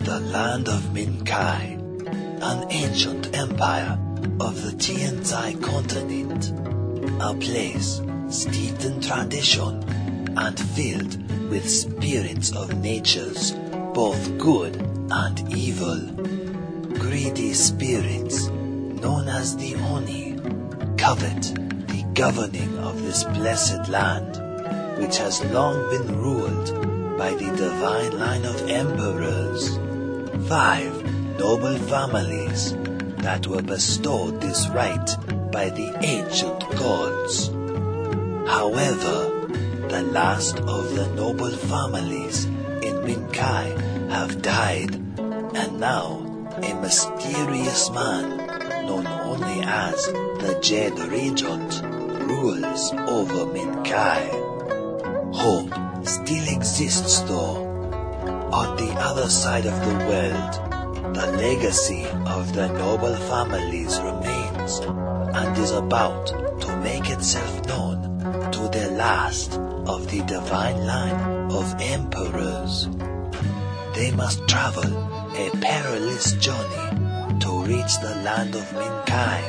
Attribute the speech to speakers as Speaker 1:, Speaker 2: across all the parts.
Speaker 1: the land of Minkai, an ancient empire of the Tiantai continent, a place steeped in tradition and filled with spirits of natures, both good and evil. Greedy spirits, known as the Oni, covet the governing of this blessed land, which has long been ruled by the divine line of emperors. Five noble families that were bestowed this right by the ancient gods. However, the last of the noble families in Minkai have died, and now a mysterious man, known only as the Jade Regent, rules over Minkai. Hope still exists though. On the other side of the world, the legacy of the noble families remains and is about to make itself known to the last of the divine line of emperors. They must travel a perilous journey to reach the land of Minkai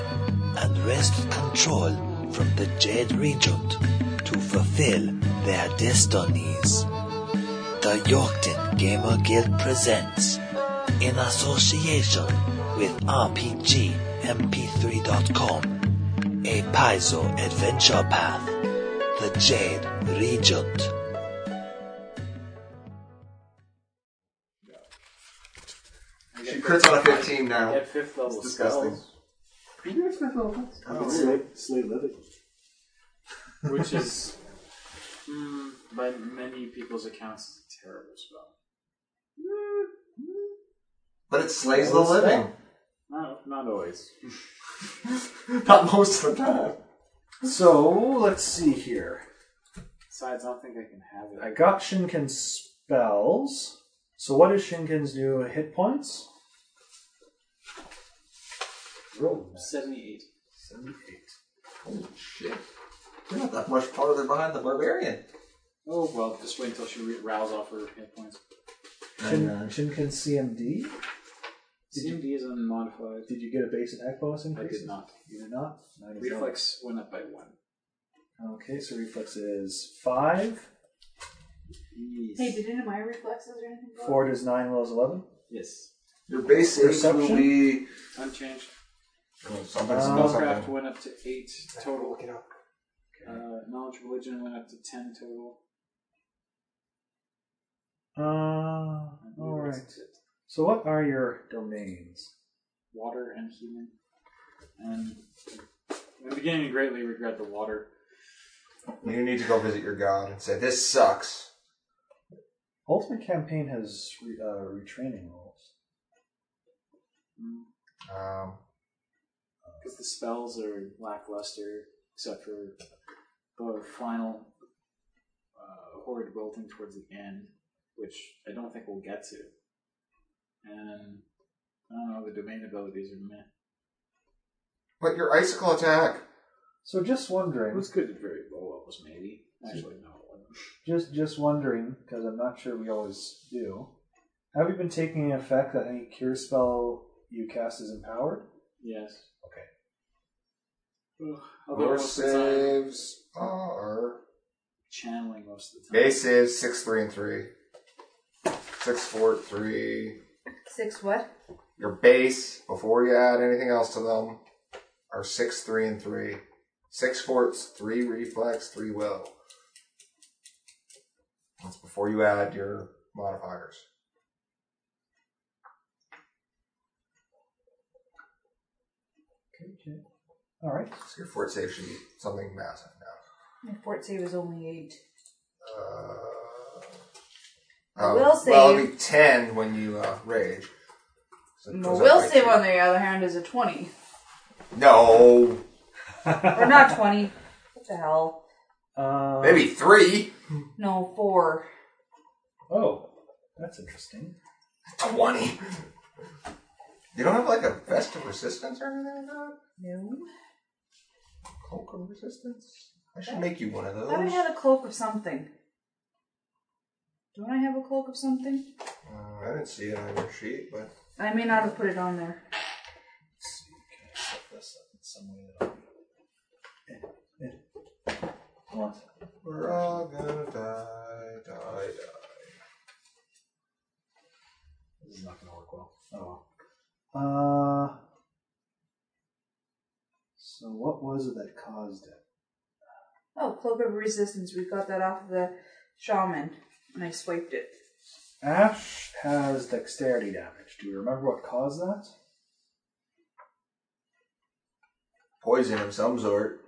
Speaker 1: and wrest control from the Jade Regent to fulfill their destinies. The Yorkton Gamer Guild presents, in association with RPGMP3.com, a Paizo Adventure Path, the Jade Regent.
Speaker 2: She crits on a 15 now.
Speaker 3: At fifth level
Speaker 2: It's disgusting.
Speaker 3: spells,
Speaker 4: Slay Living.
Speaker 3: which is, mm, by many people's accounts, is a terrible spell.
Speaker 2: But it slays the living.
Speaker 3: No, not always.
Speaker 2: Not most of the time.
Speaker 4: So let's see here.
Speaker 3: Besides, I don't think I can have it.
Speaker 4: I got Shinken's spells. So what is Shinken's new hit points? Roll
Speaker 3: Seventy-eight.
Speaker 4: seventy-eight.
Speaker 2: Holy shit. You're not that much farther behind the barbarian.
Speaker 3: Oh well, just wait until she re- rouse off her hit points.
Speaker 4: Shin, Shinken CMD.
Speaker 3: CMD is unmodified.
Speaker 4: Did you get a base attack bonus
Speaker 3: I
Speaker 4: increase?
Speaker 3: did not.
Speaker 4: You did not. Mine is
Speaker 3: Reflex went up by one.
Speaker 4: not. Okay, so reflex is five.
Speaker 5: Hey,
Speaker 3: Yes.
Speaker 5: did any of my reflexes or anything go?
Speaker 4: Four does nine. Rolls eleven.
Speaker 3: yes.
Speaker 2: Your base saves will
Speaker 4: Perception?
Speaker 2: be.
Speaker 3: Unchanged.
Speaker 2: Oh,
Speaker 4: Uh,
Speaker 3: Spellcraft went up to eight total. Uh, knowledge of religion went up to ten total.
Speaker 4: Uh, all
Speaker 3: I believe that's
Speaker 4: right.
Speaker 3: it.
Speaker 4: So what are your domains?
Speaker 3: water and human. And I'm beginning to greatly regret the water.
Speaker 2: You need to go visit your god and say, This sucks.
Speaker 4: Ultimate campaign has re, uh, retraining rolls.
Speaker 2: Um,
Speaker 3: Because the spells are lackluster, except for the final uh, horrid bolting towards the end, which I don't think we'll get to. And I don't know, the domain abilities are meh.
Speaker 2: but your icicle attack.
Speaker 4: So just
Speaker 3: It
Speaker 4: wondering,
Speaker 3: was good at very low levels, maybe. Actually, no, it wasn't.
Speaker 4: just just wondering, because I'm not sure we always do. Have you been taking an effect that any cure spell you cast is empowered?
Speaker 3: Yes.
Speaker 4: Okay.
Speaker 3: Ugh, Although
Speaker 2: Your
Speaker 3: most of the time,
Speaker 2: saves are.
Speaker 3: channeling most of the time.
Speaker 2: Base saves 6, 3, and 3. 6, 4, 3.
Speaker 5: Six what?
Speaker 2: Your base, before you add anything else to them, are 6, 3, and 3. 6 forts, 3 reflex, 3 will. That's before you add your modifiers.
Speaker 4: Okay. okay. All right.
Speaker 2: So your fort save should be something massive now.
Speaker 5: My fort save is only eight.
Speaker 2: Uh,
Speaker 5: A will
Speaker 2: Well,
Speaker 5: save-
Speaker 2: it'll be 10 when you uh, rage. So it
Speaker 5: My
Speaker 2: goes up
Speaker 5: will
Speaker 2: by
Speaker 5: save,
Speaker 2: two.
Speaker 5: on the other hand, is a 20.
Speaker 2: No!
Speaker 5: or not 20. What the hell?
Speaker 4: Uh,
Speaker 2: Maybe 3?
Speaker 5: No, four.
Speaker 4: Oh, that's interesting.
Speaker 2: 20! You don't have like a vest of resistance or anything like that?
Speaker 5: No.
Speaker 2: Cloak of resistance? I should make you one of
Speaker 5: I thought I
Speaker 2: those.
Speaker 5: had a cloak of something. Don't I have a cloak of something?
Speaker 2: Uh, I didn't see it on your sheet, but
Speaker 5: I may not have put it on there.
Speaker 4: Let's see, can I set this up in some way that I'll. Eh, eh. What?
Speaker 2: we're all gonna die, die, die.
Speaker 3: This is not going to work well.
Speaker 4: Oh. Uh, so what was it that caused it?
Speaker 5: Oh, cloak of resistance. We got that off of the shaman, and I swiped it.
Speaker 4: Ash has dexterity damage. Do you remember what caused that?
Speaker 2: Poison of some sort,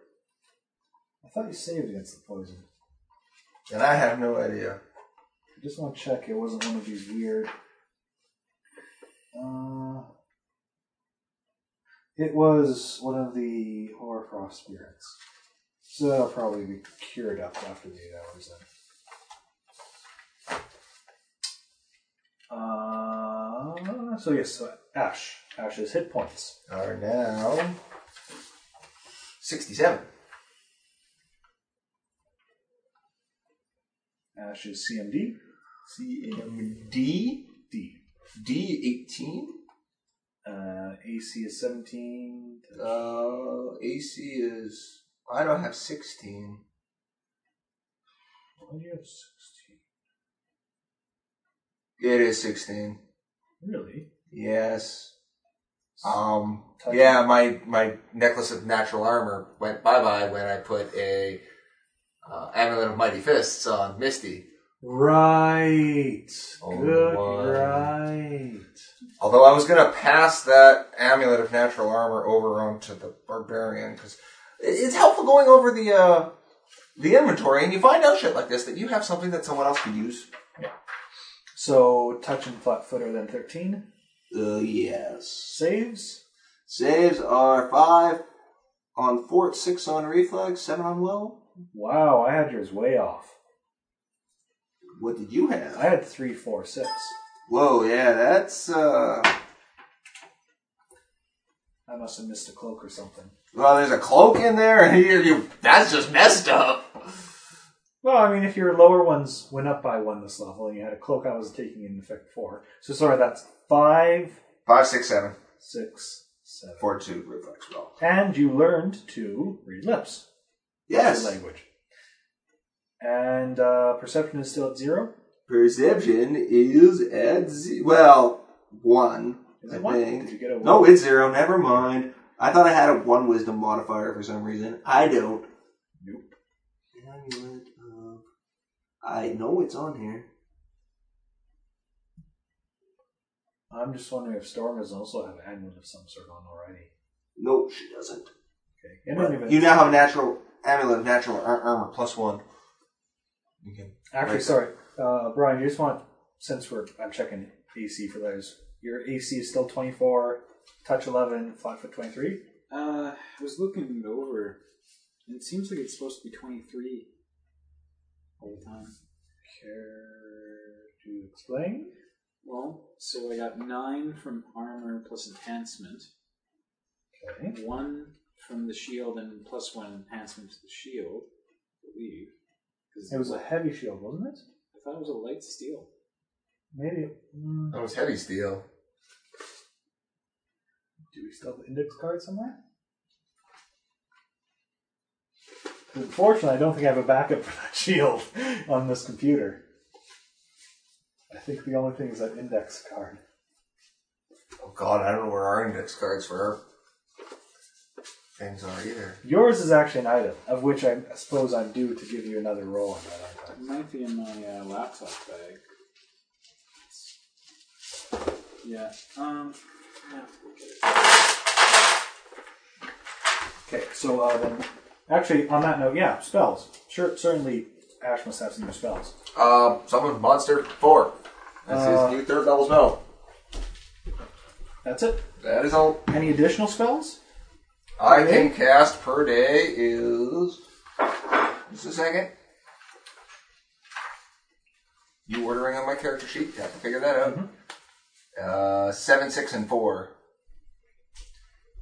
Speaker 4: I thought you saved against the poison.
Speaker 2: and I have no idea.
Speaker 4: I just want to check it wasn't one of these weird. Uh, it was one of the horror frost spirits. So that'll probably be cured up after the eight hours then. Uh, so yes, so Ash. Ash's hit points.
Speaker 2: Are now sixty-seven.
Speaker 4: Ash's CMD.
Speaker 2: CMD
Speaker 4: D.
Speaker 2: D eighteen.
Speaker 4: Uh, AC is 17.
Speaker 2: Uh, AC is I don't have sixteen.
Speaker 4: Why do you have 16?
Speaker 2: It is sixteen.
Speaker 4: Really?
Speaker 2: Yes. Um.
Speaker 4: Touch-
Speaker 2: Yeah, my my necklace of natural armor went bye bye when I put a uh, amulet of mighty fists on Misty.
Speaker 4: Right.
Speaker 2: Only
Speaker 4: Good.
Speaker 2: one.
Speaker 4: Right.
Speaker 2: Although I was gonna pass that amulet of natural armor over onto the barbarian because it's helpful going over the uh, the inventory and you find out shit like this that you have something that someone else could use.
Speaker 4: So touch and flat footer then thirteen
Speaker 2: Uh, yes.
Speaker 4: saves.
Speaker 2: Saves are five on fort, six on reflex, seven on will.
Speaker 4: Wow, I had yours way off.
Speaker 2: What did you have?
Speaker 4: I had three, four, six.
Speaker 2: Whoa, yeah, that's uh.
Speaker 4: I must have missed a cloak or something.
Speaker 2: Well, there's a cloak in there, and you, you that's just messed up.
Speaker 4: Well, I mean, if your lower ones went up by one this level, and you had a cloak, I was taking in effect four. So sorry, that's five,
Speaker 2: Five, six, seven,
Speaker 4: six, seven.
Speaker 2: four, two, reflex roll.
Speaker 4: And you learned to read lips.
Speaker 2: Yes.
Speaker 4: Your language. And uh, perception is still at zero.
Speaker 2: Perception is at z- well one.
Speaker 4: Is
Speaker 2: I
Speaker 4: it one?
Speaker 2: think.
Speaker 4: Did you get a
Speaker 2: No,
Speaker 4: one?
Speaker 2: it's zero. Never mind. I thought I had a one wisdom modifier for some reason. I don't.
Speaker 4: Nope.
Speaker 2: Amulet of- Uh, I know it's on here.
Speaker 4: I'm just wondering if Storm has also have an amulet of some sort on already.
Speaker 2: No, she doesn't.
Speaker 4: Okay. In any event,
Speaker 2: You now have a natural amulet of natural ar- armor plus one. You can
Speaker 4: Actually,
Speaker 2: Right.
Speaker 4: sorry, uh, Brian. You just want since we're I'm checking AC for those. Your AC is still 24, touch 11, flat foot 23.
Speaker 3: Uh, I was looking it over, and it seems like it's supposed to be 23 all the time.
Speaker 4: Care to explain?
Speaker 3: Well, so I got 9 from armor plus enhancement,
Speaker 4: Okay.
Speaker 3: 1 from the shield, and plus 1 enhancement to the shield, I believe. 'Cause
Speaker 4: It was a
Speaker 3: I
Speaker 4: heavy shield, wasn't it?
Speaker 3: thought it was a light steel.
Speaker 4: Maybe. mm,
Speaker 2: That was heavy steel.
Speaker 4: do we still have the index card somewhere? Unfortunately, I don't think I have a backup for that shield on this computer. I think the only thing is that index card.
Speaker 2: Oh god, I don't know where our index cards for our things are either.
Speaker 4: Yours is actually an item, of which I suppose I'm due to give you another roll on that
Speaker 3: It
Speaker 4: item.
Speaker 3: might be in my uh, laptop bag. Yeah. Um. Yeah.
Speaker 4: Okay, so uh, then, actually, on that note, yeah, spells. Sure, certainly, Ash must have some new spells.
Speaker 2: Uh, summon monster four. That's
Speaker 4: Uh,
Speaker 2: his new third level spell.
Speaker 4: That's it.
Speaker 2: That is all.
Speaker 4: Any additional spells?
Speaker 2: I can cast per day is. Just a second. You ordering on my character sheet? You have to figure that out. Uh, seven, six, and four.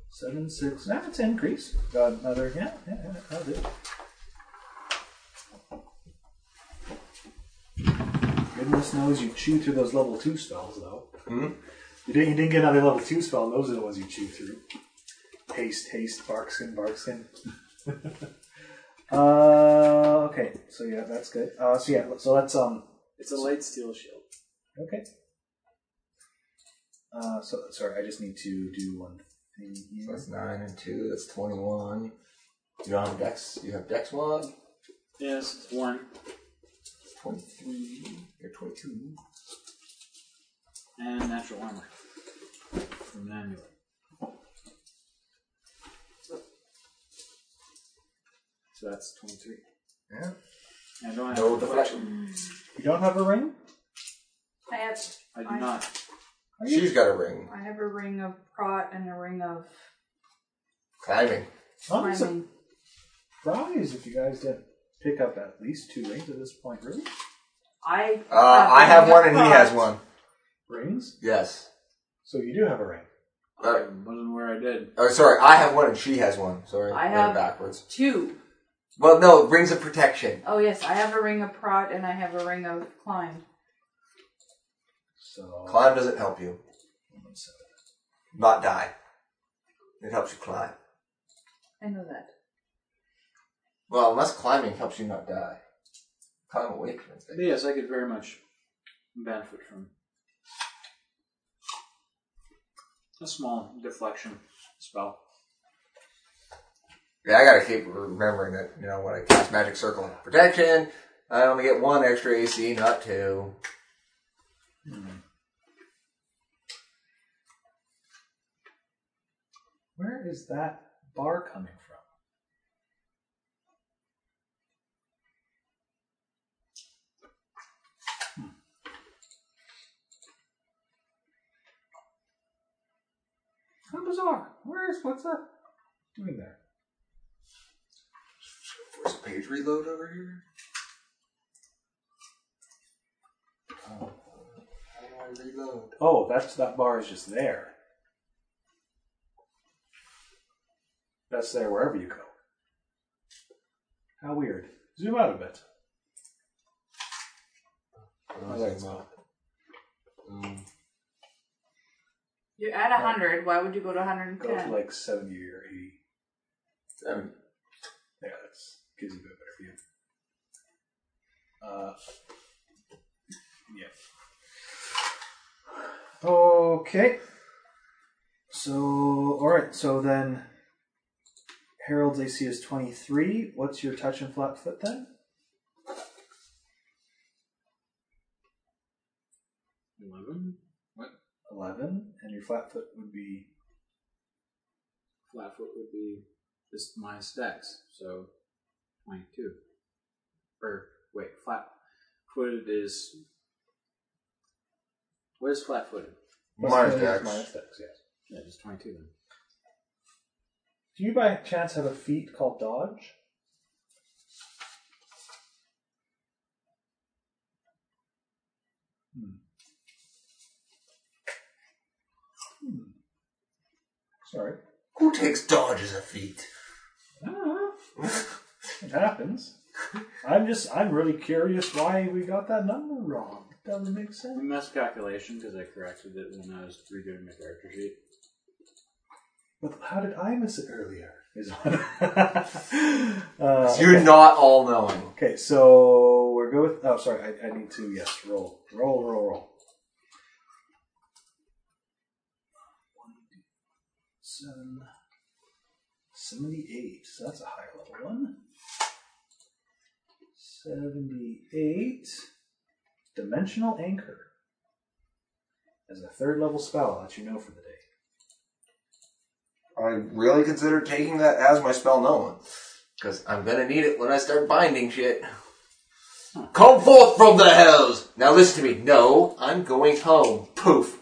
Speaker 4: Seven, six. No, it's an increase. Got another. Yeah, yeah, yeah that'll do. Good goodness knows you chew through those level two spells though.
Speaker 2: Hmm?
Speaker 4: You didn't. You didn't get another level two spell. and Those are the ones you chew through. Haste, haste, barkskin, barkskin. uh, okay. So yeah, that's good. Uh, so yeah, so that's um.
Speaker 3: It's a light steel shield.
Speaker 4: Okay. Uh, so sorry, I just need to do one thing
Speaker 2: So
Speaker 4: here.
Speaker 2: that's nine and two. That's twenty-one. You don't have dex. You have dex one.
Speaker 3: Yes, it's one.
Speaker 2: Twenty-three. You're twenty-two.
Speaker 3: And natural armor. From an amulet. So that's 23.
Speaker 2: Yeah.
Speaker 3: And I don't have
Speaker 2: No
Speaker 3: reflection.
Speaker 2: deflection.
Speaker 4: You don't have a ring?
Speaker 5: I have
Speaker 3: I do not.
Speaker 4: Are you-
Speaker 2: She's got a ring.
Speaker 5: I have a ring of prot and a ring of
Speaker 2: Climbing.
Speaker 4: I'm
Speaker 5: climbing.
Speaker 4: surprised if you guys didn't pick up at least two rings at this point. Really?
Speaker 5: I
Speaker 2: Uh, I have one and he has one.
Speaker 4: Rings?
Speaker 2: Yes.
Speaker 4: So you do have a ring.
Speaker 3: I
Speaker 2: Uh,
Speaker 3: wasn't aware I did.
Speaker 2: oh, sorry. I have one and she has one. Sorry.
Speaker 5: I
Speaker 2: Went
Speaker 5: have-
Speaker 2: backwards.
Speaker 5: Two.
Speaker 2: Well, no. Rings of protection.
Speaker 5: Oh yes, I have a ring of prot and I have a ring of climb.
Speaker 4: So
Speaker 2: Climb doesn't help you. Not die. It helps you climb.
Speaker 5: I know that.
Speaker 2: Well, unless climbing helps you not die. Climb awake from
Speaker 3: But yes, I could very much benefit from a small deflection spell.
Speaker 2: Yeah, I gotta keep remembering that, you know, when I cast Magic Circle of Protection, I only get one extra AC, not two.
Speaker 4: where is that bar coming from? Hmm. How bizarre! Where is what's that doing there?
Speaker 2: There's a page reload over here. Oh, How do I reload?
Speaker 4: Oh, that's that bar is just there. That's there wherever you go. How weird. Zoom out a bit. Oh, there it's not.
Speaker 2: Um,
Speaker 5: You're at a hundred. Why would you go to hundred and
Speaker 4: Go to
Speaker 5: ten?
Speaker 4: like seventy or eighty.
Speaker 2: seven.
Speaker 4: Yeah, that's gives you a bit better view. Uh, yeah. Uh, Okay. So, all right. So then, Harold's AC is twenty three. What's your touch and flat foot then?
Speaker 3: Eleven. What?
Speaker 4: Eleven, and your flat foot would be
Speaker 3: Flatfoot would be just minus dex, so twenty-two. Or wait, flat-footed is what is flat-footed?
Speaker 2: Minus
Speaker 4: Plus
Speaker 2: dex.
Speaker 4: Minus dex. Yes.
Speaker 3: Yeah, just twenty-two then.
Speaker 4: Do you by chance have a feat called dodge? Hmm. Hmm. Sorry.
Speaker 2: Who takes dodge as a feat?
Speaker 4: Ah, it happens. I'm just, I'm really curious why we got that number wrong. Doesn't make
Speaker 3: We
Speaker 4: sense.
Speaker 3: missed calculation because I corrected it when I was redoing my character sheet.
Speaker 4: But how did I miss it earlier? Is what. uh,
Speaker 2: You're not all knowing.
Speaker 4: Okay, so we're good with. Oh, sorry, I, I need to. Yes, roll, roll, roll, roll. Seven, 78. So that's a higher level one. 78. Dimensional Anchor. As a third level spell, I'll let you know for the day.
Speaker 2: I really consider taking that as my spell known. Because I'm going to need it when I start binding shit. Come forth from the hells! Now listen to me. No, I'm going home. Poof.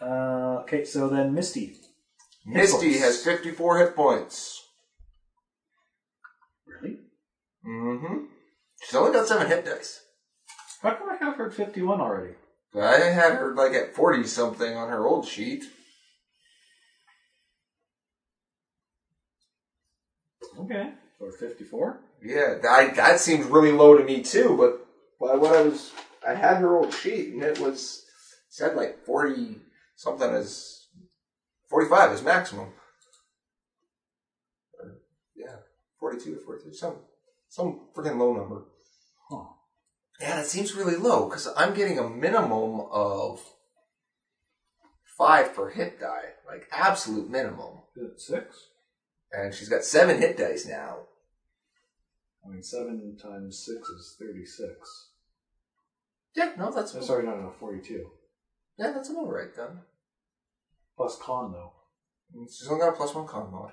Speaker 4: Uh, okay, so then Misty.
Speaker 2: Misty has 54 hit points.
Speaker 4: Really?
Speaker 2: Mm-hmm. She's only got 7 hit dice.
Speaker 4: How come I have her at 51 already?
Speaker 2: But I had her like at 40 something on her old sheet.
Speaker 4: Okay. Or 54?
Speaker 2: Yeah, that, that seemed really low to me too, but by what I was, I had her old sheet and it was said like 40 something as 45 is maximum. Or, yeah, 42 or 43, some, some freaking low number.
Speaker 4: Huh.
Speaker 2: Yeah, it seems really low because I'm getting a minimum of five per hit die, like absolute minimum.
Speaker 4: Six?
Speaker 2: And she's got seven hit dice now.
Speaker 4: I mean, seven times six is 36.
Speaker 2: Yeah, no, that's
Speaker 4: Oh, sorry, no, no, 42.
Speaker 2: yeah, that's about right then.
Speaker 4: Plus con, though.
Speaker 2: She's only got a plus one con mod.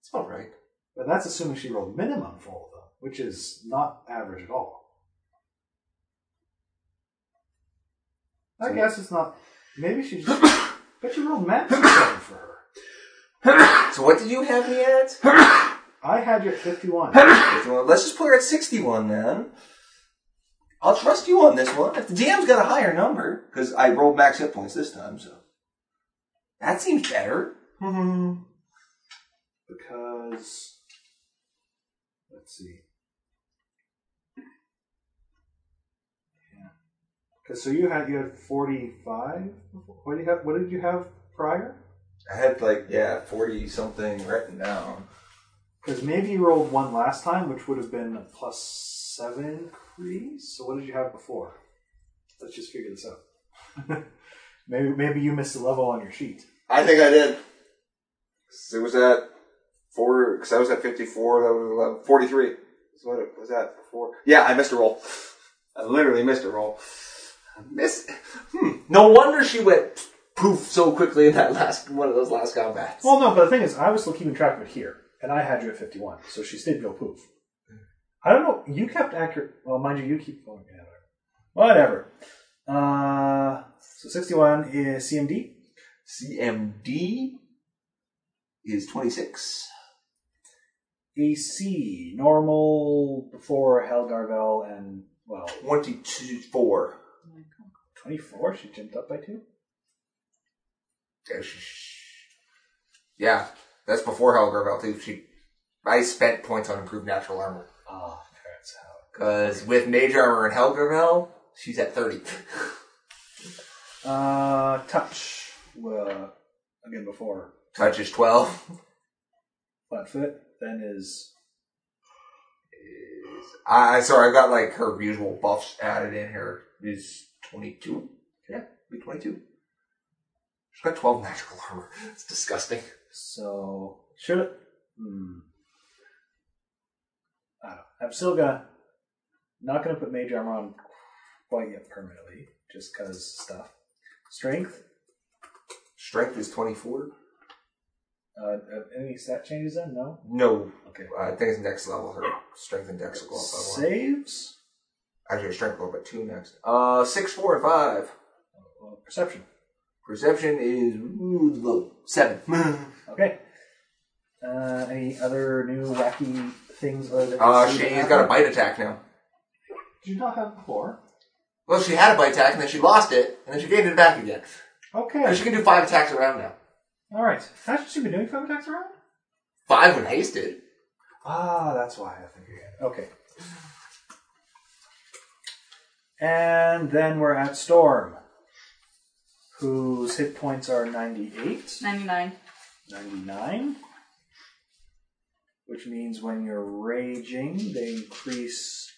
Speaker 2: It's about right.
Speaker 4: But that's assuming she rolled minimum for all of them, which is not average at all. I
Speaker 2: So-
Speaker 4: guess it's not. Maybe she just. but she rolled max seven for her.
Speaker 2: So what did you have me at?
Speaker 4: I had you at 51.
Speaker 2: Well, Let's just put her at 61 then. I'll trust you on this one. If the DM's got a higher number, because I rolled max hit points this time, so. That seems better. Mm-hmm.
Speaker 4: because let's see. Yeah. 'Cause so you had you had forty five. What do you have? What did you have prior?
Speaker 2: I had like, yeah, 40 something written down.
Speaker 4: Because maybe you rolled one last time, which would have been a plus seven crease. So what did you have before? Let's just figure this out. maybe maybe you missed a level on your sheet.
Speaker 2: I think I did. 'Cause it was at four. Because I was at fifty-four. That was 11, forty-three. Is what it was at before. Yeah, I missed a roll. I literally missed a roll. I miss. Hmm. No wonder she went poof so quickly in that last one of those last combats.
Speaker 4: Well, no, but the thing is, I was still keeping track of it here, and I had you at 51, so she did go poof. I don't know. You kept accurate. Well, mind you, you keep going. Yeah, whatever. Whatever. Uh, so 61 is CMD.
Speaker 2: CMD is twenty-six.
Speaker 4: AC, normal before Hal Garvel, and, well,
Speaker 2: Twenty-four.
Speaker 4: 24. She jumped up by two.
Speaker 2: Yeah, that's before Helgarvel too. She, I spent points on improved natural armor.
Speaker 4: Ah, that's how.
Speaker 2: Because with Mage Armor and Helgravel, she's at 30.
Speaker 4: Uh, touch. Well, again, before
Speaker 2: Touch is 12.
Speaker 4: flat foot. Then is
Speaker 2: I, I sorry, I got like her usual buffs added in here. Is 22? Yeah, be 22. She's got 12 natural armor. It's disgusting.
Speaker 4: So should it? Hmm. I don't know. I'm still gonna not gonna put mage armor on quite yet permanently, just cause stuff. Strength.
Speaker 2: Strength is 24?
Speaker 4: Uh, uh, any stat changes then? No.
Speaker 2: No.
Speaker 4: Okay.
Speaker 2: I think it's next level. Her strength and dex will go up by one.
Speaker 4: Saves.
Speaker 2: Actually, her strength will go up by two next. Uh, 6, 4, and 5.
Speaker 4: Uh, perception.
Speaker 2: Perception is ooh, low. 7.
Speaker 4: Okay. Uh, any other new wacky things? other than-
Speaker 2: Uh, she's got a bite attack now.
Speaker 4: Did you not have before?
Speaker 2: Well, she had a bite attack and then she lost it, and then she gained it back again. And
Speaker 4: Okay.
Speaker 2: she can do five attacks around now.
Speaker 4: All right. Hasn't she been doing five attacks around?
Speaker 2: Five when hasted.
Speaker 4: Ah, that's why I think again. Okay. And then we're at Storm, whose hit points are 98,
Speaker 5: 99.
Speaker 4: 99, which means when you're raging, they increase.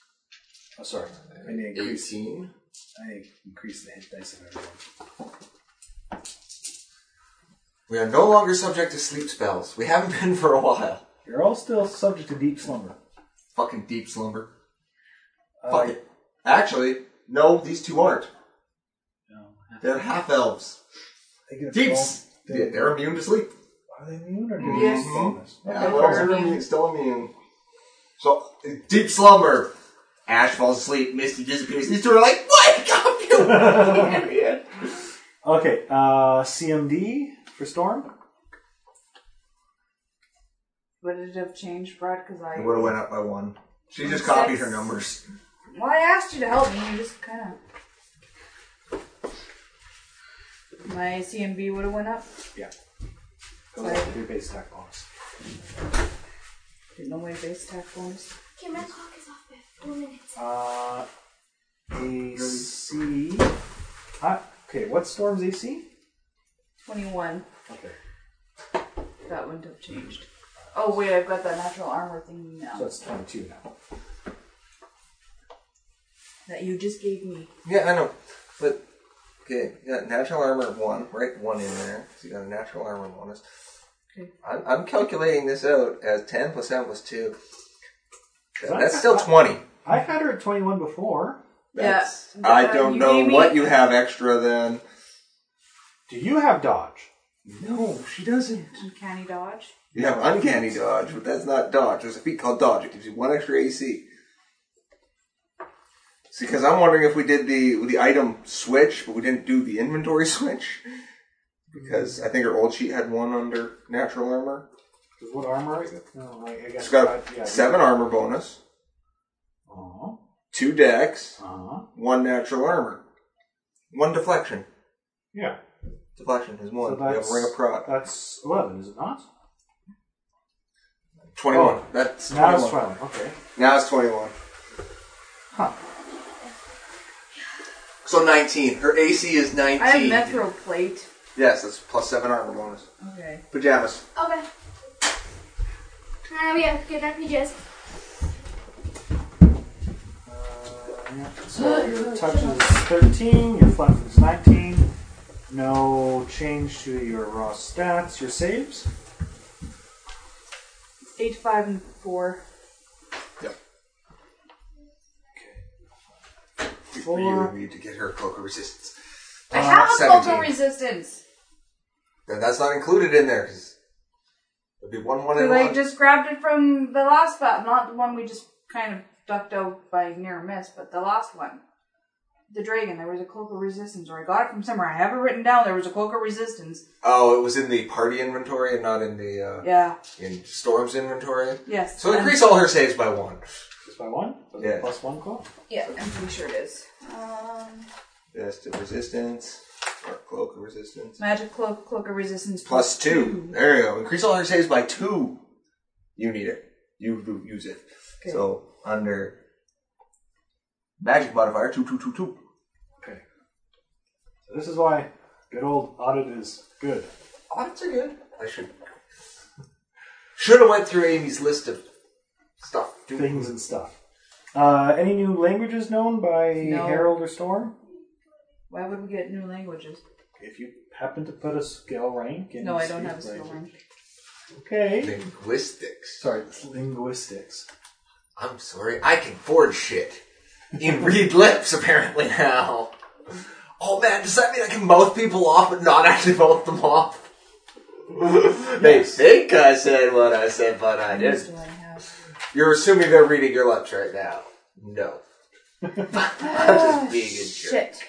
Speaker 4: Oh, sorry. And they increase,
Speaker 2: 18.
Speaker 4: I increase the hit dice of everyone.
Speaker 2: We are no longer subject to sleep spells. We haven't been for a while.
Speaker 4: You're all still subject to deep slumber.
Speaker 2: Fucking deep slumber.
Speaker 4: Uh,
Speaker 2: Fuck it. Actually, no, these two aren't.
Speaker 3: No.
Speaker 2: They're half elves.
Speaker 4: they get a
Speaker 2: Deeps!
Speaker 4: bonus.
Speaker 2: Yeah, they're immune to sleep.
Speaker 4: Are they immune or do they
Speaker 5: Yes.
Speaker 4: get a bonus?
Speaker 2: Yeah,
Speaker 5: Okay.
Speaker 2: well, they're immune- still immune. So, deep slumber. Ash falls asleep, Misty disappears. These two are like, Wake up, you idiot!
Speaker 4: Okay, uh, CMD for Storm.
Speaker 5: Would it have changed, Brad? Because I.
Speaker 2: It would have went up by one. She just
Speaker 5: Six.
Speaker 2: copied her numbers.
Speaker 5: Well, I asked you to help me. You just kind of. My CMB would have went up.
Speaker 4: Yeah. Goes up with your base attack bonus.
Speaker 5: Didn't know my base attack bonus.
Speaker 6: Okay, my clock is off by four minutes.
Speaker 4: Uh, AC. Ah, okay, what's Storm's AC?
Speaker 5: 21.
Speaker 4: Okay,
Speaker 5: That wouldn't have changed. Oh, wait, I've got that natural armor thing
Speaker 4: so
Speaker 5: now
Speaker 4: it's 22 now.
Speaker 5: that you just gave me.
Speaker 7: Yeah, I know. But okay, you got natural armor one, right? One in there. So you got a natural armor bonus.
Speaker 5: Okay.
Speaker 7: I'm, I'm calculating this out as ten plus seven plus two.
Speaker 4: I-
Speaker 7: That's still twenty.
Speaker 4: I had her at 21 before.
Speaker 7: That's,
Speaker 5: Yeah,
Speaker 7: I
Speaker 5: uh,
Speaker 7: don't
Speaker 5: you
Speaker 7: know
Speaker 5: gave me-
Speaker 7: what you have extra then.
Speaker 4: Do you have dodge?
Speaker 7: No, she doesn't.
Speaker 5: Uncanny dodge.
Speaker 7: You have uncanny dodge, but that's not dodge. There's a feat called dodge. It gives you one extra AC. See, because I'm wondering if we did the the item switch, but we didn't do the inventory switch. Because I think her old sheet had one under natural armor.
Speaker 4: 'Cause What armor is it? No, I, I guess
Speaker 7: She's got
Speaker 4: yeah,
Speaker 7: seven armor bonus,
Speaker 4: Uh-huh.
Speaker 7: two dex,
Speaker 4: Uh-huh.
Speaker 7: one natural armor, one deflection.
Speaker 4: Yeah.
Speaker 7: Deflection is one.
Speaker 4: So
Speaker 7: you have
Speaker 4: that's,
Speaker 7: a ring of prod.
Speaker 4: that's 11, is it not?
Speaker 7: 21.
Speaker 4: oh.
Speaker 7: that's
Speaker 4: Now
Speaker 7: 21.
Speaker 4: it's 12. Okay.
Speaker 2: Oh.
Speaker 7: Now it's 21.
Speaker 4: Huh.
Speaker 7: So 19. Her AC is 19.
Speaker 5: I have Methro plate.
Speaker 7: Yes, that's plus seven armor bonus.
Speaker 5: Okay.
Speaker 7: Pajamas.
Speaker 6: Okay. Now we have good RPGs.
Speaker 4: Yeah. So your touch is 13, your flat foot is 19. No change to your raw stats, your saves.
Speaker 5: 8, 5, and 4.
Speaker 7: For you
Speaker 4: Four.
Speaker 7: need to get her cloak of resistance. Uh,
Speaker 5: I have a cloak
Speaker 7: 17.
Speaker 5: of resistance!
Speaker 7: Then that's not included in there because there'd be one, one, and
Speaker 5: Because I
Speaker 7: one.
Speaker 5: just grabbed it from the last spot, not the one we just kind of ducked out by near miss, but the last one. The dragon, there was a cloak of resistance, or I got it from somewhere. I have it written down, there was a cloak of resistance.
Speaker 7: Oh, it was in the party inventory and not in the uh,
Speaker 5: Yeah,
Speaker 7: in Storm's inventory.
Speaker 5: yes. Um,
Speaker 7: So
Speaker 5: I'm-
Speaker 7: increase all her saves by one.
Speaker 4: Just by one? So
Speaker 7: Yeah.
Speaker 4: Plus one call.
Speaker 5: Yeah, I'm pretty sure it is. Um,
Speaker 7: Vest of resistance or cloak of resistance.
Speaker 5: magic cloak, cloak of resistance.
Speaker 7: Plus two. There you go. Increase all her saves by two. You need it. You do use it.
Speaker 5: Okay.
Speaker 7: So under magic modifier two two two two.
Speaker 4: Okay. So this is why good old audit is good.
Speaker 7: Audits are good. I should should have went through Amy's list of stuff.
Speaker 4: Things and stuff. Uh, any new languages known by
Speaker 5: No.
Speaker 4: Harold or Storm?
Speaker 5: Why would we get new languages?
Speaker 4: If you happen to put a skill rank in
Speaker 5: No, I don't
Speaker 4: speak
Speaker 5: have a skill
Speaker 4: language.
Speaker 5: rank.
Speaker 4: Okay.
Speaker 7: Linguistics.
Speaker 4: Sorry, it's linguistics.
Speaker 7: I'm sorry, I can forge shit. In read lips, apparently now. Oh man, does that mean I can mouth people off but not actually mouth them off? they think I said what I said, but I
Speaker 5: What else
Speaker 7: didn't.
Speaker 5: do I have?
Speaker 7: You're assuming they're reading your lips right now. No. I'm just being a jerk.
Speaker 5: Oh, Shit.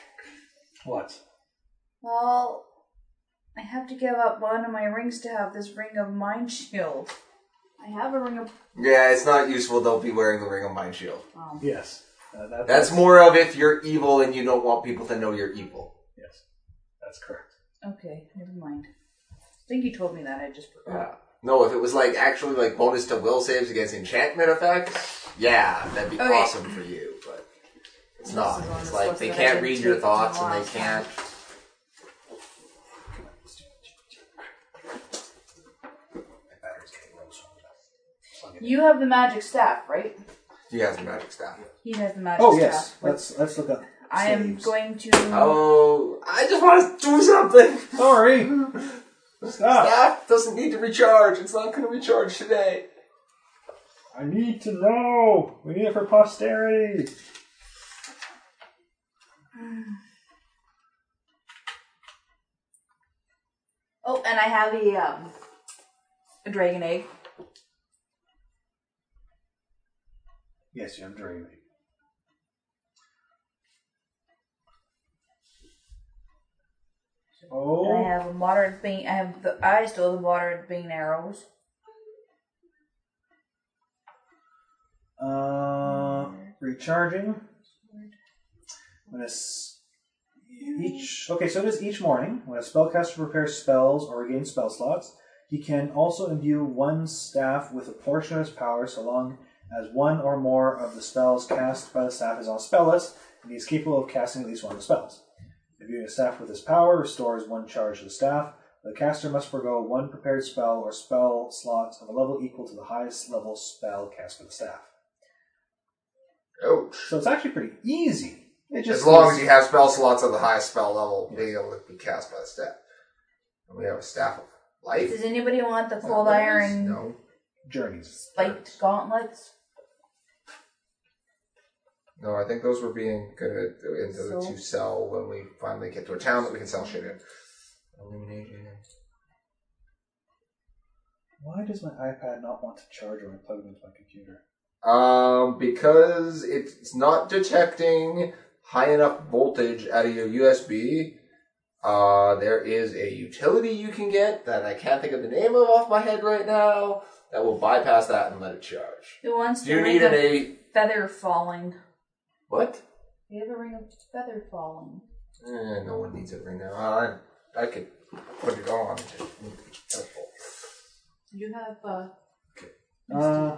Speaker 4: What?
Speaker 5: Well, I have to give up one of my rings to have this ring of mind shield. I have a ring of.
Speaker 7: Yeah, it's not useful. Don't be wearing the ring of mind shield.
Speaker 5: Oh.
Speaker 4: Yes. Uh, that-
Speaker 7: That's more of if you're evil and you don't want people to know you're evil.
Speaker 4: Yes. That's correct.
Speaker 5: Okay, never mind. I think you told me that. I just forgot.
Speaker 7: Yeah. No, if it was like actually like bonus to will saves against enchantment effects, yeah, that'd be
Speaker 5: Okay.
Speaker 7: awesome for you. But it's not.
Speaker 5: is on
Speaker 7: It's
Speaker 5: this
Speaker 7: like
Speaker 5: list
Speaker 7: they
Speaker 5: that I
Speaker 7: can't
Speaker 5: didn't
Speaker 7: read
Speaker 5: take
Speaker 7: your
Speaker 5: from
Speaker 7: thoughts and they
Speaker 5: last time.
Speaker 7: can't.
Speaker 5: You have the magic staff, right?
Speaker 7: You have the magic staff.
Speaker 5: He has the magic
Speaker 4: Oh
Speaker 5: staff.
Speaker 4: yes. Let's let's look up.
Speaker 5: I am
Speaker 4: saves.
Speaker 5: going to.
Speaker 7: Oh, I just want to do something.
Speaker 4: Sorry. Stop.
Speaker 7: Staff doesn't need to recharge. It's not going to recharge today.
Speaker 4: I need to know. We need it for posterity.
Speaker 5: Oh, and I have a um, a dragon egg.
Speaker 4: Yes, I'm dreaming.
Speaker 5: And I
Speaker 4: Oh,
Speaker 5: have a moderate bean. I have the. I still have the moderate bean arrows.
Speaker 4: uh, recharging. When a s- each okay, so it is each morning when a spellcaster prepares spells or regains spell slots. He can also imbue one staff with a portion of his power so long as one or more of the spells cast by the staff is on spell list, and he is capable of casting at least one of the spells. Imbuing a staff with his power restores one charge to the staff. The caster must forego one prepared spell or spell slots of a level equal to the highest level spell cast by the staff.
Speaker 2: Ouch.
Speaker 4: So it's actually pretty easy. It just
Speaker 2: As long
Speaker 4: is-
Speaker 2: as you have spell slots at the highest spell level, being able to be cast by the staff. And we have a staff of life.
Speaker 5: Does anybody want the cold iron
Speaker 2: No.
Speaker 4: journeys.
Speaker 5: spiked gauntlets?
Speaker 2: No, I think those were being good into the
Speaker 5: So-
Speaker 2: to sell when we finally get to a town that we can sell shit in. Illumination.
Speaker 4: Why does my iPad not want to charge when I plug it into my computer?
Speaker 2: Um, because it's not detecting high enough voltage out of your USB. Uh, there is a utility you can get that I can't think of the name of off my head right now that will bypass that and let it charge.
Speaker 5: Who wants
Speaker 2: Do
Speaker 5: to
Speaker 2: you
Speaker 5: ring
Speaker 2: need
Speaker 5: of
Speaker 2: an eight?
Speaker 5: feather falling?
Speaker 2: What?
Speaker 5: We have a ring of feather falling.
Speaker 2: Eh, no one needs it right now. I, I could put it on.
Speaker 5: You have uh,
Speaker 4: Uh,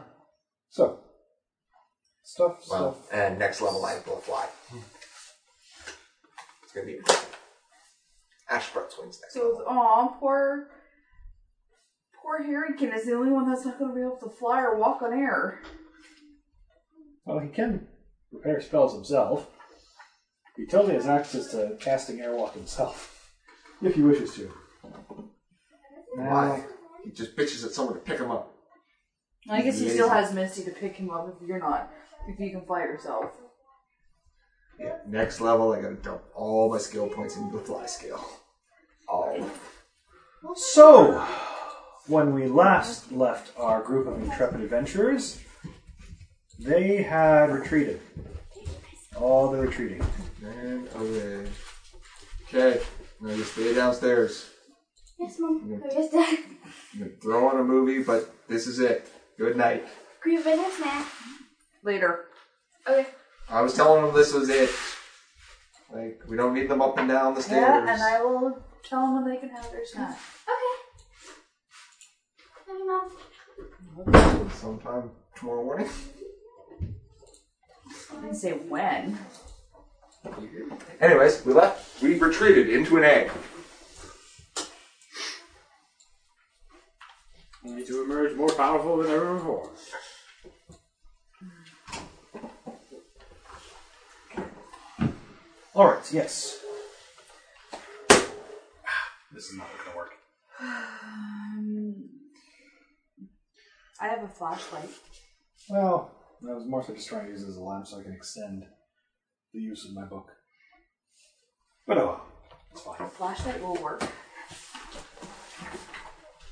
Speaker 4: so stuff, stuff.
Speaker 2: Well, and next level I will fly. It's gonna be Ashbrook swings next.
Speaker 5: so it's aw poor poor Harrykin is the only one that's not gonna be able to fly or walk on air.
Speaker 4: Well, he can repair spells himself. He totally has access to casting airwalk himself, if he wishes to.
Speaker 2: Why?
Speaker 4: Now,
Speaker 2: He just bitches at someone to pick him up.
Speaker 5: I guess he
Speaker 2: Lazy.
Speaker 5: still has Misty to pick him up if you're not if you can fly yourself.
Speaker 2: Yeah. Next level, I gotta dump all my skill points into the fly skill. All.
Speaker 4: So, when we last left our group of intrepid adventurers, they had retreated. All the retreating.
Speaker 2: And away. Okay. Now you stay downstairs.
Speaker 8: Yes, Mom. uh, Go yes, Dad.
Speaker 2: You're throwing a movie, but this is it. Good night.
Speaker 8: Grab your banana snack.
Speaker 5: Later.
Speaker 8: Okay.
Speaker 2: I was telling him this was it. Like, we don't need them up and down the stairs.
Speaker 5: Yeah, and I will tell them when they can have their snack.
Speaker 8: Okay. Love you, Mom.
Speaker 2: Sometime tomorrow morning.
Speaker 5: I didn't say when.
Speaker 2: Anyways, we left. We retreated into an egg.
Speaker 3: Only to emerge more powerful than ever before.
Speaker 4: Alright, yes. This is not going to work.
Speaker 5: Um, I have a flashlight.
Speaker 4: Well, I was more so just trying to use it as a lamp so I can extend the use of my book. But oh well, it's fine.
Speaker 5: A flashlight will work.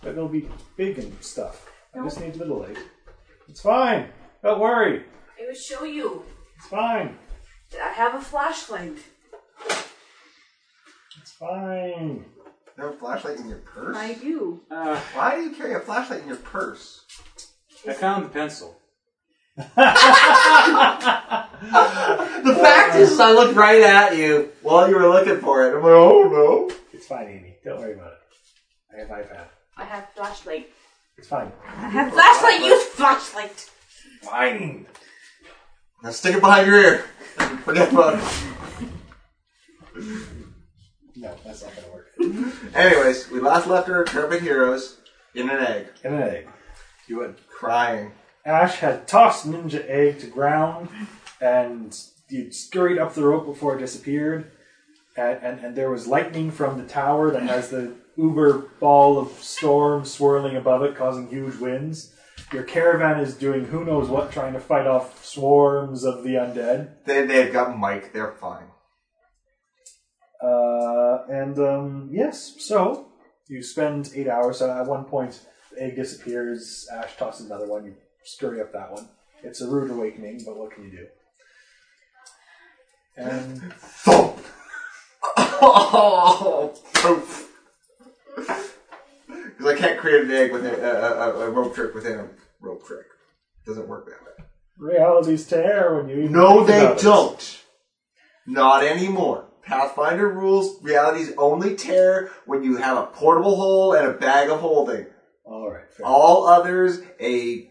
Speaker 4: But it'll be big and stuff. I just need little light. It's fine. Don't worry.
Speaker 5: I will show you.
Speaker 4: It's fine.
Speaker 5: I have a flashlight.
Speaker 4: It's fine.
Speaker 2: You have a flashlight in your purse?
Speaker 5: I do.
Speaker 3: Uh,
Speaker 2: Why do you carry a flashlight in your purse?
Speaker 3: I found the pencil.
Speaker 2: The fact is, I looked right at you while you were looking for it. I'm like, oh no.
Speaker 4: It's fine, Amy. Don't worry about it. I have iPad.
Speaker 5: I have flashlight.
Speaker 4: It's fine.
Speaker 5: I have flashlight. Use flashlight.
Speaker 4: Fine.
Speaker 2: Now stick it behind your ear. Forget about it.
Speaker 4: No, that's not gonna work.
Speaker 2: Anyways, we last left our intrepid heroes in an egg,
Speaker 4: In an egg. You would.
Speaker 2: crying.
Speaker 4: Ash had tossed Ninja Egg to ground, and you scurried up the rope before it disappeared. And, and, and there was lightning from the tower that has the uber ball of storm swirling above it, causing huge winds. Your caravan is doing who knows what, trying to fight off swarms of the undead.
Speaker 2: They, they've got Mike. They're fine.
Speaker 4: Uh, and um, yes, so you spend eight hours. So at one point, the egg disappears. Ash tosses another one. You scurry up that one. It's a rude awakening, but what can you do? And
Speaker 2: Thump. Oh, poof. Because I can't create an egg with a, a, a, a rope trick within a rope trick. Doesn't work that way.
Speaker 4: reality's tear when you even
Speaker 2: No,
Speaker 4: think
Speaker 2: they
Speaker 4: about it.
Speaker 2: don't. Not anymore. Pathfinder rules realities only tear when you have a portable hole and a bag of holding.
Speaker 4: All right. Fair.
Speaker 2: All others, a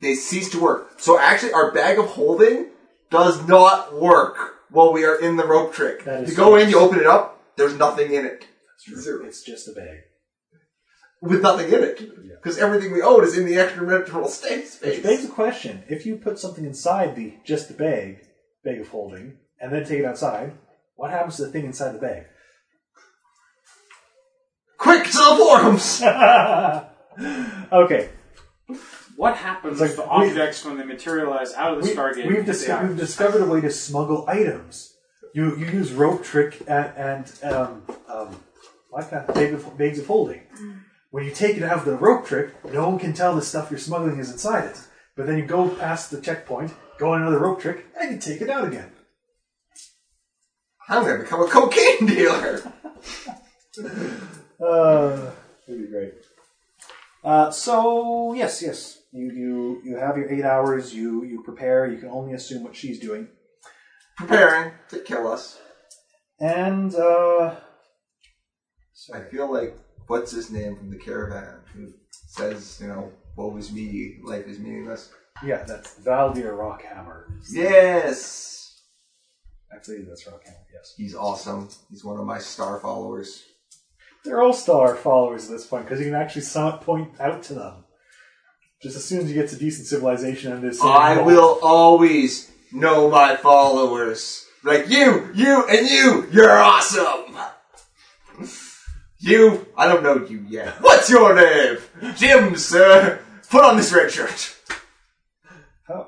Speaker 2: they cease to work. So actually, our bag of holding does not work while we are in the rope trick.
Speaker 4: That is
Speaker 2: You go
Speaker 4: true.
Speaker 2: in, you open it up. There's nothing in it.
Speaker 4: That's true.
Speaker 2: Zero.
Speaker 4: It's just a bag.
Speaker 2: With nothing in it,
Speaker 4: Yeah.
Speaker 2: because everything we own is in the extraterrestrial state
Speaker 4: Which begs
Speaker 2: space.
Speaker 4: the question: If you put something inside the just the bag, bag of holding, and then take it outside, what happens to the thing inside the bag?
Speaker 2: Quick to the forums.
Speaker 4: okay,
Speaker 3: What happens
Speaker 4: Like,
Speaker 3: to the
Speaker 4: we-
Speaker 3: objects when they materialize out of the
Speaker 4: we,
Speaker 3: Stargate?
Speaker 4: have
Speaker 3: They
Speaker 4: dis-
Speaker 3: are-
Speaker 4: we've discovered a way to smuggle items. You you use rope trick and, and um, um, like that bag of, bags of holding. When you take it out of the rope trick, no one can tell the stuff you're smuggling is inside it. But then you go past the checkpoint, go on another rope trick, and you take it out again.
Speaker 2: I'm gonna become a cocaine dealer.
Speaker 4: Uh, it'd be great. Uh, so yes, yes, you you you have your eight hours. You you prepare. You can only assume what she's doing,
Speaker 2: Preparing to kill us.
Speaker 4: and uh,
Speaker 2: I feel like what's his name from the caravan who says, you know, woe is me, life is meaningless.
Speaker 4: yeah, that's Valdir Rockhammer.
Speaker 2: Yes,
Speaker 4: I believe that's Rockhammer. Yes,
Speaker 2: he's awesome. He's one of my star followers.
Speaker 4: they're all star followers at this point because you can actually some point out to them. Just as soon as you get to decent civilization and this,
Speaker 2: I will always know my followers. Like you, you, and you. You're awesome. You, I don't know you yet. What's your name, Jim, sir? Put on this red shirt.
Speaker 4: How,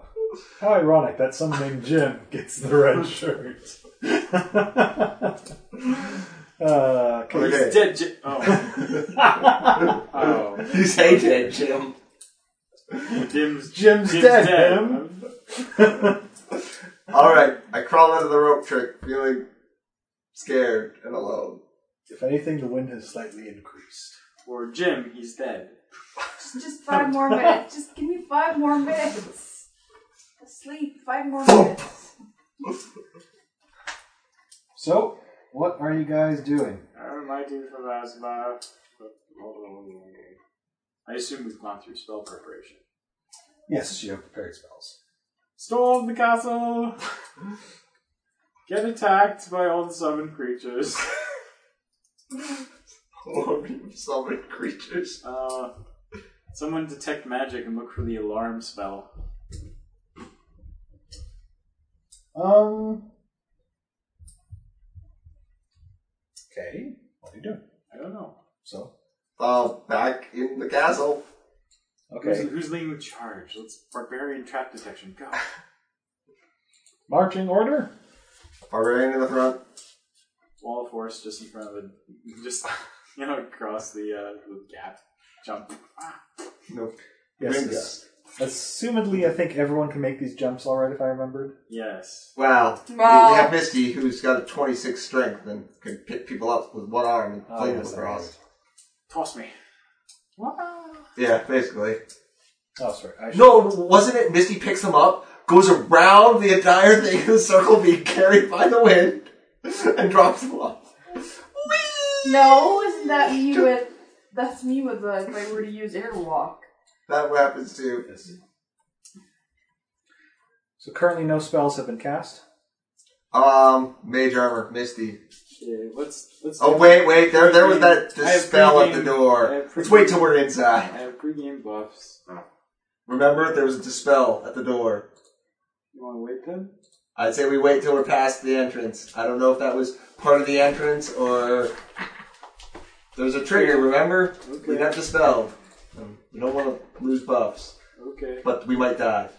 Speaker 4: how ironic that someone named Jim gets the red shirt. uh, can we-
Speaker 2: Okay.
Speaker 3: He's dead. J- oh. oh.
Speaker 2: You say dead, Jim.
Speaker 3: Jim's,
Speaker 4: Jim's dead, Jim.
Speaker 3: Jim.
Speaker 2: All right, I crawl out of the rope trick, feeling scared and alone.
Speaker 4: if anything, the wind has slightly increased.
Speaker 3: Or Jim, he's dead.
Speaker 5: Just five more minutes. Just give me five more minutes. Sleep. Five more
Speaker 2: Thump.
Speaker 5: minutes.
Speaker 4: So, what are you guys doing?
Speaker 3: Uh, my dude for last about. I assume we've gone through spell preparation.
Speaker 4: Yes, you have prepared spells.
Speaker 3: Storm the castle! Get attacked by all the summoned creatures.
Speaker 2: Summon creatures.
Speaker 3: Uh, someone detect magic and look for the alarm spell.
Speaker 4: Um. Okay, what are you doing?
Speaker 3: I don't know.
Speaker 4: So,
Speaker 2: Uh, back in the castle.
Speaker 4: okay,
Speaker 3: Who's, who's leading the charge? Let's barbarian trap detection. Go.
Speaker 4: marching order.
Speaker 2: Barbarian in the front.
Speaker 3: Wall of force just in front of it. Just you know across the uh, the gap. Jump.
Speaker 2: Nope.
Speaker 4: Yes,
Speaker 2: Ring
Speaker 4: yes. Assumedly, I think everyone can make these jumps all right if I remembered.
Speaker 3: Yes.
Speaker 2: Well,
Speaker 5: Wow.
Speaker 2: we have Misty, who's got a 26 strength and can pick people up with one arm and
Speaker 4: Ah,
Speaker 2: fling them across.
Speaker 3: Toss me.
Speaker 2: Yeah, basically.
Speaker 4: Oh, sorry. I should-
Speaker 2: No, wasn't it Misty picks them up, goes around the entire thing in a circle being carried by the wind, and drops them off?
Speaker 5: No, isn't that me with? That's me with the. If I were to use airwalk.
Speaker 2: That happens too.
Speaker 4: Yes. So currently, no spells have been cast.
Speaker 2: Um, Mage Armor, Misty.
Speaker 3: Okay, let's let's.
Speaker 2: Oh, wait, wait, there there was that
Speaker 3: I have
Speaker 2: spell at the
Speaker 3: pregame- I
Speaker 2: door.
Speaker 3: have
Speaker 2: Let's wait
Speaker 3: pregame-
Speaker 2: till we're
Speaker 3: I
Speaker 2: inside.
Speaker 3: have pregame buffs.
Speaker 2: Remember, there was a dispel at the door.
Speaker 3: You want to wait then?
Speaker 2: I'd say we wait till we're past the entrance. I don't know if that was part of the entrance or there's a trigger. Remember,
Speaker 3: Okay.
Speaker 2: we got the spell. Um, We don't want to lose buffs,
Speaker 3: Okay.
Speaker 2: but we might die.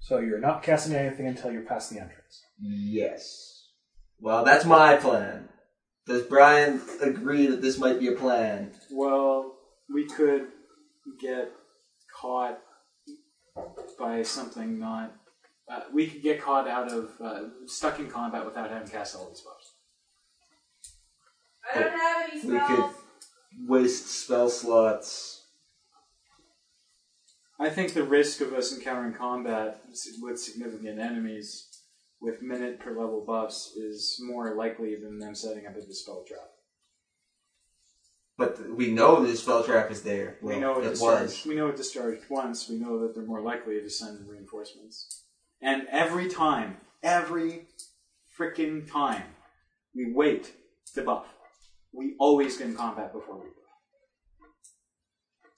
Speaker 4: So you're not casting anything until you're past the entrance.
Speaker 2: Yes. Well, that's my plan. Does Brian agree that this might be a plan?
Speaker 3: Well, we could get caught by something not. Uh, we could get caught out of uh, stuck in combat without having cast all these buffs.
Speaker 5: I don't have any
Speaker 2: We could waste spell slots.
Speaker 3: I think the risk of us encountering combat with significant enemies with minute per level buffs is more likely than them setting up a dispel trap.
Speaker 2: But we know the spell trap is there.
Speaker 3: We
Speaker 2: Well,
Speaker 3: know it,
Speaker 2: it
Speaker 3: discharged.
Speaker 2: was.
Speaker 3: We know it discharged once. We know that they're more likely to send reinforcements. And every time, every freaking time, we wait to buff. We always get in combat before we buff.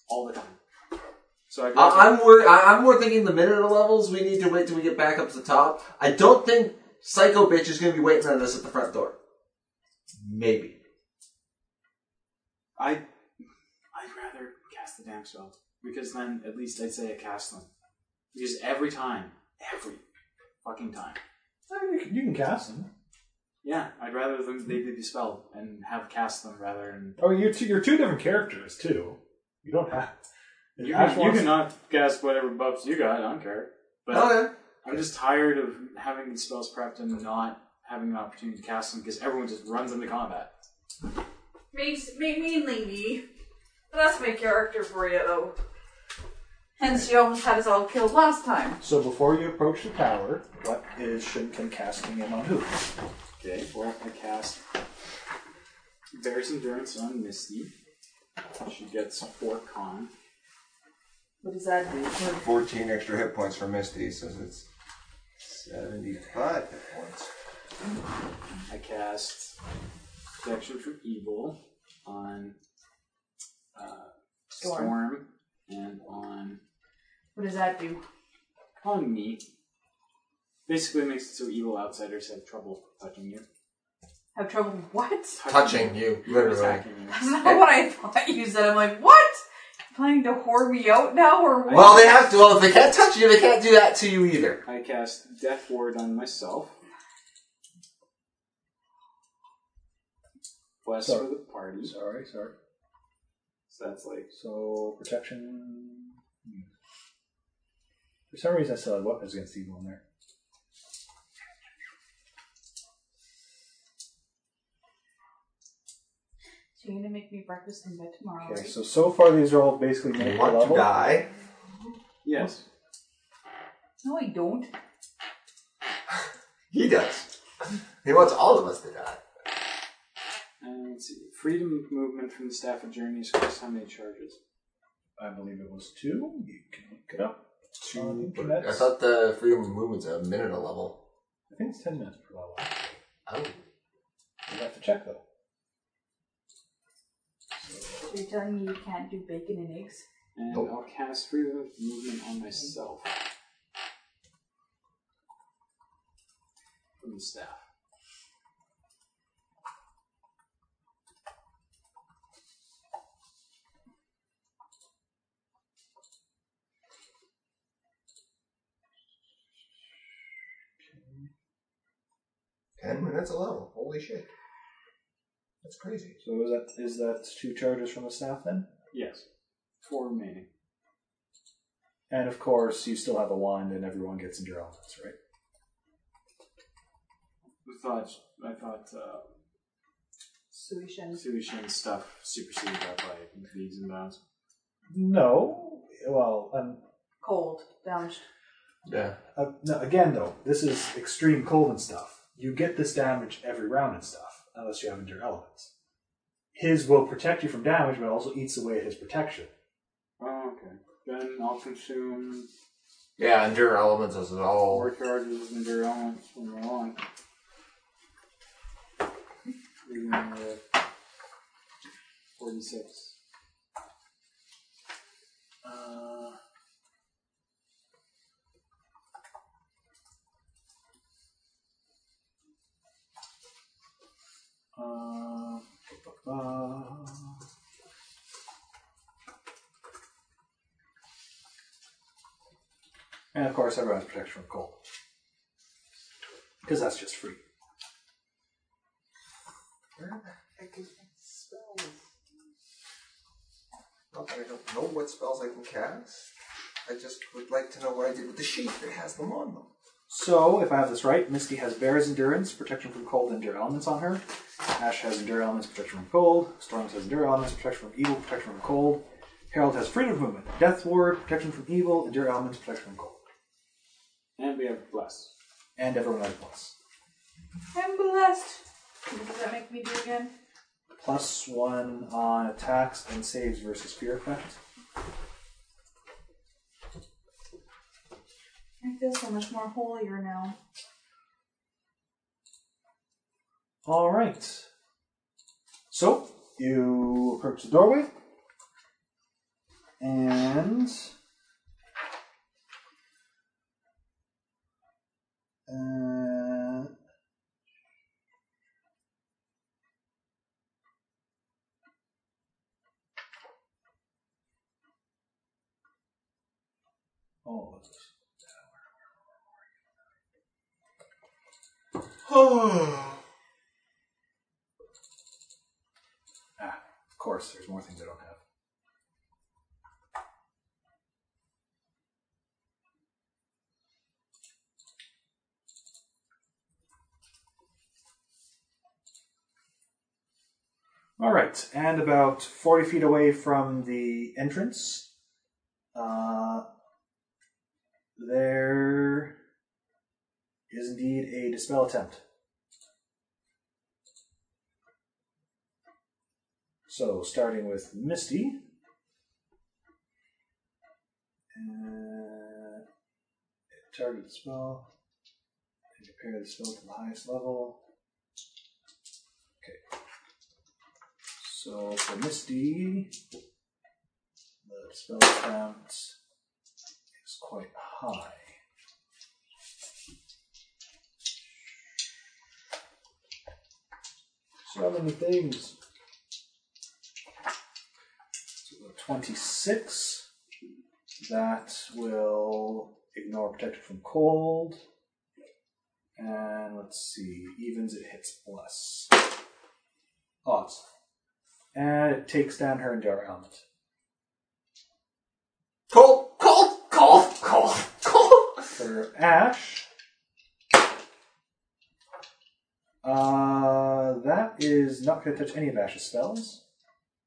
Speaker 3: All the time. So I
Speaker 2: I- I'm more I- I'm more thinking the minute levels. We need to wait till we get back up to the top. I don't think Psycho Bitch is going to be waiting on us at the front door. Maybe.
Speaker 3: I I'd rather cast the damn spell because then at least I'd say I cast them. Because every time, every fucking time,
Speaker 4: I mean, Uh, you, can, you can cast them.
Speaker 3: yeah, I'd rather them they be dispelled and have cast them rather than
Speaker 4: Oh, you're two, you're two different characters too. You don't have. if
Speaker 3: you
Speaker 4: Ash
Speaker 3: can, you
Speaker 4: wants-
Speaker 3: can not cast whatever buffs you got. I don't care. But
Speaker 2: Okay.
Speaker 3: I'm just tired of having these spells prepped and not having an opportunity to cast them because everyone just runs into combat.
Speaker 5: Makes make mainly me. But that's my character for you though. Hence you almost had us all killed last time.
Speaker 4: So before you approach the tower, what is Shinken casting in on who?
Speaker 3: Okay, well I cast Bear's Endurance on Misty. She gets four con.
Speaker 5: What does that do? Or
Speaker 2: 14 extra hit points for Misty, so it's 75 hit points.
Speaker 3: I cast protection from evil on uh,
Speaker 5: Storm.
Speaker 3: Storm. and on
Speaker 5: What does that do?
Speaker 3: on me. Basically, makes it so evil outsiders have trouble touching you.
Speaker 5: Have trouble with what?
Speaker 2: Touching you, literally.
Speaker 3: attacking you.
Speaker 5: That's not what I thought you said. I'm like, what? Planning to whore me out now or what?
Speaker 2: Well, they have to. Well, if they can't touch you, they can't do that to you either.
Speaker 3: I cast Death Ward on myself. Bless
Speaker 4: Sorry.
Speaker 3: for the party. So
Speaker 4: Sorry, sorry.
Speaker 3: that's like
Speaker 4: So protection. hmm. For some reason, I still had weapons against evil in there.
Speaker 5: So you're gonna make me breakfast in bed tomorrow,
Speaker 4: Okay,
Speaker 5: right?
Speaker 4: so so far these are all basically
Speaker 2: You
Speaker 4: named
Speaker 2: want to
Speaker 4: level.
Speaker 2: die?
Speaker 3: yes.
Speaker 5: No, I don't.
Speaker 2: He does. He wants all of us to die.
Speaker 3: And let's see. Freedom of movement from the staff of journeys costs how many charges?
Speaker 4: I believe it was two. You can look it up. On the
Speaker 2: Two.
Speaker 4: internet.
Speaker 2: I thought the freedom of movement's a minute a level.
Speaker 4: I think it's ten minutes per level.
Speaker 2: Oh.
Speaker 4: You have to check though.
Speaker 5: You're telling me you can't do bacon and eggs?
Speaker 3: And
Speaker 2: Nope.
Speaker 3: I'll cast freedom of movement on myself. From the staff.
Speaker 2: Ten minutes a level. Holy shit. That's crazy.
Speaker 4: So is that is that two charges from the staff then?
Speaker 3: Yes. Four remaining.
Speaker 4: And of course, you still have a wand, and everyone gets into your elements, right?
Speaker 3: I thought I thought uh
Speaker 5: Sui Shen.
Speaker 3: Sui Shen's stuff superseded that by leagues and bounds.
Speaker 4: No. Well, um,
Speaker 5: Cold. Damaged.
Speaker 2: Yeah.
Speaker 4: Uh, no, again though, this is extreme cold and stuff. You get this damage every round and stuff, unless you have endure elements. His will protect you from damage, but also eats away at his protection.
Speaker 3: Oh, okay. Then I'll consume
Speaker 2: Yeah, endure elements is all.
Speaker 3: four charges and their elements from now on. Leaving me with 46. Uh,
Speaker 4: Uh, uh, and of course, everyone has protection from cold. Because that's just free.
Speaker 2: Not that I don't know what spells I can cast. I just would like to know what I did with the sheep that has them on them.
Speaker 4: So, if I have this right, Misty has Bear's Endurance, Protection from Cold, and Endure Elements on her. Ash has Endure Elements, Protection from Cold. Storms has Endure Elements, Protection from Evil, Protection from Cold. Harold has Freedom of Movement, Death Ward, Protection from Evil, Endure Elements, Protection from Cold.
Speaker 3: and we have Bless.
Speaker 4: And everyone has Plus.
Speaker 5: I'm blessed. What does that make me do again?
Speaker 4: plus one on attacks and saves versus fear effect.
Speaker 5: I feel so much more holier now.
Speaker 4: All right. So you approach the doorway, and uh, oh, what's this? Ah, of course, there's more things I don't have. All right, and about 40 feet away from the entrance, uh, there is indeed a dispel attempt. So, starting with Misty. Uh, target the spell. And compare the spell to the highest level. Okay. So, for Misty, the spell count is quite high. So many things. So, 26. That will ignore protected from cold. And let's see, evens it hits plus. Odds. And it takes down her endure element.
Speaker 2: Cold, cold, cold, cold, cold.
Speaker 4: For Ash. Uh, that is not going to touch any of Ash's spells.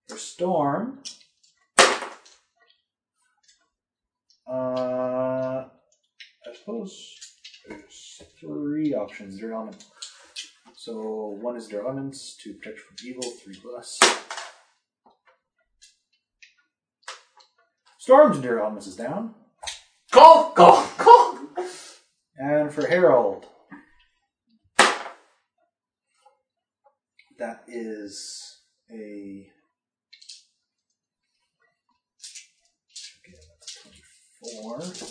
Speaker 4: For Storm. Uh, I suppose there's three options. Zero element. So one is zero elements, two protect from evil, three bless. Storm's zero elements is down.
Speaker 2: Cold, cold, cold.
Speaker 4: And for Harold, that is a. Again, that's 24.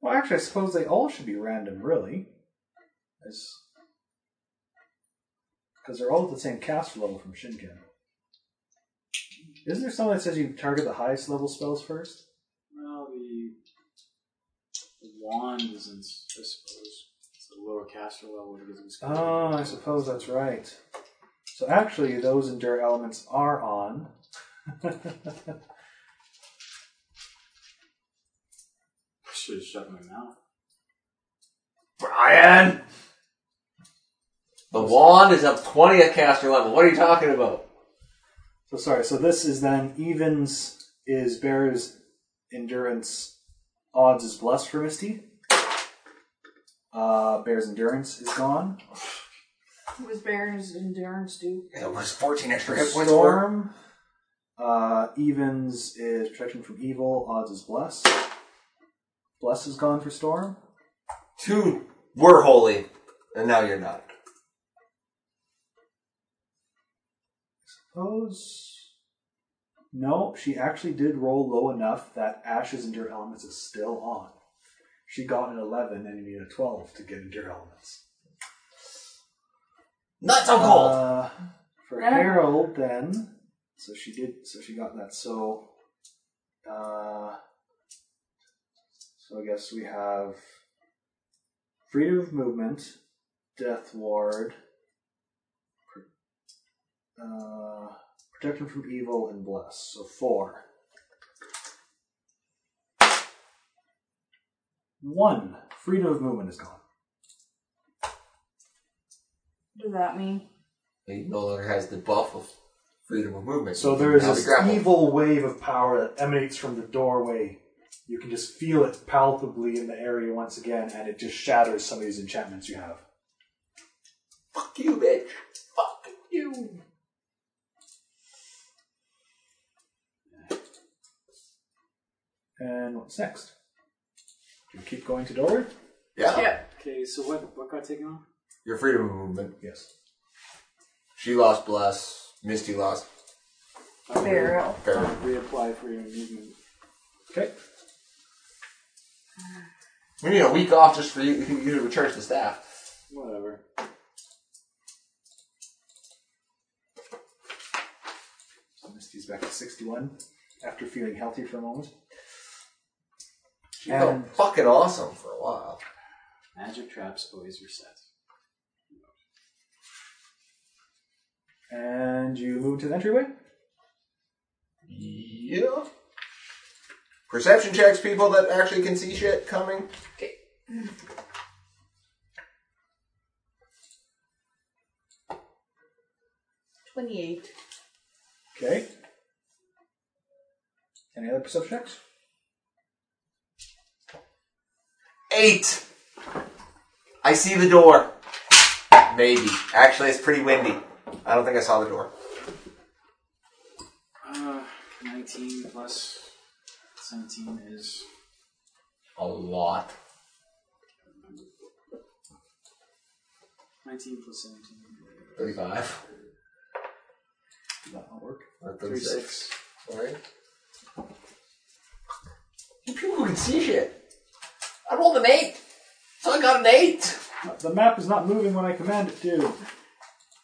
Speaker 4: Well, actually, I suppose they all should be random, really. Because they're all at the same caster level from Shinken. Isn't there something that says you target the highest level spells first?
Speaker 3: Well, the, the wand isn't, I suppose. It's a lower caster level because it was.
Speaker 4: Oh, I suppose that's right. So actually, those endure elements are on.
Speaker 3: I should have shut my mouth.
Speaker 2: Brian! The wand is up 20 at caster level. What are you talking about?
Speaker 4: so sorry. So this is then evens is bear's endurance, odds is blessed for Misty. Uh, bear's endurance is gone.
Speaker 5: It was Baron's endurance due.
Speaker 2: It was 14 extra hit points. for-
Speaker 4: Storm. Uh, evens is protection from evil. Odds is bless. Bless is gone for storm.
Speaker 2: Two were holy, and now you're not.
Speaker 4: suppose. No, she actually did roll low enough that Ash's Endure Elements is still on. She got an 11 and you need a 12 to get Endure Elements.
Speaker 2: Not so cold!
Speaker 4: Uh, for
Speaker 5: Yeah.
Speaker 4: Harold, then. So she did, so she got that. So. Uh, so I guess we have freedom of movement, death ward, uh, protection from evil, and bless. So four. One Freedom of movement is gone.
Speaker 5: What does that mean?
Speaker 2: He no longer has the buff of freedom of movement.
Speaker 4: So
Speaker 2: He
Speaker 4: there
Speaker 2: can
Speaker 4: is
Speaker 2: now
Speaker 4: this
Speaker 2: be grappled.
Speaker 4: evil wave of power that emanates from the doorway. You can just feel it palpably in the area once again, and it just shatters some of these enchantments you have.
Speaker 2: Fuck you, bitch. Fuck you.
Speaker 4: And what's next? Do you keep going to doorway?
Speaker 2: Yeah.
Speaker 3: Okay, so what what got taken off?
Speaker 2: Your freedom of movement.
Speaker 4: Yes.
Speaker 2: She lost Bless. Misty lost
Speaker 5: Barrel.
Speaker 2: Barrel.
Speaker 3: Reapply for your movement.
Speaker 4: Okay.
Speaker 2: We need a week off just for you. You can use it to recharge the staff.
Speaker 3: Whatever.
Speaker 4: So Misty's back to 61 after feeling healthy for a moment.
Speaker 2: She
Speaker 4: And-
Speaker 2: felt fucking awesome for a while.
Speaker 3: Magic traps always reset.
Speaker 4: And you move to the entryway?
Speaker 2: Yeah. Perception checks, people that actually can see shit coming.
Speaker 5: Twenty-eight.
Speaker 4: Okay. Any other perception checks?
Speaker 2: Eight. I see the door. Maybe. Actually, it's pretty windy. I don't think I saw the door.
Speaker 3: Uh, 19 plus 17 is
Speaker 2: A lot.
Speaker 3: 19 plus 17.
Speaker 2: 35.
Speaker 4: Does that not work?
Speaker 2: Or
Speaker 3: 36.
Speaker 2: Sorry. You people who can see shit. I rolled an eight. So I got an eight.
Speaker 4: Uh, The map is not moving when I command it to.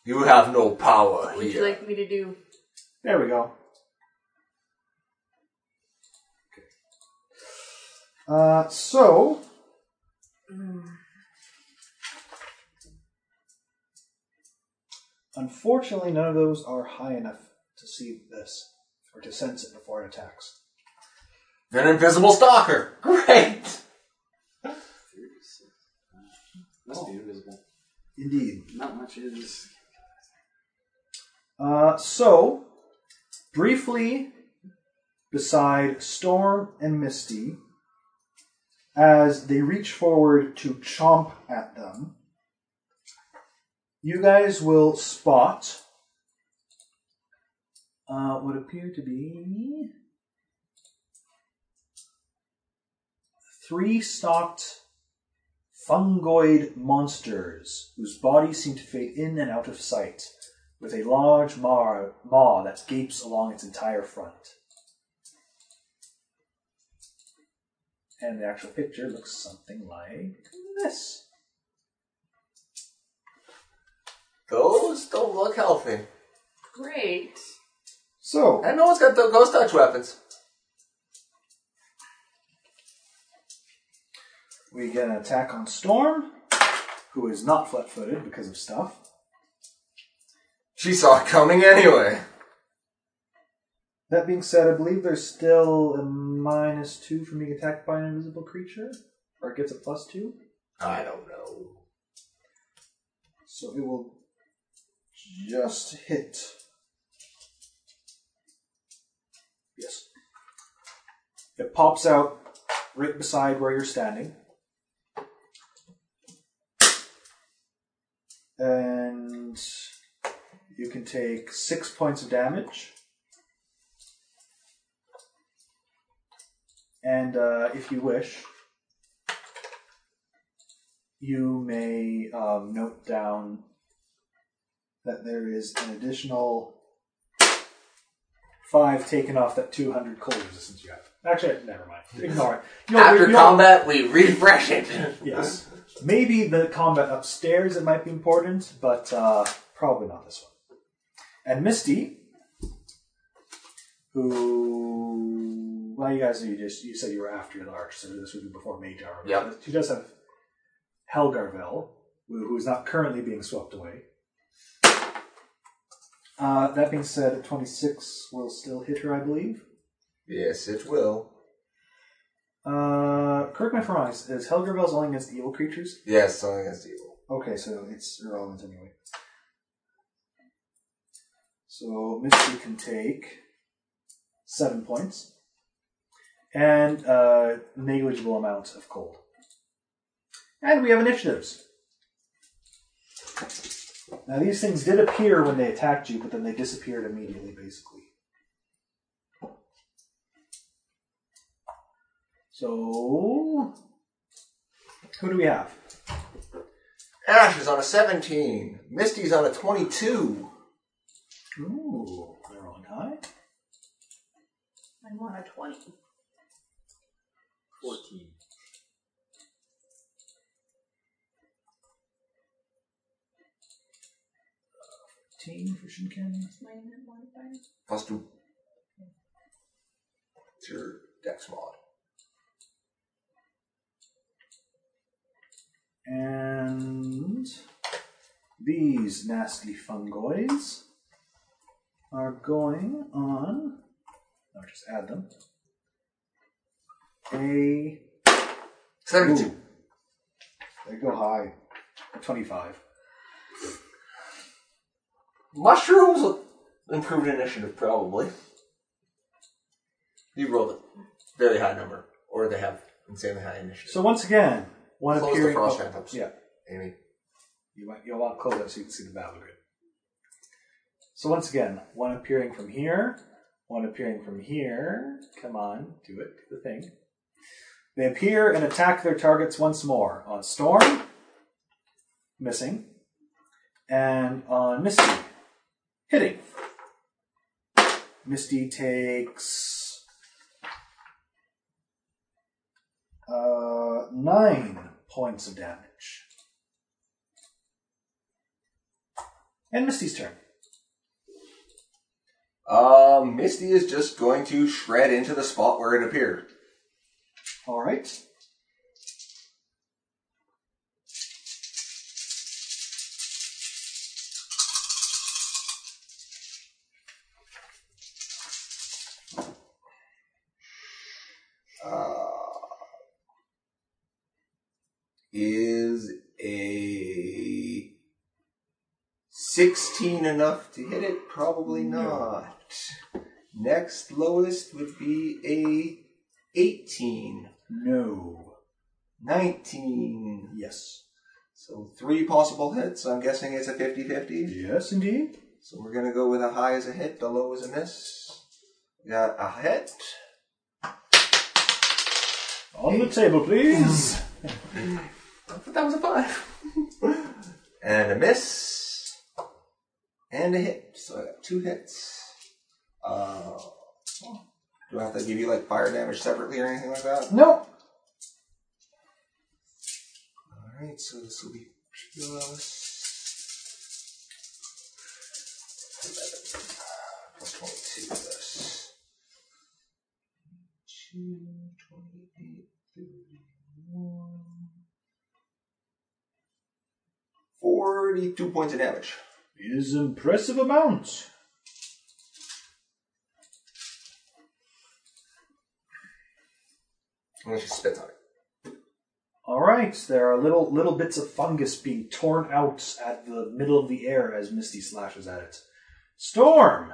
Speaker 2: You have no power
Speaker 5: Would you like me to do?
Speaker 4: There we go. Okay. Uh, so. Unfortunately, none of those are high enough to see this or to sense it before it attacks.
Speaker 2: An invisible stalker. Great.
Speaker 3: 36. Uh, Must be invisible.
Speaker 4: Indeed.
Speaker 3: Not much is.
Speaker 4: Uh, so, briefly, beside Storm and Misty, as they reach forward to chomp at them, you guys will spot uh, what appear to be three stalked fungoid monsters whose bodies seem to fade in and out of sight with a large maw, maw that gapes along its entire front. And the actual picture looks something like this.
Speaker 2: Those don't look healthy.
Speaker 5: Great.
Speaker 4: So,
Speaker 2: And no one's got the ghost touch weapons.
Speaker 4: we get an attack on Storm, who is not flat footed because of stuff.
Speaker 2: She saw it coming anyway.
Speaker 4: That being said, I believe there's still a minus two from being attacked by an invisible creature, or it gets a plus two.
Speaker 2: I don't know.
Speaker 4: So it will just hit. Yes. It pops out right beside where you're standing. And you can take six points of damage. And uh, if you wish, you may um, note down that there is an additional five taken off that 200 cold resistance you have. Actually, never mind. Ignore it. You'll-
Speaker 2: After
Speaker 4: you'll-
Speaker 2: combat, we refresh it.
Speaker 4: Yes. Maybe the combat upstairs it might be important, but uh, probably not this one. And Misty, who well, you guys you just you said you were after the arch, so this would be before Mage Hour.
Speaker 2: Yep.
Speaker 4: She does have Helgarvel, who who is not currently being swept away. Uh, that being said, a 26 will still hit her, I believe.
Speaker 2: Yes, it will.
Speaker 4: Uh, Uh, correct me if I'm wrong. Is, is Helgravel's only against evil creatures?
Speaker 9: Yes, something against evil.
Speaker 4: Okay, so it's irrelevant anyway. So Misty can take seven points and uh, negligible amount of cold. And we have initiatives. Now these things did appear when they attacked you, but then they disappeared immediately, basically. So, who do we have?
Speaker 9: Ash is on a 17. Misty's on a 22.
Speaker 4: Ooh, they're on high.
Speaker 5: I want a 20.
Speaker 3: 14.
Speaker 4: Team for Shinken.
Speaker 9: Plus two. It's your dex mod.
Speaker 4: And these nasty fungoids are going on. I'll just add them. A.
Speaker 9: 72.
Speaker 4: Ooh. They go high. 25.
Speaker 9: Mushrooms improved initiative, probably. You rolled a very high number, or they have insanely high initiative.
Speaker 4: So once again, one
Speaker 9: Close the
Speaker 4: appearing.
Speaker 9: frost
Speaker 4: oh,
Speaker 9: phantoms.
Speaker 4: yeah.
Speaker 9: Amy.
Speaker 4: You might you'll walk closer so you can see the battle grid. So once again, one appearing from here, one appearing from here. Come on, do it, do the thing. They appear and attack their targets once more on Storm, missing, and on Misty, hitting. Misty takes uh, nine points of damage. And Misty's turn.
Speaker 9: Uh, Misty is just going to shred into the spot where it appeared.
Speaker 4: All right.
Speaker 9: uh, Is a 16 enough to hit it? Probably not. Next lowest would be a 18.
Speaker 4: No.
Speaker 9: 19.
Speaker 4: Yes.
Speaker 9: So three possible hits. I'm guessing it's a 50 50.
Speaker 4: Yes, indeed.
Speaker 9: So we're gonna go with a high as a hit, the low as a miss. We got a hit.
Speaker 4: On the table, please.
Speaker 9: But that was a five. and a miss. And a hit. So I got two hits. Uh, do I have to give you like fire damage separately or anything like that?
Speaker 4: no.
Speaker 9: Alright, so this will be plus. 11, plus 22 this. 2, 28, 31. 42 points of damage.
Speaker 4: Is impressive amount.
Speaker 9: And then she spits on it.
Speaker 4: All right. There are little little bits of fungus being torn out at the middle of the air as Misty slashes at it. Storm.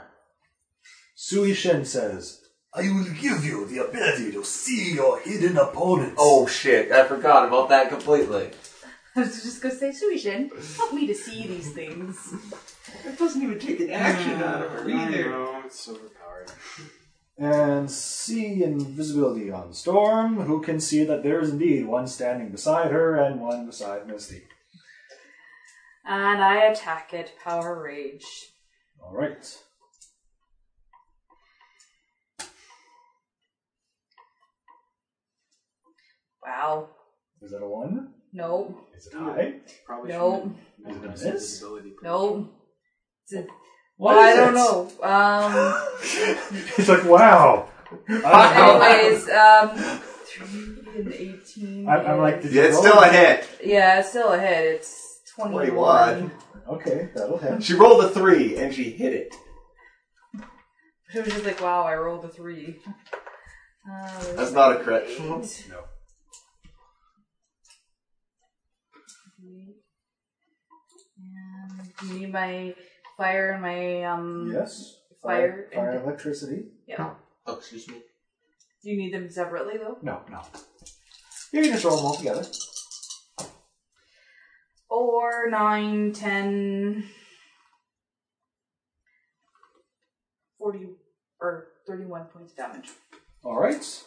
Speaker 4: Sui Shen says, "I will give you the ability to see your hidden opponents."
Speaker 9: Oh shit, I forgot about that completely.
Speaker 5: I was just gonna say, Suishin, help me to see these things.
Speaker 9: It doesn't even take an action out
Speaker 5: Mm,
Speaker 9: of her either.
Speaker 3: No, it's overpowered.
Speaker 4: and see invisibility on Storm, who can see that there is indeed one standing beside her and one beside Misty.
Speaker 5: And I attack it, Power Rage.
Speaker 4: All right.
Speaker 5: Wow.
Speaker 4: Is that a one?
Speaker 5: No,
Speaker 4: Is it high?
Speaker 3: Probably
Speaker 5: No.
Speaker 3: should have
Speaker 4: Is it a
Speaker 3: memorized
Speaker 4: miss?
Speaker 3: invisibility proof.
Speaker 5: no. It's a-
Speaker 4: What
Speaker 5: I
Speaker 4: is
Speaker 5: don't
Speaker 4: it?
Speaker 5: know. Um,
Speaker 4: It's like, wow. I
Speaker 5: anyways, um, 3 and 18.
Speaker 4: am I'm like, did
Speaker 9: Yeah,
Speaker 4: you
Speaker 9: it's
Speaker 4: roll?
Speaker 9: still a hit.
Speaker 5: Yeah, it's still a hit. It's 21.
Speaker 9: 21.
Speaker 4: Okay, that'll hit.
Speaker 9: She rolled a three and she hit it.
Speaker 5: It was just like, wow, I rolled a 3. Uh,
Speaker 2: That's not a crit.
Speaker 5: eight.
Speaker 4: No.
Speaker 5: And do you need my fire and my um?
Speaker 4: Yes.
Speaker 5: Fire
Speaker 4: Fire
Speaker 5: and-
Speaker 4: electricity.
Speaker 5: Yeah.
Speaker 2: Oh, excuse me.
Speaker 5: Do you need them separately though?
Speaker 4: No, no. You can just roll them all together.
Speaker 5: Four, nine, ten, forty, or thirty-one points of damage.
Speaker 4: All right.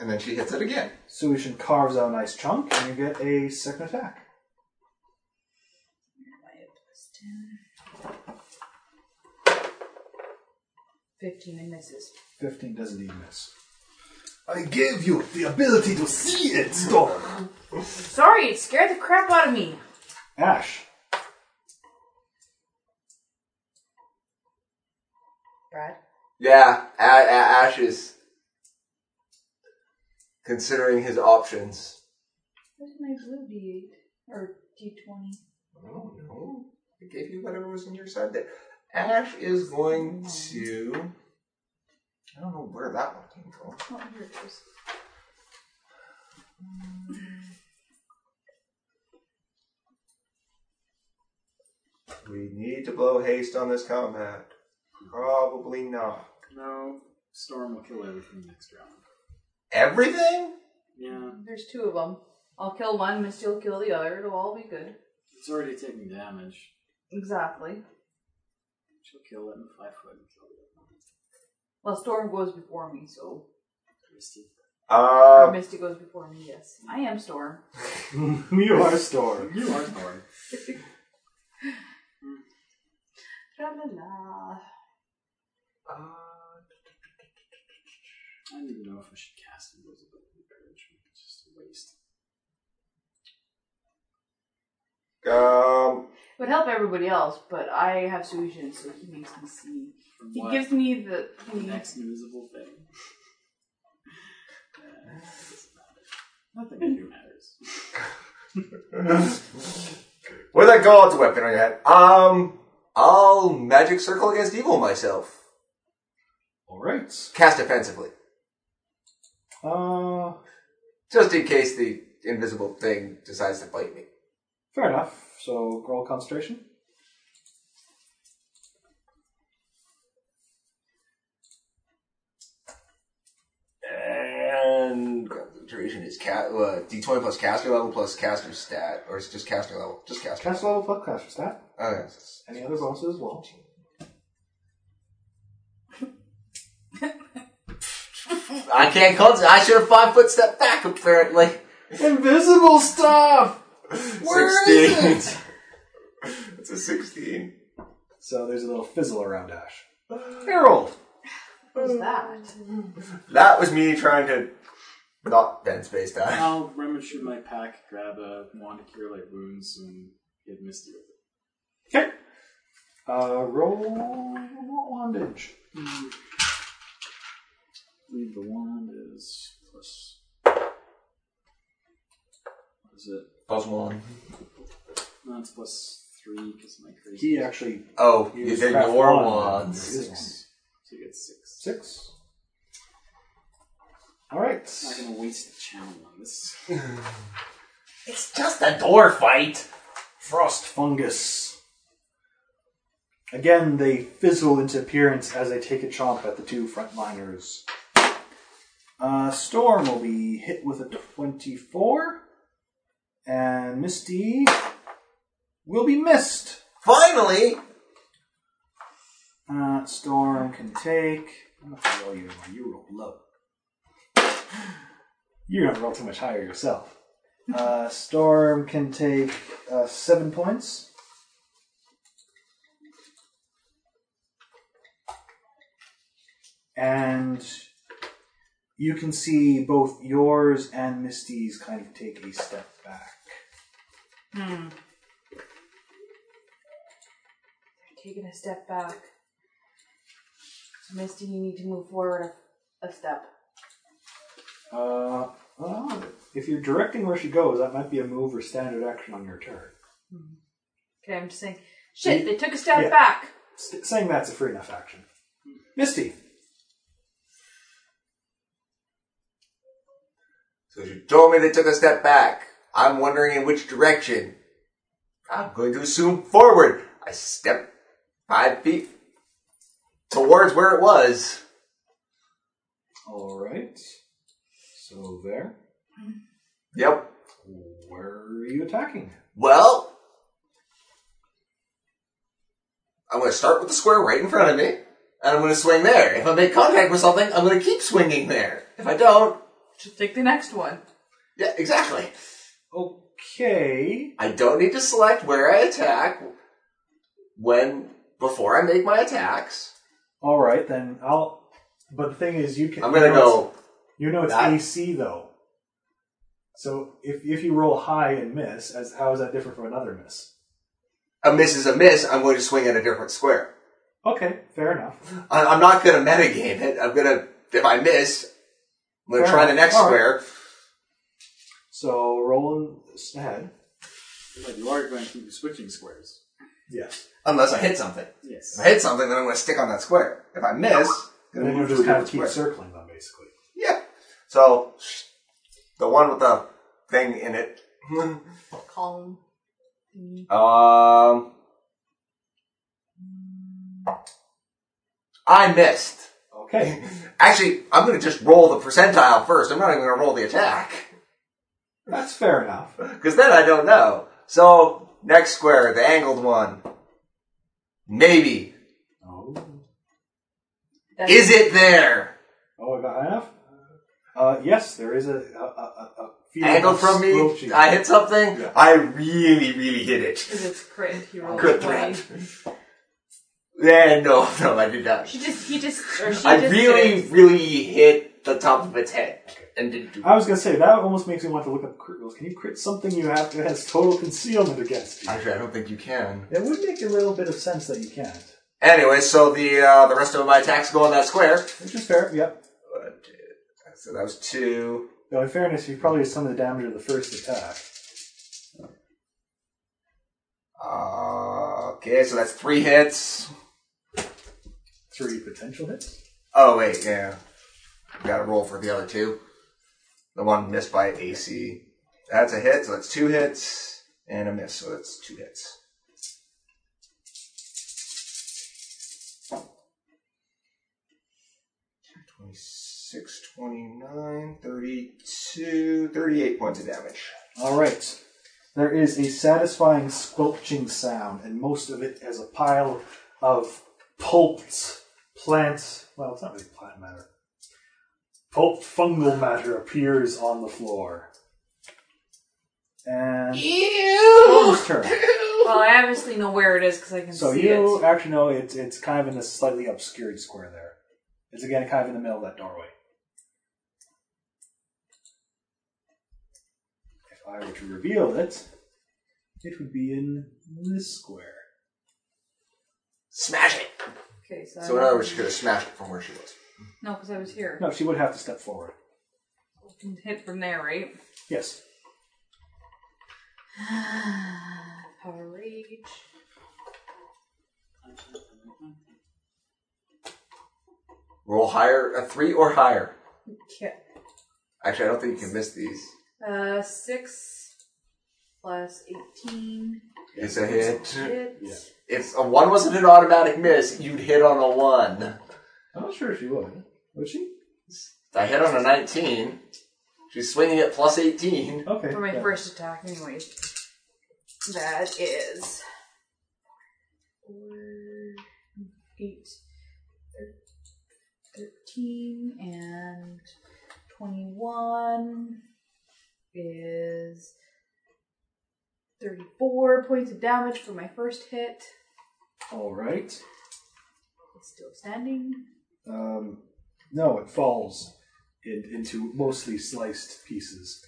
Speaker 2: And then she hits it again.
Speaker 4: Solution carves out a nice chunk, and you get a second attack.
Speaker 5: I have plus 10. 15 and misses.
Speaker 4: 15 doesn't even miss.
Speaker 10: I gave you the ability to see it, Storm.
Speaker 5: Sorry, it scared the crap out of me.
Speaker 4: Ash.
Speaker 5: Brad?
Speaker 2: Yeah, A- A- Ash is considering his options.
Speaker 5: Where's my blue D8? Or D20?
Speaker 2: I don't know. I gave you whatever was on your side there. Ash is going to. I don't know where that one came from.
Speaker 5: Oh, here it is.
Speaker 2: We need to blow haste on this combat. Probably not.
Speaker 3: No, Storm will kill everything next round.
Speaker 2: Everything?
Speaker 3: Yeah,
Speaker 5: There's two of them. I'll kill one, Misty will kill the other. It'll all be good.
Speaker 3: it's already taking damage.
Speaker 5: Exactly.
Speaker 3: She'll kill it in five foot and kill the other one.
Speaker 5: Well, Storm goes before me, so.
Speaker 3: Christy.
Speaker 5: Or
Speaker 2: Uh,
Speaker 5: Misty goes before me, yes. I am Storm.
Speaker 4: you are Storm.
Speaker 3: You are Storm.
Speaker 5: Tra la la.
Speaker 3: I don't even know if I should cast Invisibility Encouragement. It's just a waste.
Speaker 2: um,
Speaker 5: Would help everybody else, but I have Sujin, so he makes me see.
Speaker 3: From
Speaker 5: He
Speaker 3: what?
Speaker 5: gives me the.
Speaker 3: the next invisible thing. Uh, it doesn't matter. Nothing I do matters.
Speaker 2: with a god's weapon on your head. Um, I'll magic circle against evil myself.
Speaker 4: All right.
Speaker 2: Cast offensively.
Speaker 4: Uh,
Speaker 2: Just in case the invisible thing decides to bite me.
Speaker 4: fair enough. So, roll concentration.
Speaker 2: And concentration is ca- uh, d20 plus caster level plus caster stat, or it's just caster level, just caster.
Speaker 4: Cast level plus caster stat.
Speaker 2: Oh, yeah.
Speaker 4: Any other bonuses as well?
Speaker 2: I can't concentrate. I should have five foot step back. Apparently,
Speaker 4: Invisible stuff!
Speaker 2: sixteen. it's a sixteen.
Speaker 4: So, there's a little fizzle around Ash. Harold!
Speaker 5: What was that?
Speaker 2: That was me trying to not bend space time.
Speaker 3: I'll rummage through my pack, grab a wand to cure light wounds, and get Misty with it.
Speaker 4: Okay. Uh, roll wandage.
Speaker 3: I believe the wand is plus. What is it?
Speaker 2: Plus one.
Speaker 3: No, it's plus three because my crazy.
Speaker 4: He actually
Speaker 2: Oh, you
Speaker 4: used
Speaker 2: did
Speaker 4: craft
Speaker 2: your
Speaker 4: wand.
Speaker 2: wands.
Speaker 3: Six. So you get six.
Speaker 4: Six. All right.
Speaker 3: I'm not gonna waste the channel on this.
Speaker 2: It's just a door fight.
Speaker 4: Frost fungus. Again, they fizzle into appearance as they take a chomp at the two frontliners. Uh, Storm will be hit with a 24, and Misty will be missed.
Speaker 2: Finally,
Speaker 4: Uh, Storm can take. I don't have to roll you anymore. You roll low. You're gonna roll too much higher yourself. Uh, Storm can take uh, seven points. And you can see both yours and Misty's kind of take a step back.
Speaker 5: Taking a step back. Misty, you need to move forward a, a step.
Speaker 4: Uh, well, if you're directing where she goes, that might be a move or standard action on your turn.
Speaker 5: Okay, I'm just saying. Shit, they took a step
Speaker 4: Yeah.
Speaker 5: back.
Speaker 4: S- saying that's a free enough action. Misty.
Speaker 2: Because you told me they took a step back. I'm wondering in which direction. I'm going to assume forward. I step five feet towards where it was.
Speaker 3: All right. So there.
Speaker 2: Yep.
Speaker 3: Where are you attacking?
Speaker 2: Well, I'm going to start with the square right in front of me, and I'm going to swing there. If I make contact with something, I'm going to keep swinging there. If I don't,
Speaker 5: Just take the next one.
Speaker 2: yeah, exactly.
Speaker 4: Okay.
Speaker 2: I don't need to select where I attack when before I make my attacks.
Speaker 4: All right, then I'll. But the thing is, you can.
Speaker 2: I'm gonna
Speaker 4: you know it's-
Speaker 2: go.
Speaker 4: You know it's
Speaker 2: that.
Speaker 4: AC though. So if if you roll high and miss, as how is that different from another miss?
Speaker 2: A miss is a miss. I'm going to swing at a different square.
Speaker 4: Okay, fair enough.
Speaker 2: I, I'm not going to metagame it. I'm going to if I miss, I'm going to
Speaker 4: Fair
Speaker 2: try the
Speaker 4: enough.
Speaker 2: next
Speaker 4: All right.
Speaker 2: square.
Speaker 4: So rolling ahead.
Speaker 3: But you are going to keep switching squares.
Speaker 4: Yes.
Speaker 2: Unless I hit something.
Speaker 3: Yes.
Speaker 2: If I hit something, then I'm going to stick on that square. If I miss, then
Speaker 4: And then
Speaker 2: I'm
Speaker 4: you
Speaker 2: going to
Speaker 4: just
Speaker 2: move to a
Speaker 4: kind
Speaker 2: different
Speaker 4: of keep
Speaker 2: square.
Speaker 4: circling them basically.
Speaker 2: Yeah. So the one with the thing in it.
Speaker 5: Calm.
Speaker 2: um, I missed.
Speaker 4: Okay.
Speaker 2: Actually, I'm going to just roll the percentile first. I'm not even going to roll the attack
Speaker 4: That's fair enough.
Speaker 2: because then I don't know. So next square, the angled one. Maybe
Speaker 4: Oh,
Speaker 5: That
Speaker 2: is it there?
Speaker 4: oh I got high enough? Uh, yes, there is a, a, a, a- a feeling
Speaker 2: Angled
Speaker 4: of
Speaker 2: from me.
Speaker 4: squelching.
Speaker 2: I hit something.
Speaker 4: Yeah.
Speaker 2: I really, really hit it.
Speaker 5: Is it crit? He rolled
Speaker 2: Good
Speaker 5: twenty.
Speaker 2: threat. Yeah, no, no, I did not.
Speaker 5: She just, he just, or she
Speaker 2: I
Speaker 5: just
Speaker 2: really,
Speaker 5: did it.
Speaker 2: really hit the top of its head and didn't do.
Speaker 4: I was gonna say that almost makes me want to look up crit rules. Can you crit something you have that has total concealment against you?
Speaker 2: Actually, I don't think you can.
Speaker 4: It would make a little bit of sense that you can't,
Speaker 2: Anyway, so the uh, the rest of my attacks go on that square.
Speaker 4: which is fair. Yep.
Speaker 2: So that was two.
Speaker 4: Though in fairness, you probably did some of the damage of the first attack.
Speaker 2: Uh, okay, so that's three hits.
Speaker 4: Three potential hits.
Speaker 2: Oh wait, yeah. Got to roll for the other two. The one missed by AC. That's a hit, so that's two hits and a miss, so that's two hits. Twenty-six, twenty-nine, thirty-two, thirty-eight points of damage.
Speaker 4: All right. There is a satisfying squelching sound, and most of it as a pile of pulped plant. Well, it's not really plant matter. Pulped fungal matter appears on the floor. And Storm's turn.
Speaker 5: Well, I obviously know where it is because I can
Speaker 4: So
Speaker 5: see
Speaker 4: you
Speaker 5: it.
Speaker 4: actually know it's it's kind of in a slightly obscured square there. It's again kind of in the middle of that doorway. If I were to reveal it, it would be in this square.
Speaker 2: Smash it.
Speaker 5: Okay, so,
Speaker 2: So in other words, she could have smashed it from where she was.
Speaker 5: no, because I was here.
Speaker 4: No, she would have to step forward.
Speaker 5: Can Hit from there, right?
Speaker 4: Yes.
Speaker 5: Power rage.
Speaker 2: Roll higher, a three or higher.
Speaker 5: Okay.
Speaker 2: Actually, I don't think you can miss these.
Speaker 5: Uh, six plus eighteen.
Speaker 2: It's a hit.
Speaker 5: Hit.
Speaker 4: Yeah.
Speaker 2: If a one wasn't an automatic miss, you'd hit on a one.
Speaker 4: I'm not sure if she would. Would she?
Speaker 2: I hit on a 19. She's swinging at plus 18.
Speaker 4: Okay.
Speaker 5: For my
Speaker 4: yeah.
Speaker 5: first attack, anyways. That is. Four, eight, thir- 13, and 21 is 34 points of damage for my first hit.
Speaker 4: All right.
Speaker 5: It's still standing.
Speaker 4: Um, no, it falls in, into mostly sliced pieces.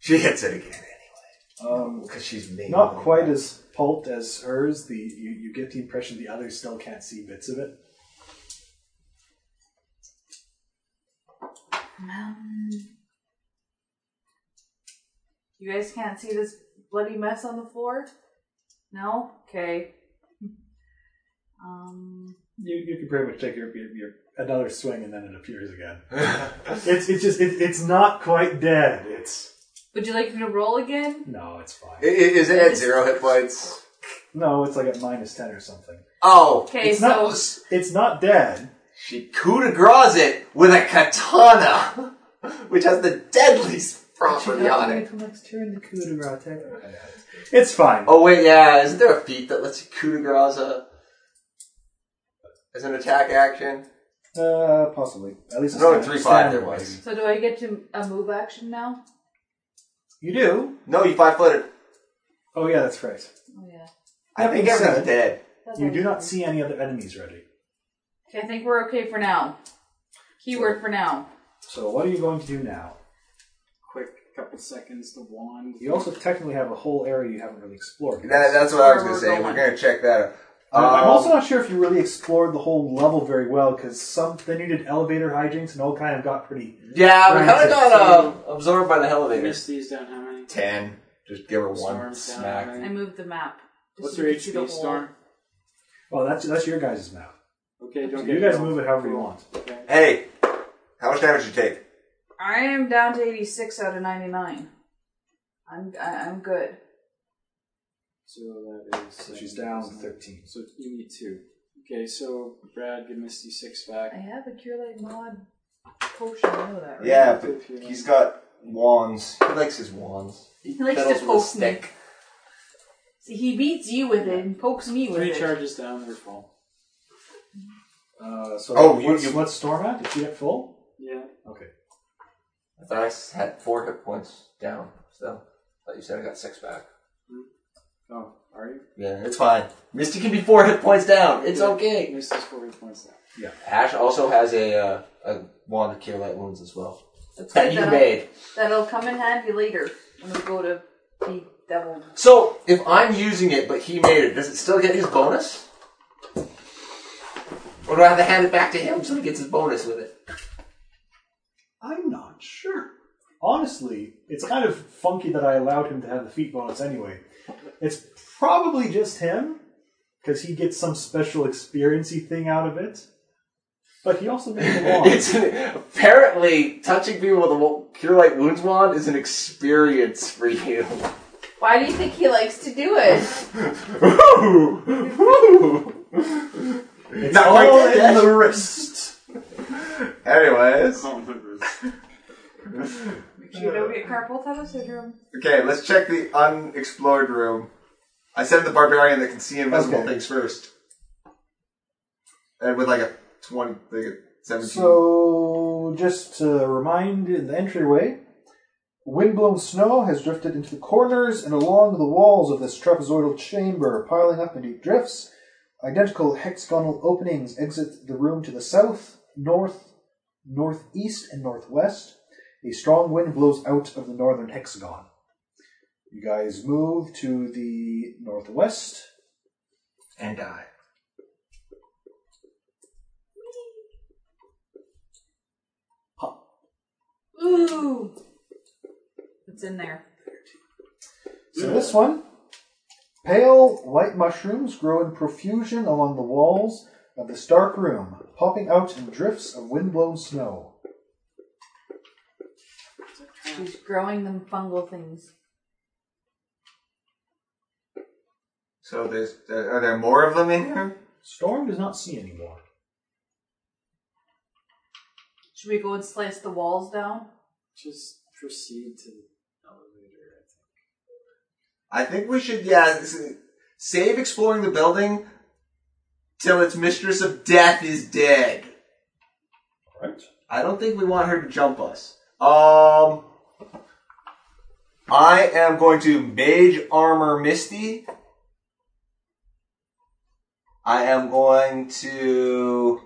Speaker 2: She hits it again anyway.
Speaker 4: Um,
Speaker 2: Because she's mean.
Speaker 4: Not quite as pulped as hers. The you, you get the impression the others still can't see bits of it.
Speaker 5: Um, you guys can't see this bloody mess on the floor? No? Okay. Um,
Speaker 4: You you can pretty much take your your, your another swing and then it appears again. it's it's just it, it's not quite dead. It's
Speaker 5: Would you like me to roll again?
Speaker 4: no, it's fine.
Speaker 2: I- i- Is it at zero hit points?
Speaker 4: no, it's like at minus ten or something.
Speaker 2: Oh,
Speaker 5: Okay,
Speaker 4: it's
Speaker 5: so
Speaker 4: not it's not dead.
Speaker 2: she coup de grace it with a katana, which has the deadliest property on it.
Speaker 4: It's fine.
Speaker 2: Oh wait, yeah, isn't there a feat that lets you coup de grace a, as an attack action?
Speaker 4: Uh, possibly. At least it's
Speaker 2: No,
Speaker 4: not
Speaker 2: three five
Speaker 4: standard,
Speaker 2: there was.
Speaker 5: so do I get to a move action now?
Speaker 4: maybe. You do.
Speaker 2: No, you five footed.
Speaker 4: Oh yeah, that's right.
Speaker 5: Oh yeah.
Speaker 2: I think
Speaker 4: That being
Speaker 2: everyone's
Speaker 4: said,
Speaker 2: dead.
Speaker 5: That's
Speaker 4: You
Speaker 5: what I
Speaker 4: do
Speaker 5: was
Speaker 4: not
Speaker 5: thinking.
Speaker 4: see any other enemies ready.
Speaker 5: Okay, I think we're okay for now. Keyword for now.
Speaker 4: So what are you going to do now?
Speaker 3: Quick couple seconds to wand.
Speaker 4: You also technically have a whole area you haven't really explored.
Speaker 2: That, that's what I was
Speaker 5: Where
Speaker 2: going to
Speaker 5: we're
Speaker 2: say. We're
Speaker 5: going.
Speaker 2: going to check that out.
Speaker 4: I'm I'm
Speaker 2: Um,
Speaker 4: also not sure if you really explored the whole level very well because some they needed elevator hijinks and all kind of got pretty.
Speaker 2: yeah, we
Speaker 4: Right,
Speaker 2: kind of
Speaker 4: so-
Speaker 2: got um, absorbed by the
Speaker 3: I
Speaker 2: elevator.
Speaker 3: missed these down how many?
Speaker 2: Ten. Just give her one
Speaker 3: Storm's down,
Speaker 2: smack.
Speaker 3: right?
Speaker 5: I moved the map. Just
Speaker 3: What's
Speaker 5: so
Speaker 3: your
Speaker 5: you can see
Speaker 3: HP
Speaker 5: the whole-
Speaker 3: storm?
Speaker 4: Well, that's that's your guys' map.
Speaker 3: Okay, don't
Speaker 4: So
Speaker 3: get
Speaker 4: you guys
Speaker 3: killed.
Speaker 4: move it however you want.
Speaker 3: Okay.
Speaker 2: Hey, how much damage you take?
Speaker 5: I am down to 86 out of 99. I'm I- I'm good.
Speaker 3: So that is.
Speaker 4: So she's down thirteen.
Speaker 3: So you need two. Okay, so Brad, give Misty six
Speaker 5: I
Speaker 3: back.
Speaker 5: have a Cure Light Mod potion. You know that, right?
Speaker 2: Yeah, but he's got wands. He likes his wands.
Speaker 5: He likes
Speaker 2: Fiddles
Speaker 5: to
Speaker 2: with a
Speaker 5: poke me. See, he beats you with it and pokes me with
Speaker 3: Three
Speaker 5: it.
Speaker 3: charges down their fall.
Speaker 4: Uh, so
Speaker 2: Oh, you-
Speaker 4: what's,
Speaker 2: you-
Speaker 4: what's Storm at? Is she at full?
Speaker 3: Yeah.
Speaker 4: Okay.
Speaker 2: I thought I had four hit points down. So I thought you said I got six back.
Speaker 3: Oh, are you?
Speaker 2: Yeah, it's fine. Misty can be four hit points down. It's okay.
Speaker 3: Misty's four hit points down.
Speaker 2: Ash also has a uh, a wand of cure light wounds as well
Speaker 5: That's
Speaker 2: that
Speaker 5: good,
Speaker 2: you
Speaker 5: that'll-
Speaker 2: made.
Speaker 5: That'll come in handy later when we go to be deviled.
Speaker 2: So if I'm using it, but he made it, does it still get his bonus? Or do I have to hand it back to him so he gets his bonus with it?
Speaker 4: I'm not sure. Honestly, it's kind of funky that I allowed him to have the feet bonus anyway. It's probably just him because he gets some special experiency thing out of it. But he also made the wand.
Speaker 2: It's apparently touching people with a wo- cure light wounds wand is an experience for you.
Speaker 5: Why do you think he likes to do it?
Speaker 2: Woo! Woo!
Speaker 4: It's
Speaker 2: Not quite
Speaker 4: all
Speaker 2: dead
Speaker 4: in
Speaker 2: yet.
Speaker 4: the wrist.
Speaker 2: Anyways,
Speaker 5: Make sure you don't get carpal tunnel syndrome.
Speaker 2: okay, let's check the unexplored room. I sent the barbarian that can see invisible
Speaker 4: Okay.
Speaker 2: things first, and with like a twenty, like a seventeen.
Speaker 4: So, just to remind in the entryway, windblown snow has drifted into the corners and along the walls of this trapezoidal chamber, piling up in deep drifts. Identical hexagonal openings exit the room to the south, north, northeast, and northwest. A strong wind blows out of the northern hexagon. You guys move to the northwest.
Speaker 2: and die.
Speaker 5: Ooh. It's in there.
Speaker 4: So this one, pale white mushrooms grow in profusion along the walls of this dark room, popping out in drifts of windblown snow.
Speaker 5: She's growing them fungal things.
Speaker 2: So there's there, are there more of them in here?
Speaker 4: Storm does not see anymore.
Speaker 5: Should we go and slice the walls down?
Speaker 3: Just proceed to the elevator.
Speaker 2: I think we should yeah s- save exploring the building till its mistress of death is dead.
Speaker 4: Right.
Speaker 2: I don't think we want her to jump us. Um, I am going to mage armor Misty. I am going to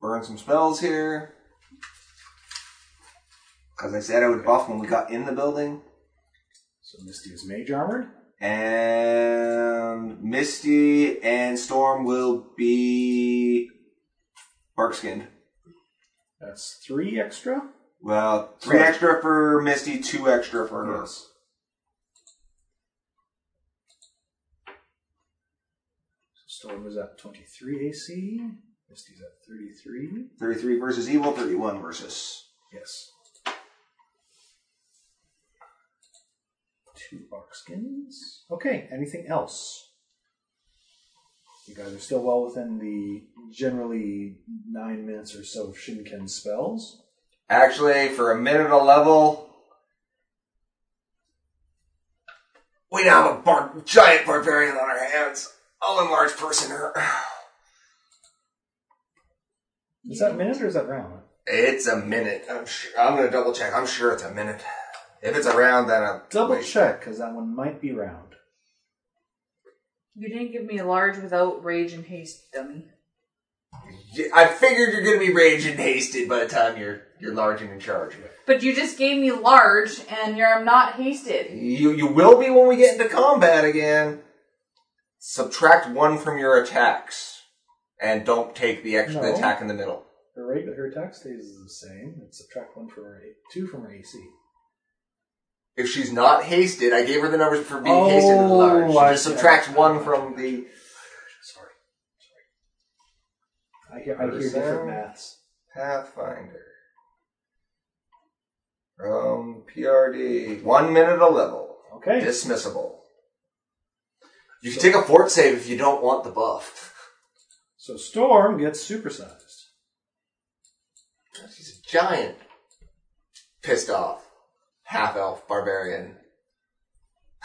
Speaker 2: burn some spells here. Because I said I would buff when we got in the building.
Speaker 4: So Misty is mage armored.
Speaker 2: And Misty and Storm will be bark skinned.
Speaker 4: That's three extra.
Speaker 2: Well, three
Speaker 4: Sorry.
Speaker 2: extra for Misty, two extra for her.
Speaker 4: Yes. So Storm is at 23 AC. Misty's at 33.
Speaker 2: 33 versus evil, 31 versus.
Speaker 4: Yes. Two oxskins. Okay, anything else? You guys are still well within the generally nine minutes or so of Shinken spells.
Speaker 2: Actually, for a minute a level. We now have a bar- giant barbarian on our hands. I'll enlarge person her.
Speaker 4: Is that minute or is that round?
Speaker 2: It's a minute. I'm sure. I'm gonna double check. I'm sure it's a minute. If it's around, then i
Speaker 4: Double check, because that one might be round.
Speaker 5: You didn't give me a large without rage and haste, dummy.
Speaker 2: I figured you're gonna be raging hasted by the time you're you're large and in charge.
Speaker 5: But you just gave me large, and you're I'm not hasted.
Speaker 2: You you will be when we get into combat again. Subtract one from your attacks, and don't take the extra
Speaker 4: No.
Speaker 2: attack in the middle.
Speaker 4: Her rate, her attack stays is the same. It's subtract one from her, A- two from her AC.
Speaker 2: If she's not hasted, I gave her the numbers for being
Speaker 4: Oh,
Speaker 2: hasted and large. She
Speaker 4: I
Speaker 2: just
Speaker 4: see.
Speaker 2: subtracts one from the.
Speaker 4: Sorry, sorry. I hear, I hear
Speaker 2: Percent.
Speaker 4: different maths.
Speaker 2: Pathfinder. From PRD. One minute a level.
Speaker 4: Okay.
Speaker 2: Dismissible. You can take a fort save if you don't want the buff.
Speaker 4: So Storm gets supersized.
Speaker 2: She's a giant. Pissed off. Half elf barbarian.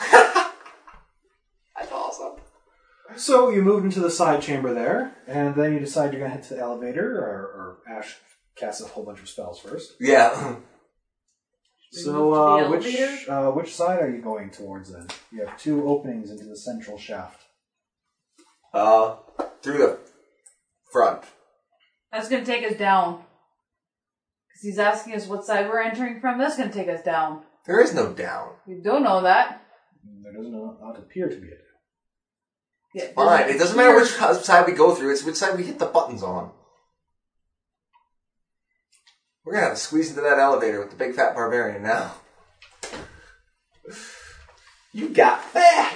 Speaker 2: That's awesome.
Speaker 4: So you moved into the side chamber there, and then you decide you're going to head to the elevator, or, or Ash casts a whole bunch of spells first.
Speaker 2: Yeah.
Speaker 4: So
Speaker 5: move to
Speaker 4: uh,
Speaker 5: the
Speaker 4: which
Speaker 5: elevator?
Speaker 4: uh, which side are you going towards then? You have two openings into the central shaft.
Speaker 2: Uh, through the front.
Speaker 5: That's gonna take us down. Because he's asking us what side we're entering from. That's gonna take us down.
Speaker 2: There is no down.
Speaker 5: We don't know that.
Speaker 4: There does not, not appear to be a
Speaker 5: Yeah,
Speaker 2: Fine. It doesn't matter which side we go through. It's which side we hit the buttons on. We're gonna have to squeeze into that elevator with the big fat barbarian now. You got fat.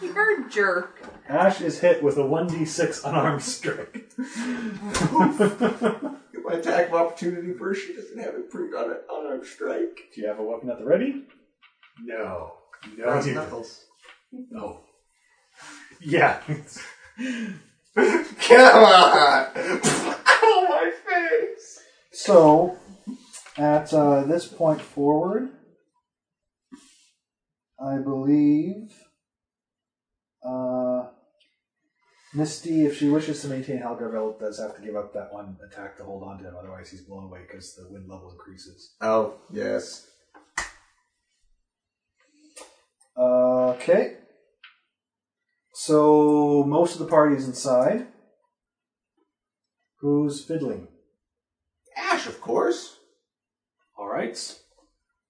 Speaker 5: You're a jerk.
Speaker 4: Ash is hit with a 1d6 unarmed strike.
Speaker 2: Get my attack of opportunity first. She doesn't have improved on it on our strike.
Speaker 4: Do you have a weapon at the ready? No. No.
Speaker 2: Brass
Speaker 4: you don't.
Speaker 2: knuckles.
Speaker 4: No. Yeah.
Speaker 2: Come on. oh my face.
Speaker 4: so, at uh, this point forward, I believe uh, Misty, if she wishes to maintain Helgravel, does have to give up that one attack to hold on to him. Otherwise, he's blown away because the wind level increases.
Speaker 2: Oh yes.
Speaker 4: Uh, Okay. So most of the party is inside. Who's fiddling?
Speaker 2: Ash, of course.
Speaker 4: All right.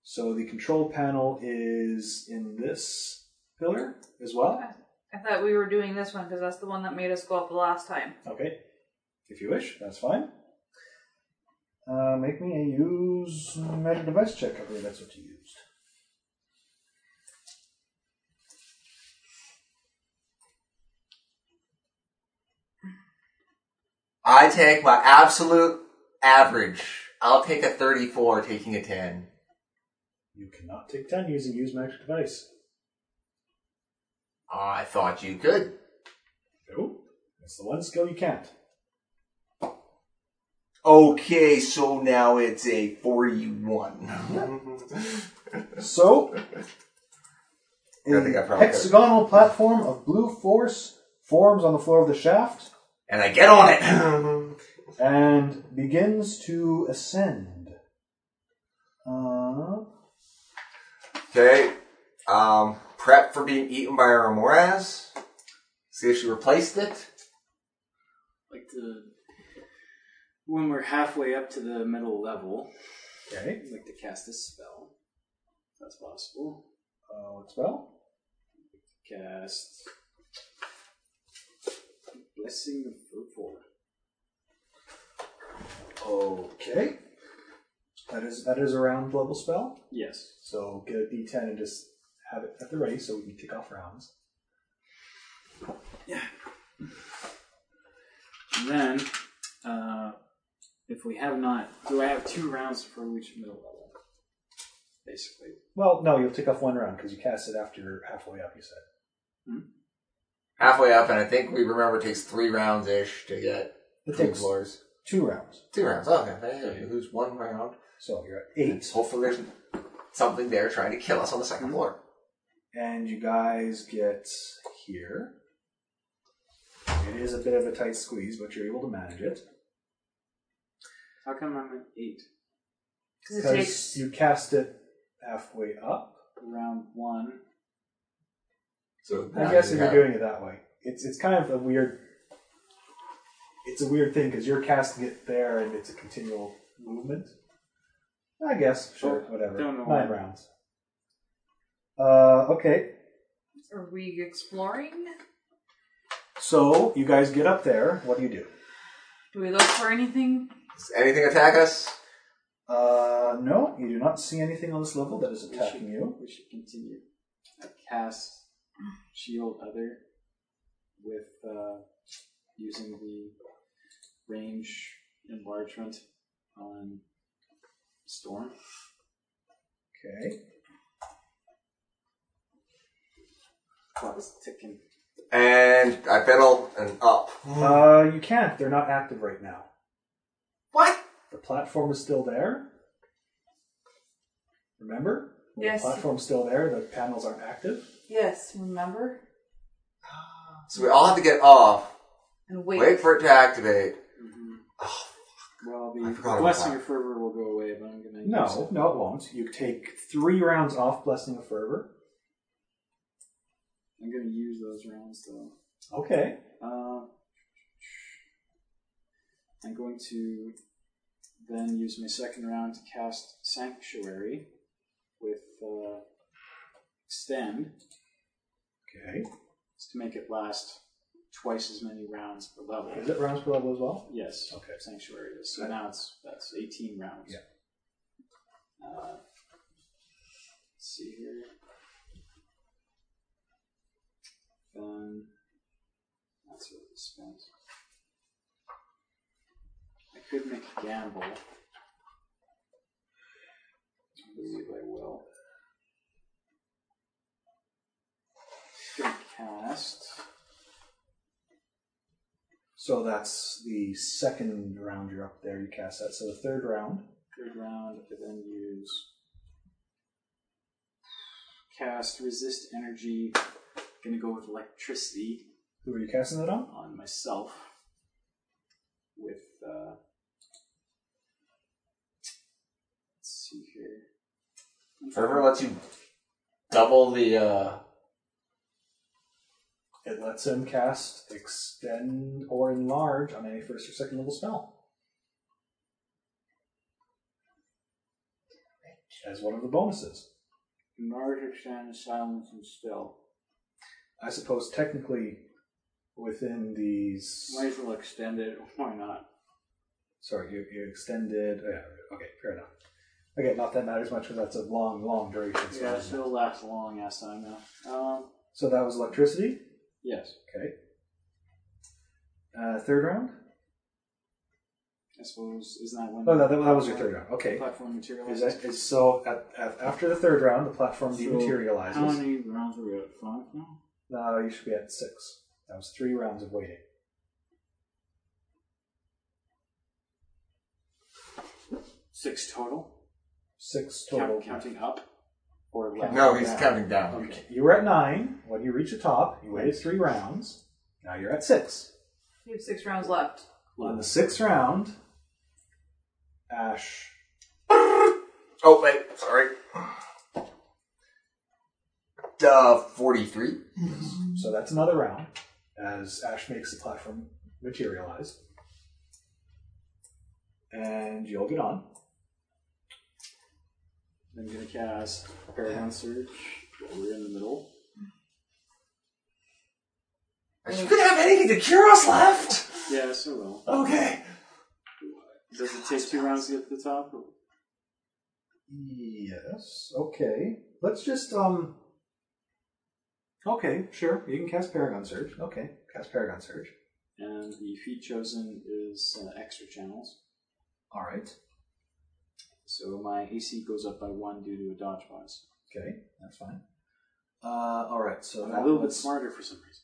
Speaker 4: So the control panel is in this pillar as well.
Speaker 5: I thought we were doing this one because that's the one that made us go up the last time.
Speaker 4: Okay. If you wish, that's fine. Uh, make me a use magic device check. I believe that's what you used.
Speaker 2: I take my absolute average. I'll take a 34, taking a 10.
Speaker 4: You cannot take ten using use magic device.
Speaker 2: I thought you could.
Speaker 4: Nope. That's the one skill you can't.
Speaker 2: Okay, so now it's a E 41.
Speaker 4: So,
Speaker 2: I think I
Speaker 4: a
Speaker 2: probably
Speaker 4: hexagonal platform of blue force forms on the floor of the shaft
Speaker 2: and I get on it.
Speaker 4: and begins to ascend. Uh,
Speaker 2: okay. Um, prep for being eaten by our moraz. See if she replaced it.
Speaker 3: Like to when we're halfway up to the middle level,
Speaker 4: okay.
Speaker 3: I'd like to cast a spell. If that's possible.
Speaker 4: Uh, what spell?
Speaker 3: Cast Blessing of Fruitful.
Speaker 4: Okay. That is that is a round level spell.
Speaker 3: Yes.
Speaker 4: So get a d10 and just have it at the ready so we can kick off rounds.
Speaker 3: And then, uh, if we have not, do I have two rounds before we reach middle level? Basically.
Speaker 4: Well, no, you'll take off one round because you cast it after you're halfway up. You said.
Speaker 2: Halfway up, and I think we remember it takes three rounds ish to get two
Speaker 4: It takes
Speaker 2: floors.
Speaker 4: two rounds,
Speaker 2: Two rounds. Okay, there you lose one round.
Speaker 4: so you're at eight,
Speaker 2: Hopefully, there's something there trying to kill us on the second floor.
Speaker 4: and you guys get here. It is a bit of a tight squeeze, but you're able to manage it
Speaker 3: How come I'm at eight?
Speaker 5: Because it
Speaker 4: because
Speaker 5: takes.
Speaker 4: you cast it halfway up.
Speaker 3: Round one.
Speaker 2: So
Speaker 4: I guess if you're doing it that way, it's it's kind of a weird. It's a weird thing because you're casting it there, and it's a continual movement. I guess sure,
Speaker 3: Well,
Speaker 4: whatever.
Speaker 3: don't know
Speaker 4: Nine
Speaker 3: why.
Speaker 4: rounds. Uh, okay,
Speaker 5: Are we exploring?
Speaker 4: so you guys get up there. What do you do?
Speaker 5: Do we look for anything?
Speaker 2: Does anything attack us?
Speaker 4: Uh, no, you do not see anything on this level that is
Speaker 3: We
Speaker 4: attacking
Speaker 3: should-
Speaker 4: you.
Speaker 3: We should continue. I cast Shield Other with uh, using the range enlargement on Storm.
Speaker 4: Okay.
Speaker 3: Clock is ticking.
Speaker 2: And I pedal and up.
Speaker 4: Uh, you can't. They're not active right now.
Speaker 2: What?
Speaker 4: The platform is still there. Remember?
Speaker 5: Yes.
Speaker 4: The platform's still there. The panels aren't active.
Speaker 5: Yes, remember?
Speaker 2: So we all have to get off,
Speaker 5: And
Speaker 2: wait,
Speaker 5: wait.
Speaker 2: for it to activate.
Speaker 9: Oh,
Speaker 3: Well,
Speaker 2: I
Speaker 3: the
Speaker 2: forgot about
Speaker 3: blessing
Speaker 2: that.
Speaker 3: of fervor will go away, but I'm gonna use
Speaker 4: No,
Speaker 3: it.
Speaker 4: no, it won't. You take three rounds off Blessing of Fervor.
Speaker 3: I'm gonna use those rounds though.
Speaker 4: Okay.
Speaker 3: Uh, I'm going to then use my second round to cast Sanctuary with uh, Extend
Speaker 4: Okay.
Speaker 3: just to make it last twice as many rounds per level.
Speaker 4: Is it rounds per level as well?
Speaker 3: Yes.
Speaker 4: Okay.
Speaker 3: Sanctuary is. So now it's that's 18 rounds.
Speaker 4: Yeah.
Speaker 3: Uh, let's see here. Then that's what we spent. I could make a gamble. I believe I will. Gonna cast.
Speaker 4: So that's the second round you're up there. You cast that. So the third round.
Speaker 3: Third round, I could then use cast resist energy. Gonna go with electricity
Speaker 4: Who are you casting that on?
Speaker 3: on myself with uh let's see here.
Speaker 2: Fervor lets you double the. uh
Speaker 4: It lets him cast Extend or Enlarge on any first or second level spell. As one of the bonuses.
Speaker 3: Larger stand silence and still.
Speaker 4: I suppose technically within these.
Speaker 3: Might as well extend it, why not?
Speaker 4: Sorry, you, you extended. oh, Yeah, okay, fair enough. Okay, not that matters much because that's a long, long duration. spell.
Speaker 3: Yeah, so it'll last a long ass time now. Um
Speaker 4: So that was electricity.
Speaker 3: yes.
Speaker 4: Okay. Uh, third round?
Speaker 3: I suppose isn't that when
Speaker 4: Oh, no, that, that was your third round. Okay.
Speaker 3: platform material
Speaker 4: Is that, is, so at, at, after the third round, the platform
Speaker 3: So, How
Speaker 4: dematerializes.
Speaker 3: many rounds are we at? Five now?
Speaker 4: Now you should be at six. That was three rounds of waiting.
Speaker 3: Six total?
Speaker 4: Six
Speaker 3: Count-
Speaker 4: total.
Speaker 3: counting up? Or left?
Speaker 4: Count-
Speaker 2: No, he's counting down.
Speaker 4: Okay. You were at nine. When you reach the top, you waited three rounds. Now you're at six.
Speaker 5: You have six rounds left.
Speaker 4: On the sixth round, Ash
Speaker 2: Oh wait, sorry. Duh, forty-three.
Speaker 4: So that's another round as Ash makes the platform materialize. And you'll get on.
Speaker 3: I'm going to cast Paragon Surge. while We're in the middle.
Speaker 2: You could have anything to cure us left.
Speaker 3: Yeah, so well.
Speaker 2: Okay.
Speaker 3: Does it take two rounds to get to the top? Or?
Speaker 4: Yes. Okay. Let's just um Okay, sure. You can cast Paragon Surge. Okay. Cast Paragon Surge.
Speaker 3: and the feed chosen is uh, extra channels.
Speaker 4: All right.
Speaker 3: So my AC goes up by one due to a dodge bonus.
Speaker 4: Okay, that's fine. Uh, all right. So
Speaker 3: I'm
Speaker 4: that
Speaker 3: a little bit
Speaker 4: was-
Speaker 3: smarter for some reason.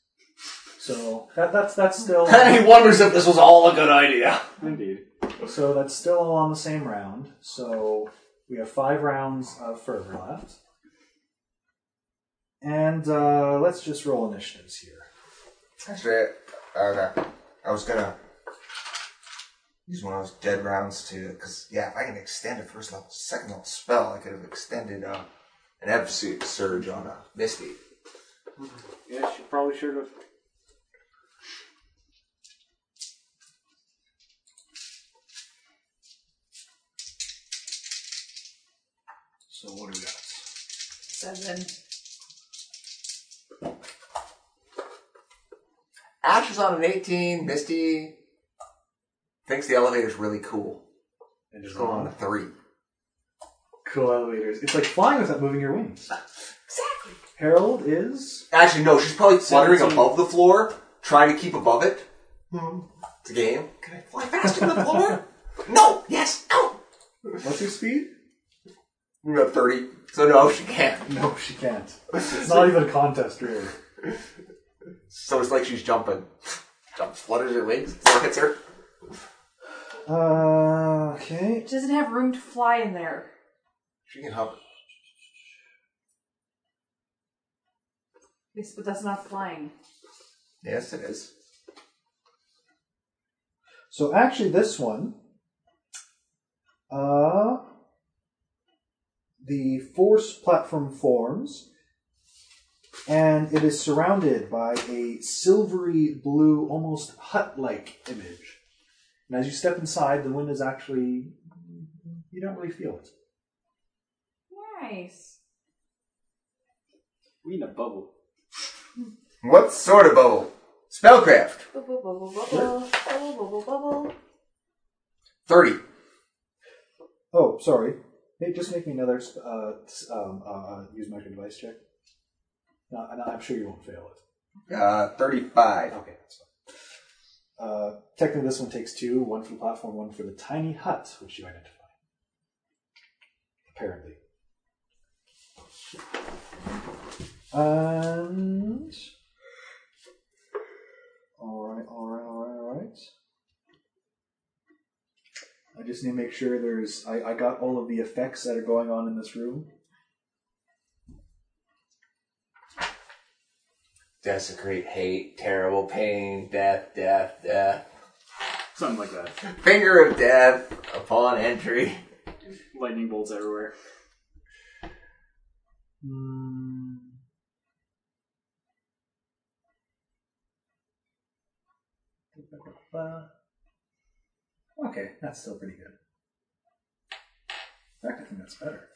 Speaker 4: So that, that's that's still
Speaker 7: he wonders if this was all a good idea.
Speaker 3: Indeed.
Speaker 4: so that's still all on the same round. So we have five rounds of fervor left, and uh, let's just roll initiatives here.
Speaker 9: Actually, okay. I was gonna use one of those dead rounds to, because yeah, if I can extend a first level, second level spell, I could have extended uh, an absolute surge on a uh, Misty.
Speaker 3: Yeah, she probably should have.
Speaker 4: So what do we got?
Speaker 5: Seven.
Speaker 9: Ash is on an 18. Misty thinks the elevator's really cool.
Speaker 4: And
Speaker 9: She's
Speaker 4: just
Speaker 9: going
Speaker 4: roll
Speaker 9: on a
Speaker 4: on.
Speaker 9: three.
Speaker 4: Cool elevators. It's like flying without moving your wings. Exactly. Harold is
Speaker 9: Actually, no, she's probably fluttering
Speaker 3: Seventeen.
Speaker 9: above the floor, trying to keep above it. It's a game. Can I fly faster than the floor? no! Yes! No!
Speaker 4: what's your speed?
Speaker 9: We're at 30, so no, she can't.
Speaker 4: No, she can't. It's not even a contest, really.
Speaker 9: So it's like she's jumping. Jumps, flutters her wings, floor hits her.
Speaker 4: Uh, okay.
Speaker 5: It doesn't have room to fly in there.
Speaker 9: She can hover.
Speaker 5: Yes, but that's not flying.
Speaker 9: Yes, it is.
Speaker 4: So actually, this one, uh, the force platform forms, and it is surrounded by a silvery blue, almost hut-like image. And as you step inside, the wind is actually you don't really feel it.
Speaker 5: Nice.
Speaker 3: We in a bubble.
Speaker 9: What sort of bubble? Spellcraft.
Speaker 5: Bubble, bubble, bubble, bubble, bubble, bubble.
Speaker 9: 30.
Speaker 4: Oh, sorry. Hey, just make me another uh, s- um, uh, use micro device check. No, and I'm sure you won't fail it.
Speaker 9: Uh, 35.
Speaker 4: Okay, that's fine. Uh, technically, this one takes two one for the platform, one for the tiny hut, which you identify. Apparently. And. Alright, alright, alright, alright. I just need to make sure there's. I, I got all of the effects that are going on in this room.
Speaker 9: Desecrate, hate, terrible pain, death, death, death.
Speaker 3: Something like that.
Speaker 9: Finger of death upon entry.
Speaker 3: Lightning bolts everywhere.
Speaker 4: Hmm. Okay, that's still pretty good. In fact, I think that's better.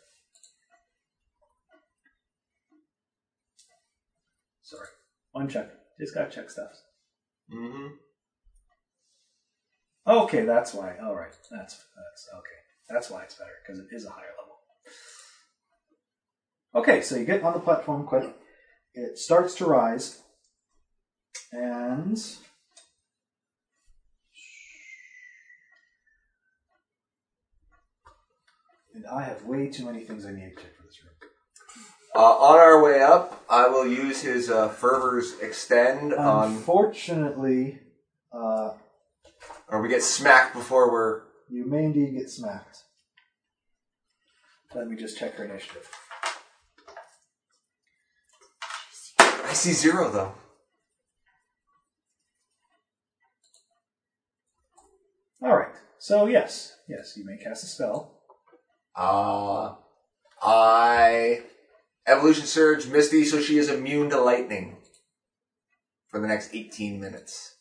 Speaker 4: Sorry. One check. Just gotta check stuff.
Speaker 9: Mm-hmm.
Speaker 4: Okay, that's why. All right, that's that's okay. That's why it's better because it is a higher level. Okay, so you get on the platform quick. It starts to rise, and and I have way too many things I need to check for this room.
Speaker 9: Uh, on our way up, I will use his uh, Fervor's Extend
Speaker 4: Um,
Speaker 9: on.
Speaker 4: Unfortunately, uh,
Speaker 9: Or we get smacked before we're.
Speaker 4: you may indeed get smacked. Let me just check her initiative.
Speaker 9: I see zero, though.
Speaker 4: All right. So yes, yes, you may cast a spell.
Speaker 9: Uh, I evolution surge Misty, so she is immune to lightning for the next eighteen minutes.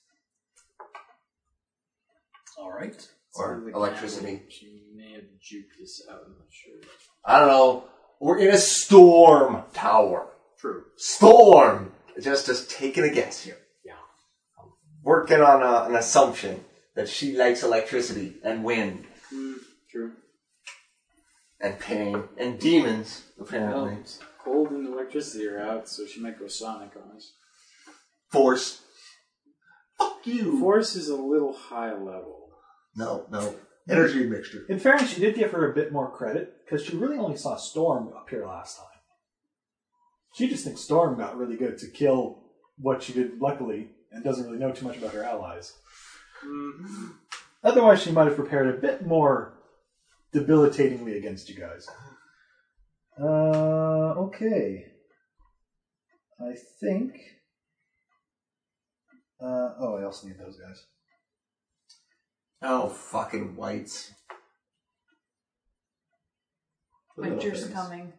Speaker 4: All right.
Speaker 9: Or
Speaker 3: Something like
Speaker 9: electricity.
Speaker 3: that. She may have juked this out. I'm not sure.
Speaker 9: I don't know. We're in a storm tower.
Speaker 3: True.
Speaker 9: Storm. Just just taking a guess here.
Speaker 3: Yeah.
Speaker 9: Working on a, an assumption that she likes electricity and wind
Speaker 3: Mm, true.
Speaker 9: and pain and demons apparently.
Speaker 3: Well, cold and electricity are out, so she might go sonic on us.
Speaker 9: Force.
Speaker 2: Fuck you.
Speaker 3: Force is a little high level.
Speaker 2: No, no. Energy mixture.
Speaker 4: In fairness, you did give her a bit more credit because she really only saw Storm up here last time. She just thinks Storm got really good to kill what she did, luckily, and doesn't really know too much about her allies. Otherwise, she might have prepared a bit more debilitatingly against you guys. Uh, okay. I think. Uh, oh, I also need those guys.
Speaker 2: Oh, fucking whites. The little
Speaker 5: Winter's
Speaker 2: things.
Speaker 5: coming.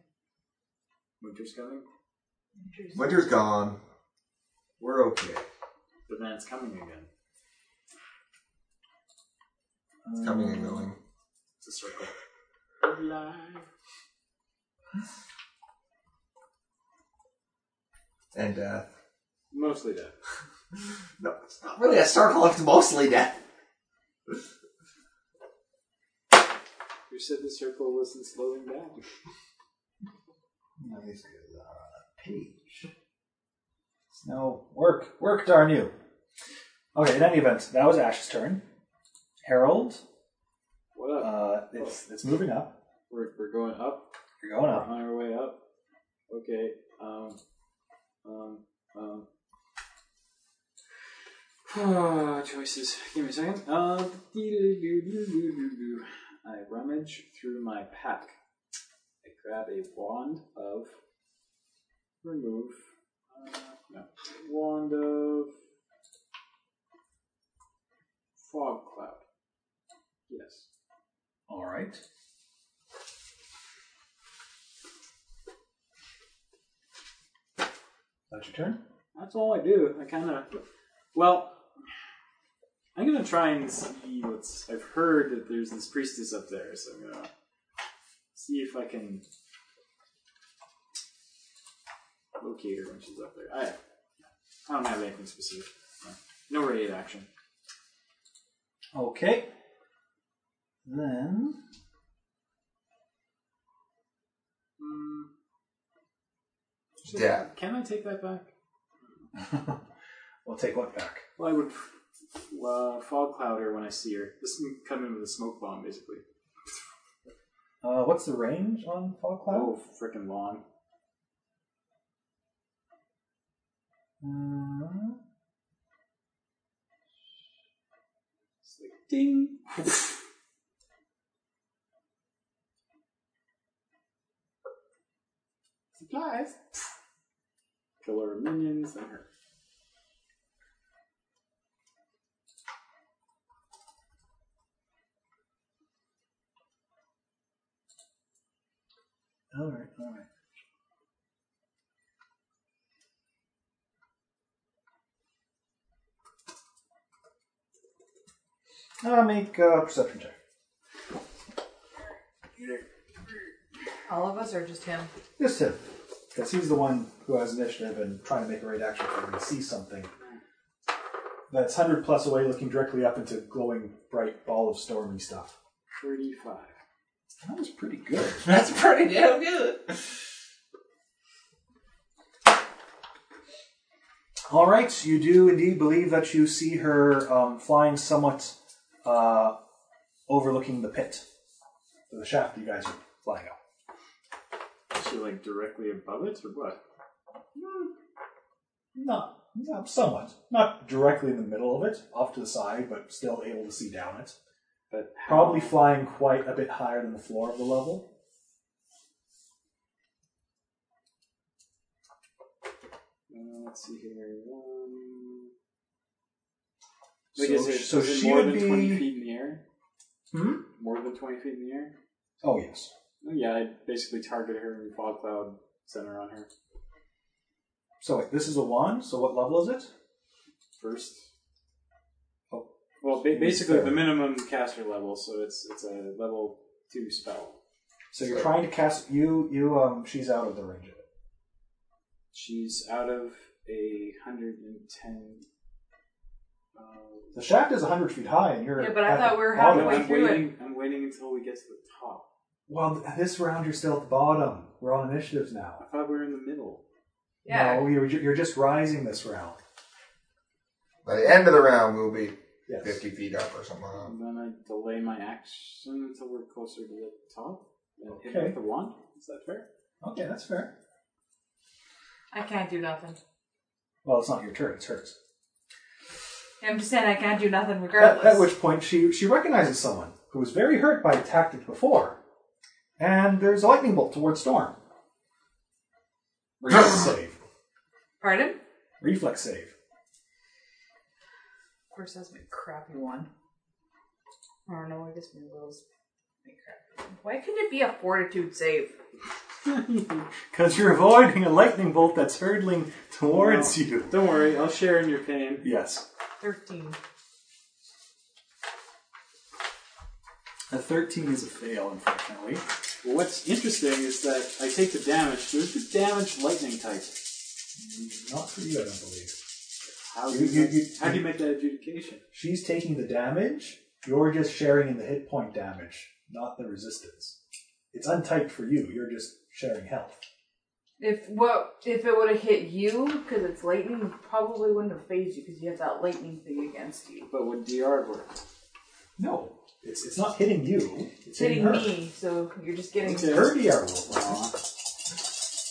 Speaker 3: Winter's coming,
Speaker 5: Winter's
Speaker 2: Winter's gone. We're okay.
Speaker 3: but then it's coming again.
Speaker 2: It's coming and going.
Speaker 3: It's a circle.
Speaker 2: And uh, death.
Speaker 3: Mostly that.
Speaker 2: No, it's not really a circle. It's mostly death.
Speaker 3: You said the circle wasn't slowing down.
Speaker 4: Now these guys are on a page. It's no work. Work, darn you. Okay, in any event, that was Ash's turn. Harold,
Speaker 3: What up?
Speaker 4: uh, it's, it's moving up.
Speaker 3: we're, we're going up.
Speaker 4: You're going
Speaker 3: We're
Speaker 4: up.
Speaker 3: on our way up. Okay. Um. Um. Um. um. choices. Give me a second. Uh, I rummage through my pack. I grab a wand of remove. Uh, no, wand of fog cloud. Yes.
Speaker 4: All right. That's your turn.
Speaker 3: That's all I do. I kind of. Well, I'm gonna try and see what's. I've heard that there's this priestess up there, so I'm gonna see if I can locate her when she's up there. I, I don't have anything specific. No raid action.
Speaker 4: Okay. Then
Speaker 3: Mm.
Speaker 2: Death.
Speaker 3: Can I take that back?
Speaker 4: we'll take what back.
Speaker 3: Well, I would uh, fog cloud her when I see her. This can come in with a smoke bomb, basically.
Speaker 4: Uh, what's the range on fog cloud?
Speaker 3: Oh, freaking long.
Speaker 4: Uh,
Speaker 3: It's like ding. Supplies. Kill her minions and her.
Speaker 4: All right, all right. Uh, make a perception check.
Speaker 5: All of us or just him?
Speaker 4: Just him, because he's the one who has initiative and trying to make a raid action for him to see something that's hundred plus away, looking directly up into glowing bright ball of stormy stuff.
Speaker 3: 35.
Speaker 4: That was pretty good.
Speaker 2: That's pretty damn good.
Speaker 4: All right, you do indeed believe that you see her um, flying somewhat uh, overlooking the pit, the shaft you guys are flying up.
Speaker 3: Is she like directly above it or what?
Speaker 4: Not, not somewhat, not directly in the middle of it, off to the side, but still able to see down it.
Speaker 3: But how-
Speaker 4: Probably flying quite a bit higher than the floor of the level.
Speaker 3: Uh, let's see here. One.
Speaker 4: So
Speaker 3: Like, is it,
Speaker 4: sh- so
Speaker 3: is it
Speaker 4: she
Speaker 3: more
Speaker 4: would
Speaker 3: than 20
Speaker 4: be-
Speaker 3: feet in the air?
Speaker 4: Hmm?
Speaker 3: More than 20 feet in the air?
Speaker 4: Oh yes.
Speaker 3: Oh, yeah, I basically target her and fog cloud center on her
Speaker 4: So wait, this is a wand. So what level is it?
Speaker 3: first.
Speaker 4: Oh,
Speaker 3: Well, ba- basically
Speaker 4: fair.
Speaker 3: the minimum caster level, so it's it's a level two spell.
Speaker 4: so you're trying to cast you. You um, she's out of the range of it.
Speaker 3: She's out of a hundred and ten. Uh,
Speaker 4: The shaft is hundred feet high, and you're
Speaker 5: Yeah, but I
Speaker 4: at
Speaker 5: thought
Speaker 4: the
Speaker 5: we were
Speaker 4: bottom.
Speaker 3: no,
Speaker 5: Halfway
Speaker 3: I'm
Speaker 5: through it.
Speaker 3: waiting. I'm waiting until we get to the top.
Speaker 4: Well, th- this round you're still at the bottom. We're on initiatives
Speaker 3: I
Speaker 4: now.
Speaker 3: thought we were in the middle.
Speaker 5: Yeah.
Speaker 4: No, you're, you're just rising this round.
Speaker 9: By the end of the round, we'll be
Speaker 4: Yes.
Speaker 9: 50 feet up or something like that.
Speaker 3: And
Speaker 4: Um,
Speaker 3: then I delay my action until we're closer to the top and hit it
Speaker 4: Okay.
Speaker 3: with the wand. Is that fair?
Speaker 4: Okay, that's fair.
Speaker 5: I can't do nothing.
Speaker 4: Well, it's not your turn; it's hers.
Speaker 5: I'm just saying I can't do nothing
Speaker 4: At,
Speaker 5: regardless.
Speaker 4: at which point, she she recognizes someone who was very hurt by a tactic before, and there's a lightning bolt towards Storm. Reflex save.
Speaker 5: Pardon? Of
Speaker 4: Reflex save.
Speaker 5: course, that's my crappy one. Or no, I guess my will's my crappy one. Why couldn't it be a fortitude save?
Speaker 4: Because you're avoiding a lightning bolt that's hurtling towards you.
Speaker 3: Don't worry, I'll share in your pain.
Speaker 4: Yes.
Speaker 5: 13.
Speaker 4: A 13 is a fail, unfortunately.
Speaker 3: Well, what's interesting is that I take the damage. There's the damage lightning type.
Speaker 4: Not for you, I don't believe.
Speaker 3: How do
Speaker 4: You-
Speaker 3: you,
Speaker 4: you-
Speaker 3: make-
Speaker 4: you-
Speaker 3: how do you make that adjudication?
Speaker 4: She's taking the damage. You're just sharing in the hit point damage, not the resistance. It's untyped for you. You're just sharing health.
Speaker 5: If well, if it would have hit you, because it's lightning, it probably wouldn't have phased you because you have that lightning thing against you.
Speaker 3: But would DR work?
Speaker 4: No, it's it's not hitting you. It's
Speaker 5: It's
Speaker 4: hitting, her.
Speaker 5: hitting me, so you're just getting.
Speaker 3: Okay.
Speaker 4: Her DR roll.
Speaker 3: Aw.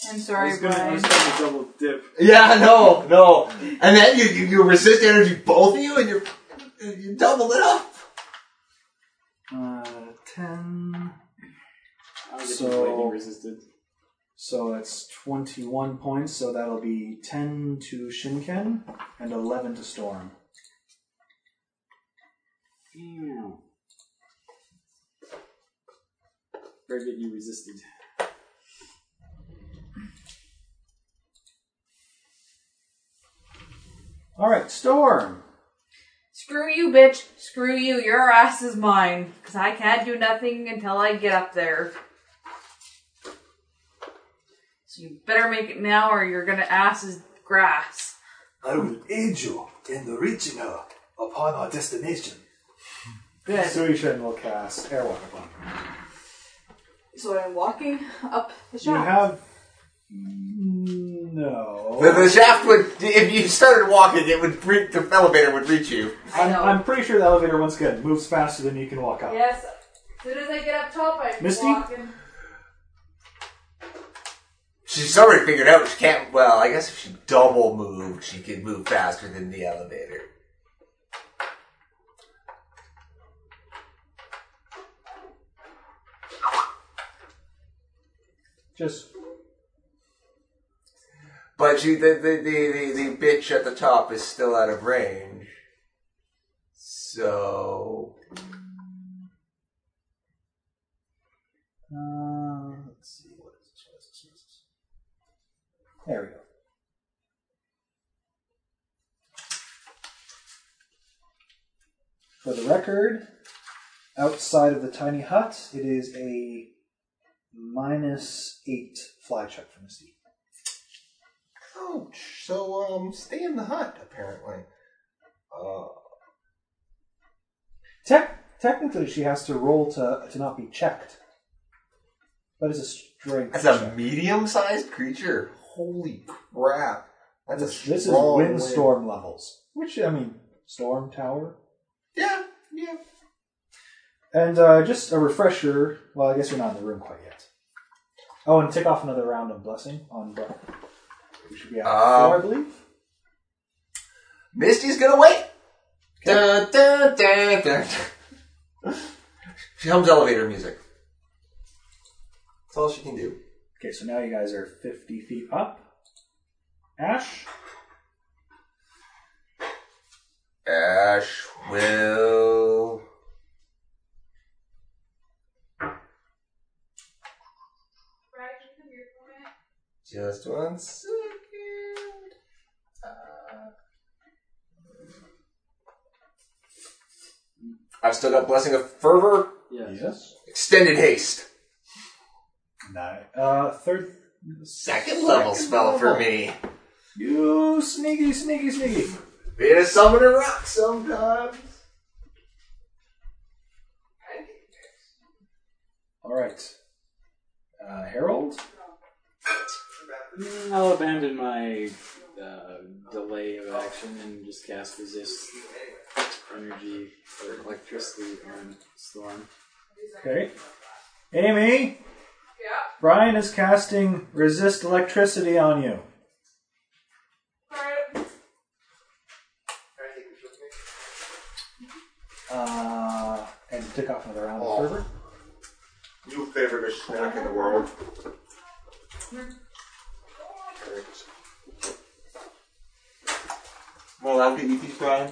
Speaker 5: I'm
Speaker 3: I
Speaker 5: sorry,
Speaker 3: was gonna, I
Speaker 5: Brian.
Speaker 3: was gonna double dip.
Speaker 9: Yeah, no, no. And then you, you, you resist energy, both of you, and you're you doubled it up.
Speaker 4: Uh, ten.
Speaker 3: I was
Speaker 4: So-
Speaker 3: lightning resisted.
Speaker 4: So that's twenty-one points. So that'll be ten to Shinken and eleven to Storm.
Speaker 3: Damn. Very good, you resisted.
Speaker 4: All right, Storm.
Speaker 5: Screw you, bitch. Screw you. Your ass is mine. Because I can't do nothing until I get up there. So you better make it now or you're gonna ass is grass.
Speaker 11: I will aid you in the reaching her upon our destination.
Speaker 5: Good. So,
Speaker 4: Suishin will cast Airwalk upon her.
Speaker 5: I'm walking up the
Speaker 4: You
Speaker 5: shaft.
Speaker 4: have Mm, no.
Speaker 9: The, the shaft would, if you started walking, it would re- the elevator would reach you.
Speaker 5: I
Speaker 4: I'm,
Speaker 5: know.
Speaker 4: I'm pretty sure the elevator, once again, moves faster than you can walk up.
Speaker 5: yes. As soon as I get up top, I'm
Speaker 4: Misty?
Speaker 5: walking.
Speaker 9: She's already figured out she can't. Well, I guess if she double moved, she could move faster than the elevator.
Speaker 4: Just
Speaker 9: But she, the, the, the, the, the bitch at the top is still out of range. So.
Speaker 4: uh, let's see what is this? What is this? What is this? There we go. For the record, outside of the tiny hut, it is a minus eight fly check from Misty.
Speaker 9: Ouch. So, um, stay in the hut, apparently. Uh,
Speaker 4: Tech, technically, she has to roll to to not be checked, but it's a strength.
Speaker 9: that's
Speaker 4: check.
Speaker 9: a medium sized creature. Holy crap. That's a
Speaker 4: This, this is
Speaker 9: strong
Speaker 4: windstorm levels, which I mean, storm tower.
Speaker 9: Yeah, yeah.
Speaker 4: And uh, just a refresher. Well, I guess you're not in the room quite yet. Oh, and take off another round of blessing on Brett. We should be out
Speaker 9: Um,
Speaker 4: four, I believe.
Speaker 9: Misty's gonna wait. Dun, dun, dun, dun. she hums elevator music. That's all she can do.
Speaker 4: Okay, so now you guys are 50 feet up. Ash,
Speaker 9: Ash will. Just one second. Uh, I've still got Blessing of Fervor,
Speaker 3: Yes.
Speaker 9: Extended Haste.
Speaker 4: no. Uh, third,
Speaker 9: Second level spell for me.
Speaker 4: You sneaky, sneaky, sneaky.
Speaker 9: Being a summoner rock sometimes.
Speaker 4: All right, uh, Harold.
Speaker 3: Mm, I'll abandon my uh, delay of action and just cast resist energy or electricity on storm.
Speaker 4: Okay. Amy,
Speaker 5: Yeah.
Speaker 4: Brian is casting resist electricity on you.
Speaker 5: Alright.
Speaker 4: Uh, and take off another round
Speaker 2: Oh.
Speaker 4: of fervor.
Speaker 2: You favorite snack in the world. Well, I'll get you these, Brian.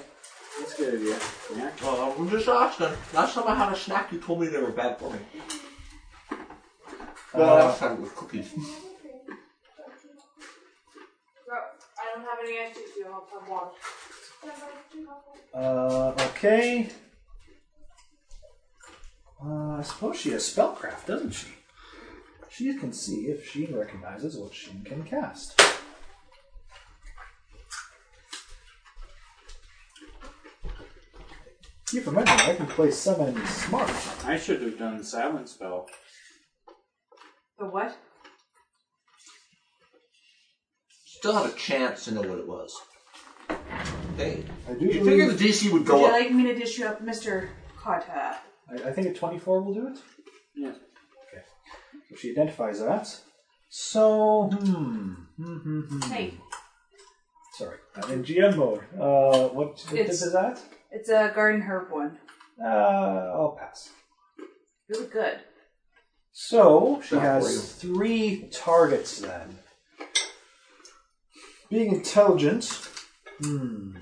Speaker 3: That's a good idea. Yeah.
Speaker 2: Uh, I'm just asking. Last time I had a snack, you told me they were bad for me. Well,
Speaker 4: Uh,
Speaker 2: last time it was cookies.
Speaker 5: I don't have any antiques. You don't have water.
Speaker 4: Uh, okay. Uh, I suppose she has spellcraft, doesn't she? She can see if she recognizes what she can cast. Keep in mind, I can play summon smart.
Speaker 3: I should have done silent spell.
Speaker 5: The what?
Speaker 2: Still have a chance to know what it was. Hey,
Speaker 4: I do
Speaker 2: you figure
Speaker 4: believe,
Speaker 2: the DC would
Speaker 5: Would
Speaker 2: go
Speaker 5: you
Speaker 2: up.
Speaker 5: like me to dish you up, Mr. Cotta?
Speaker 4: I, I think a 24 will do it.
Speaker 3: Yeah.
Speaker 4: So she identifies that. So, hmm. Hmm, hmm, hmm.
Speaker 5: Hey,
Speaker 4: Sorry, I'm in GM mode. Uh, what, what
Speaker 5: It's-
Speaker 4: is that?
Speaker 5: it's a garden herb one.
Speaker 4: Uh, I'll pass.
Speaker 5: Really good.
Speaker 4: So she
Speaker 2: Not for you.
Speaker 4: has three targets then. Being intelligent, hmm.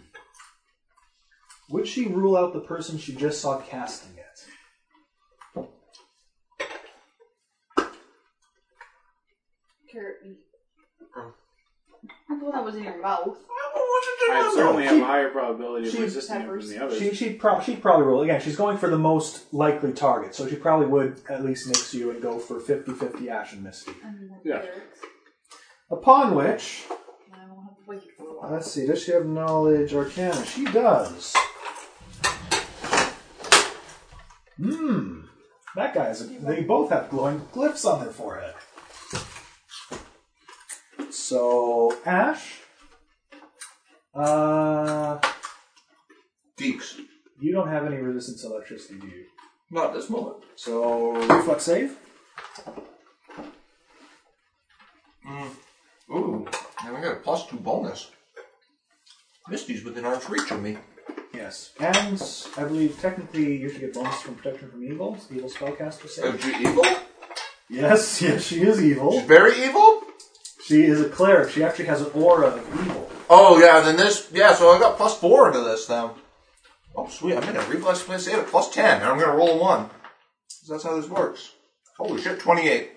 Speaker 4: Would she rule out the person she just saw casting it?
Speaker 5: Carrot meat.
Speaker 2: Oh.
Speaker 5: That's the one that was in your mouth.
Speaker 3: I certainly have a higher probability of
Speaker 4: She-
Speaker 3: resisting it than the others.
Speaker 4: She she pro- she'd probably rule again. She's going for the most likely target, so she probably would at least mix you and go for 50-50 Ash and Misty.
Speaker 3: Yeah.
Speaker 4: Upon which,
Speaker 5: I won't have to wait for a while.
Speaker 4: let's see, does she have knowledge arcana? She does. Hmm. That guy's. A, they both have glowing glyphs on their forehead. So Ash, uh,
Speaker 2: Deeks.
Speaker 4: you don't have any resistance to electricity, do you?
Speaker 2: Not at this moment.
Speaker 4: So reflex save.
Speaker 2: Ooh, and I got a plus two bonus. Misty's within arm's reach of me.
Speaker 4: Yes, and I believe technically you should get bonus from protection from evil. Evil spellcaster
Speaker 2: Is
Speaker 4: save.
Speaker 2: she evil?
Speaker 4: Yes, yes, she is evil.
Speaker 2: She's very evil?
Speaker 4: She is a cleric. She actually has an aura of evil.
Speaker 2: Oh, yeah, then this, yeah, so I got plus four into this then. Oh, sweet, I'm in a reflex plan save at plus ten, and I'm gonna roll a one. 'Cause That's how this works. Holy shit, 28.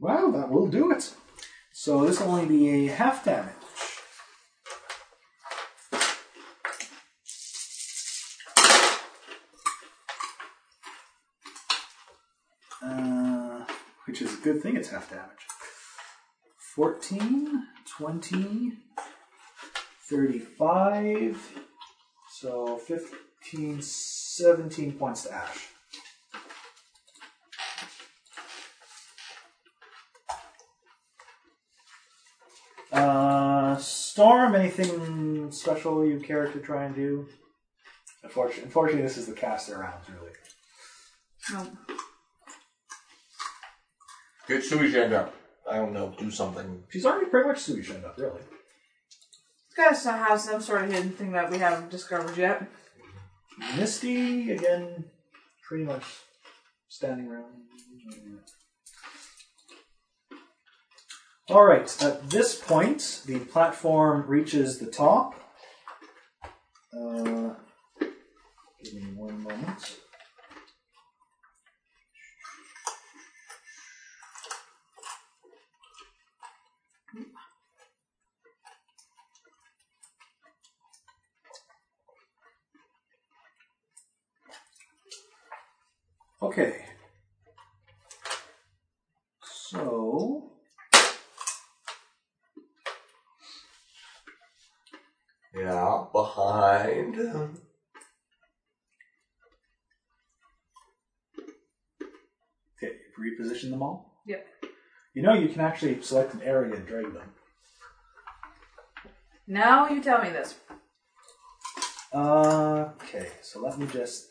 Speaker 4: Wow, that will do it. So this will only be a half damage. Uh, which is a good thing it's half damage. 14, 20, 35, so 15, 17 points to Ash. Uh, Storm, anything special you care to try and do? Unfortunately, unfortunately this is the caster rounds, really.
Speaker 5: No.
Speaker 2: Get Suijin up. I don't know, do something.
Speaker 4: She's already pretty much Suishin up, really.
Speaker 5: It's gotta somehow some sort of hidden thing that we haven't discovered yet.
Speaker 4: Misty, again, pretty much standing around. All right, at this point, the platform reaches the top. Uh, give me one moment. Okay. So.
Speaker 2: Yeah, behind.
Speaker 4: Okay, reposition them all?
Speaker 5: Yep.
Speaker 4: You know, you can actually select an area and drag them.
Speaker 5: Now you tell me this.
Speaker 4: Uh, okay, so let me just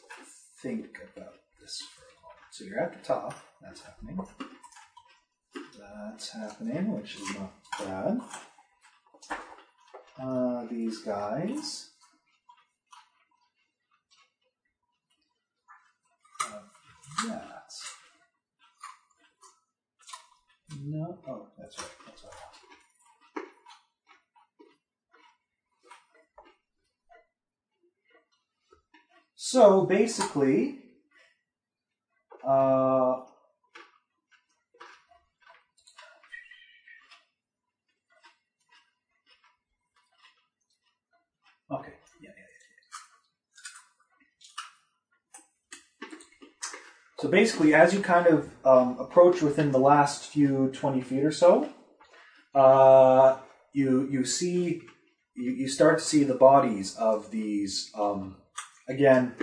Speaker 4: think about this for a moment. So you're at the top. That's happening. That's happening, which is not bad. Uh, these guys. Uh, that. No. Oh, that's right. That's what I want. So basically, uh, okay, yeah, yeah, yeah. yeah. So basically, as you kind of um, approach within the last few twenty feet or so, uh, you you see you, you start to see the bodies of these. Um, again,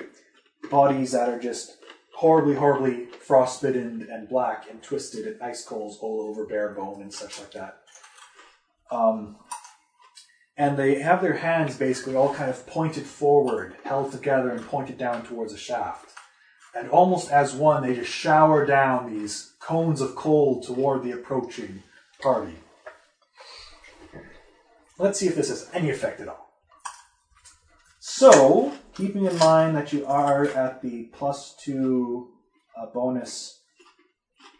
Speaker 4: bodies that are just horribly, horribly frostbitten and black and twisted and ice coals all over bare bone and such like that. Um, and they have their hands basically all kind of pointed forward, held together and pointed down towards a shaft. And almost as one, they just shower down these cones of coal toward the approaching party. Let's see if this has any effect at all. So, keeping in mind that you are at the plus two uh, bonus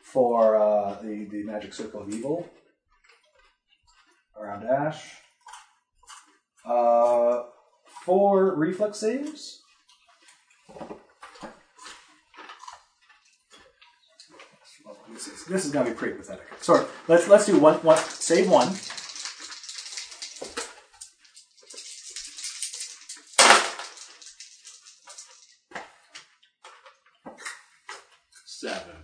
Speaker 4: for uh, the, the magic circle of evil around Ash, uh, four reflex saves. This is, this is gonna be pretty pathetic. Sorry, let's let's do one one save one.
Speaker 3: Seven.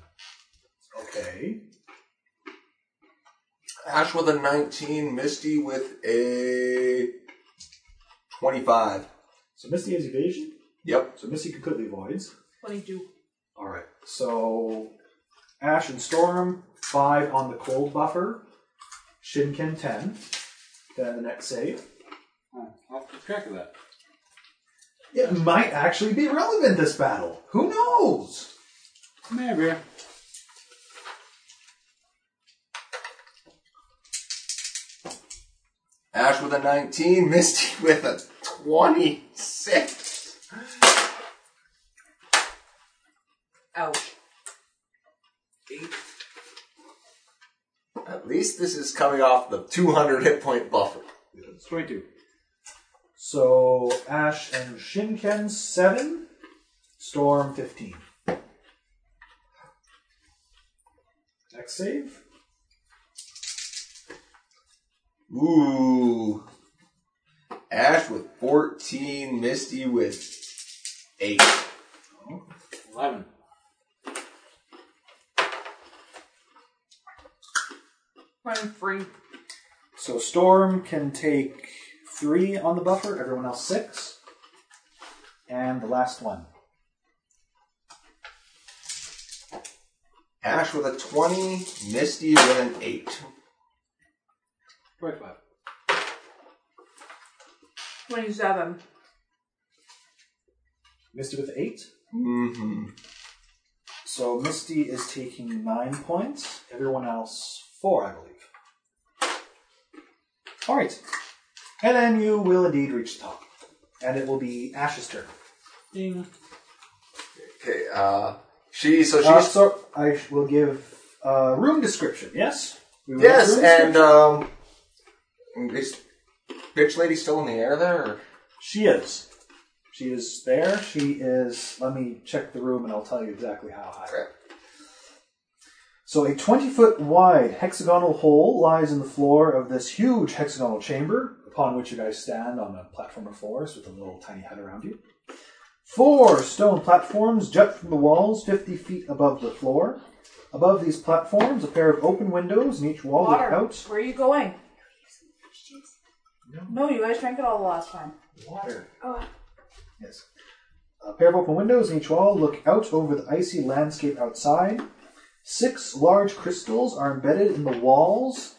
Speaker 4: Okay.
Speaker 2: Ash with a 19, Misty with a 25.
Speaker 4: So Misty has evasion.
Speaker 2: Yep.
Speaker 4: So Misty completely avoids.
Speaker 5: What do you do?
Speaker 4: All right. So, Ash and Storm five on the cold buffer. Shinken ten. Then the next save.
Speaker 3: Huh. I'll have to keep track of that.
Speaker 4: It might actually be relevant this battle. Who knows?
Speaker 3: Maybe.
Speaker 2: Ash with a 19, Misty with a 26.
Speaker 5: Ouch.
Speaker 2: At least this is coming off the 200 hit point buffer.
Speaker 3: It's 22.
Speaker 4: So Ash and Shinken seven. Storm fifteen. Next save.
Speaker 2: Ooh. Ash with 14, Misty with 8.
Speaker 3: 11.
Speaker 5: I'm free.
Speaker 4: So Storm can take three on the buffer, everyone else six. And the last one.
Speaker 2: Ash with a 20, Misty with an 8.
Speaker 3: 25.
Speaker 5: 27.
Speaker 4: Misty with eight.
Speaker 2: Mm-hmm.
Speaker 4: So Misty is taking nine points. Everyone else four, I believe. All right, and then you will indeed reach the top, and it will be Ash's turn.
Speaker 3: Ding.
Speaker 2: Okay, uh, she, so she's.
Speaker 4: Uh, so I sh- will give uh, room description. Yes. We will give
Speaker 2: yes,
Speaker 4: room
Speaker 2: and, um.
Speaker 4: description.
Speaker 2: Is Bitch Lady still in the air there? Or?
Speaker 4: she is. She is there. She is. Let me check the room, and I'll tell you exactly how high. So, a 20 foot wide hexagonal hole lies in the floor of this huge hexagonal chamber, upon which you guys stand on a platform of fours with a little tiny hut around you. Four stone platforms jut from the walls 50 feet above the floor. Above these platforms, a pair of open windows in each wall
Speaker 5: Water.
Speaker 4: look out.
Speaker 5: Where are you going? No, you guys drank it all the last time.
Speaker 4: Water.
Speaker 8: Oh,
Speaker 4: Yes. A pair of open windows in each wall look out over the icy landscape outside. Six large crystals are embedded in the walls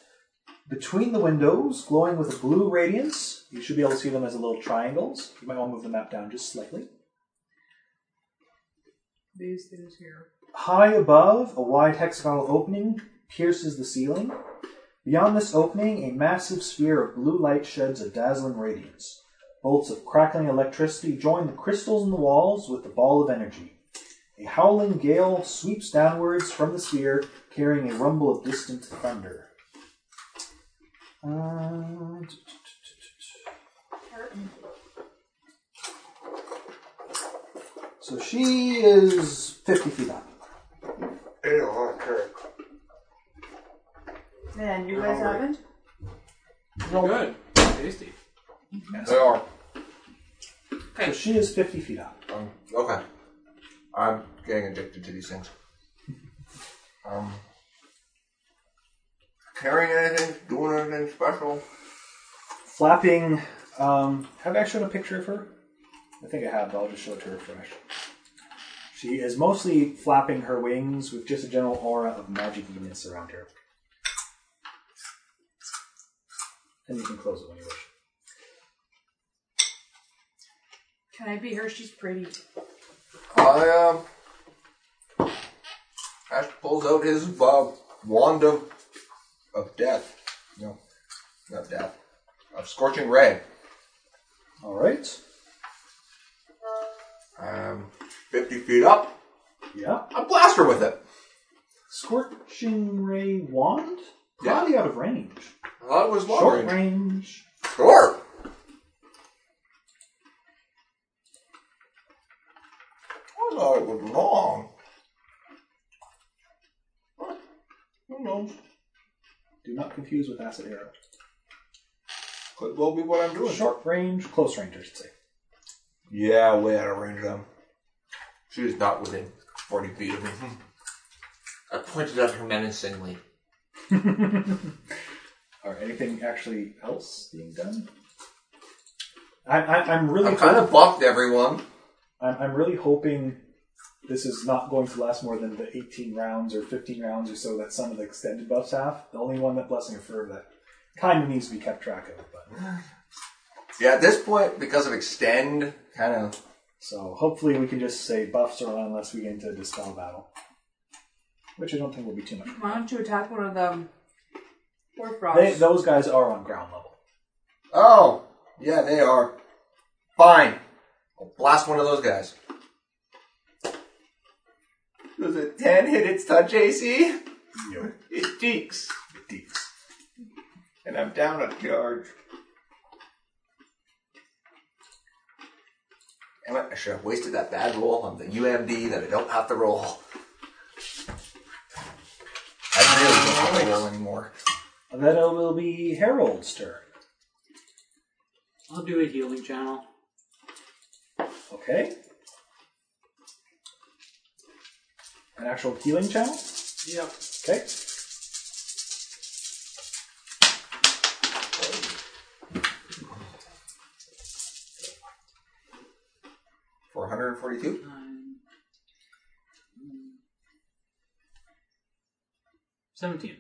Speaker 4: between the windows, glowing with a blue radiance. You should be able to see them as little triangles. You might want to move the map down just slightly.
Speaker 5: These things here.
Speaker 4: High above, a wide hexagonal opening pierces the ceiling. Beyond this opening, a massive sphere of blue light sheds a dazzling radiance. Bolts of crackling electricity join the crystals in the walls with the ball of energy. A howling gale sweeps downwards from the sphere, carrying a rumble of distant thunder. Uh, t- t- t- t- so she is 50 feet up.
Speaker 9: Ew, okay.
Speaker 5: Then you guys haven't.
Speaker 3: Good. Tasty.
Speaker 9: They are.
Speaker 4: So she is 50 feet up.
Speaker 9: Um, okay. I'm getting addicted to these things. Um, carrying anything, doing anything special.
Speaker 4: Flapping. Um, have I shown a picture of her? I think I have, but I'll just show it to her fresh. She is mostly flapping her wings with just a general aura of magic units around her. And you can close it when you wish.
Speaker 5: Can I be her? She's pretty.
Speaker 9: I, um, Ash pulls out his uh, wand of, of death. No, not death. Of scorching ray.
Speaker 4: All right.
Speaker 9: Um, 50 feet up.
Speaker 4: Yeah.
Speaker 9: I blast her with it.
Speaker 4: Scorching ray wand.
Speaker 9: Yeah.
Speaker 4: Probably out of range.
Speaker 9: I thought it was long
Speaker 4: Short
Speaker 9: range.
Speaker 4: range.
Speaker 9: Sure. I thought it was long. Who knows?
Speaker 4: Do not confuse with acid arrow.
Speaker 9: Could well be what I'm doing.
Speaker 4: Short range, close range, I should say.
Speaker 9: Yeah, way out of range of them. She is not within 40 feet of me.
Speaker 7: I pointed at her menacingly.
Speaker 4: Or anything actually else being done? I, I, I'm really
Speaker 9: I'm kind of buffed, everyone.
Speaker 4: I'm, I'm really hoping this is not going to last more than the 18 rounds or 15 rounds or so that some of the extended buffs have. The only one that Blessing of Fervor that kind of needs to be kept track of. But
Speaker 9: Yeah, at this point, because of extend, kind of.
Speaker 4: so hopefully we can just say buffs are on unless we get into a dispel battle, which I don't think will be too much.
Speaker 5: Why don't you attack one of the dwarf frogs?
Speaker 4: They, those guys are on ground level.
Speaker 9: Oh, yeah, they are. Fine. I'll blast one of those guys. Does a 10 hit its touch AC?
Speaker 4: You
Speaker 9: It deeks.
Speaker 4: deeks.
Speaker 9: And I'm down a charge. Damn it, I should have wasted that bad roll on the UMD that I don't have to roll. I really don't have to roll anymore.
Speaker 4: And Then it will be Harold's turn.
Speaker 3: I'll do a healing channel.
Speaker 4: Okay. An actual healing channel.
Speaker 3: Yep.
Speaker 4: Okay.
Speaker 9: For 142?
Speaker 3: Nine. Seventeen.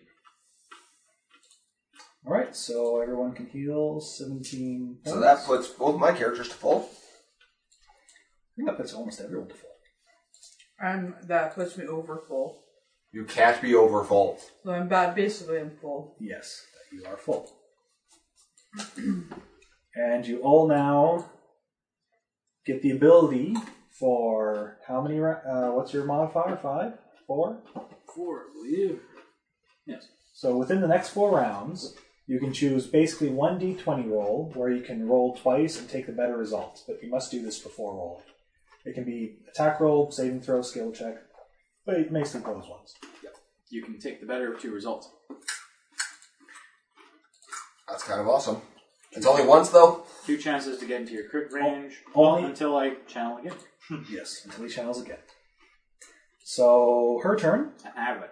Speaker 4: All right, so everyone can heal seventeen.
Speaker 9: So
Speaker 4: points.
Speaker 9: that puts both my characters to full.
Speaker 4: I think that puts almost everyone to full.
Speaker 5: I'm, that puts me over full.
Speaker 9: You can't be over full.
Speaker 5: So I'm bad, basically I'm full.
Speaker 4: Yes, that you are full. and you all now get the ability for how many? ra- Uh, what's your modifier? Five, four.
Speaker 3: Four, I believe. Yes.
Speaker 4: So within the next four rounds, you can choose basically one d20 roll where you can roll twice and take the better results, but you must do this before rolling. It can be attack roll, saving throw, skill check, but it makes them those ones.
Speaker 3: You can take the better of two results.
Speaker 9: That's kind of awesome. It's only once though.
Speaker 3: Two chances to get into your crit range
Speaker 4: only-
Speaker 3: until I channel again.
Speaker 4: Yes, until he channels again. So her turn.
Speaker 3: I have a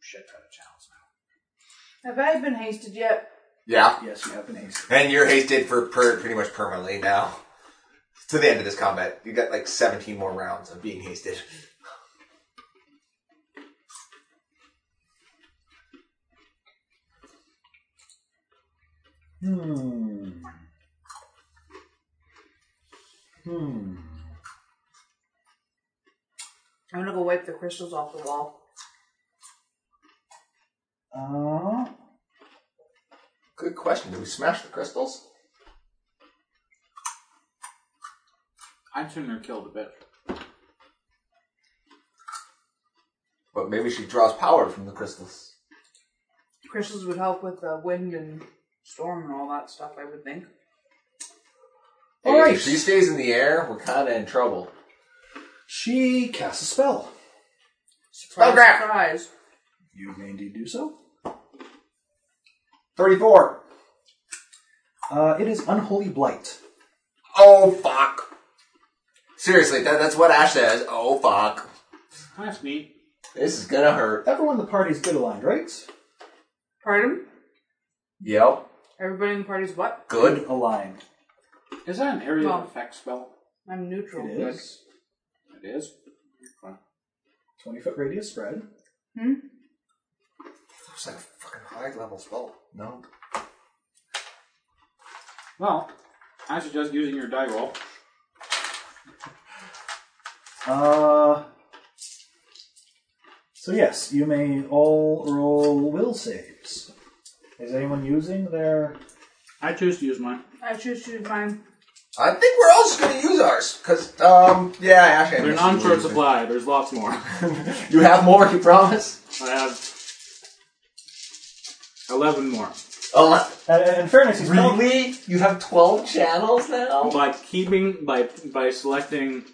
Speaker 3: shit ton of channels now.
Speaker 5: Have I been hasted yet?
Speaker 9: Yeah.
Speaker 4: Yes, you have been hasted.
Speaker 9: And you're hasted for per- pretty much permanently now. To the end of this combat, you got like 17 more rounds of being hasted.
Speaker 4: Hmm. Hmm.
Speaker 5: I'm gonna go wipe the crystals off the wall.
Speaker 4: Uh,
Speaker 9: Good question. Do we smash the crystals?
Speaker 3: I shouldn't have killed a bit.
Speaker 9: But maybe she draws power from the crystals.
Speaker 5: Crystals would help with the wind and storm and all that stuff, I would think.
Speaker 9: Hey,
Speaker 4: Alright.
Speaker 9: If she stays in the air, we're kind of in trouble.
Speaker 4: she casts a spell.
Speaker 5: Surprise,
Speaker 9: Spellcraft.
Speaker 5: surprise.
Speaker 4: You may indeed do so.
Speaker 9: 34.
Speaker 4: Uh, it is unholy blight.
Speaker 9: Oh, fuck. Seriously, that, that's what Ash says. Oh, fuck.
Speaker 3: That's neat.
Speaker 9: This is gonna hurt.
Speaker 4: Everyone in the party is good aligned, right?
Speaker 5: Pardon?
Speaker 9: Yep.
Speaker 5: Everybody in the party's what?
Speaker 9: Good.
Speaker 4: Aligned.
Speaker 3: Is that an area
Speaker 5: Well-
Speaker 3: of effect spell?
Speaker 5: I'm neutral.
Speaker 4: It is.
Speaker 3: It is. Okay.
Speaker 4: Twenty foot radius spread.
Speaker 5: Hmm?
Speaker 9: It's like a fucking high level spell. No.
Speaker 3: Well, I suggest using your die roll.
Speaker 4: Uh. So yes, you may all roll will saves. Is anyone using their?
Speaker 3: I choose to use mine.
Speaker 5: I choose to mine.
Speaker 9: I think we're all just gonna use ours. Because, um, yeah, Ash. I
Speaker 3: They're
Speaker 9: guess
Speaker 3: not
Speaker 9: you
Speaker 3: on short
Speaker 9: would.
Speaker 3: supply. There's lots more. I
Speaker 9: You have more, you promise?
Speaker 3: have eleven more.
Speaker 9: Oh,
Speaker 4: And, and in fairness, he's spell-
Speaker 9: really? You have 12 channels now?
Speaker 3: By keeping by by selecting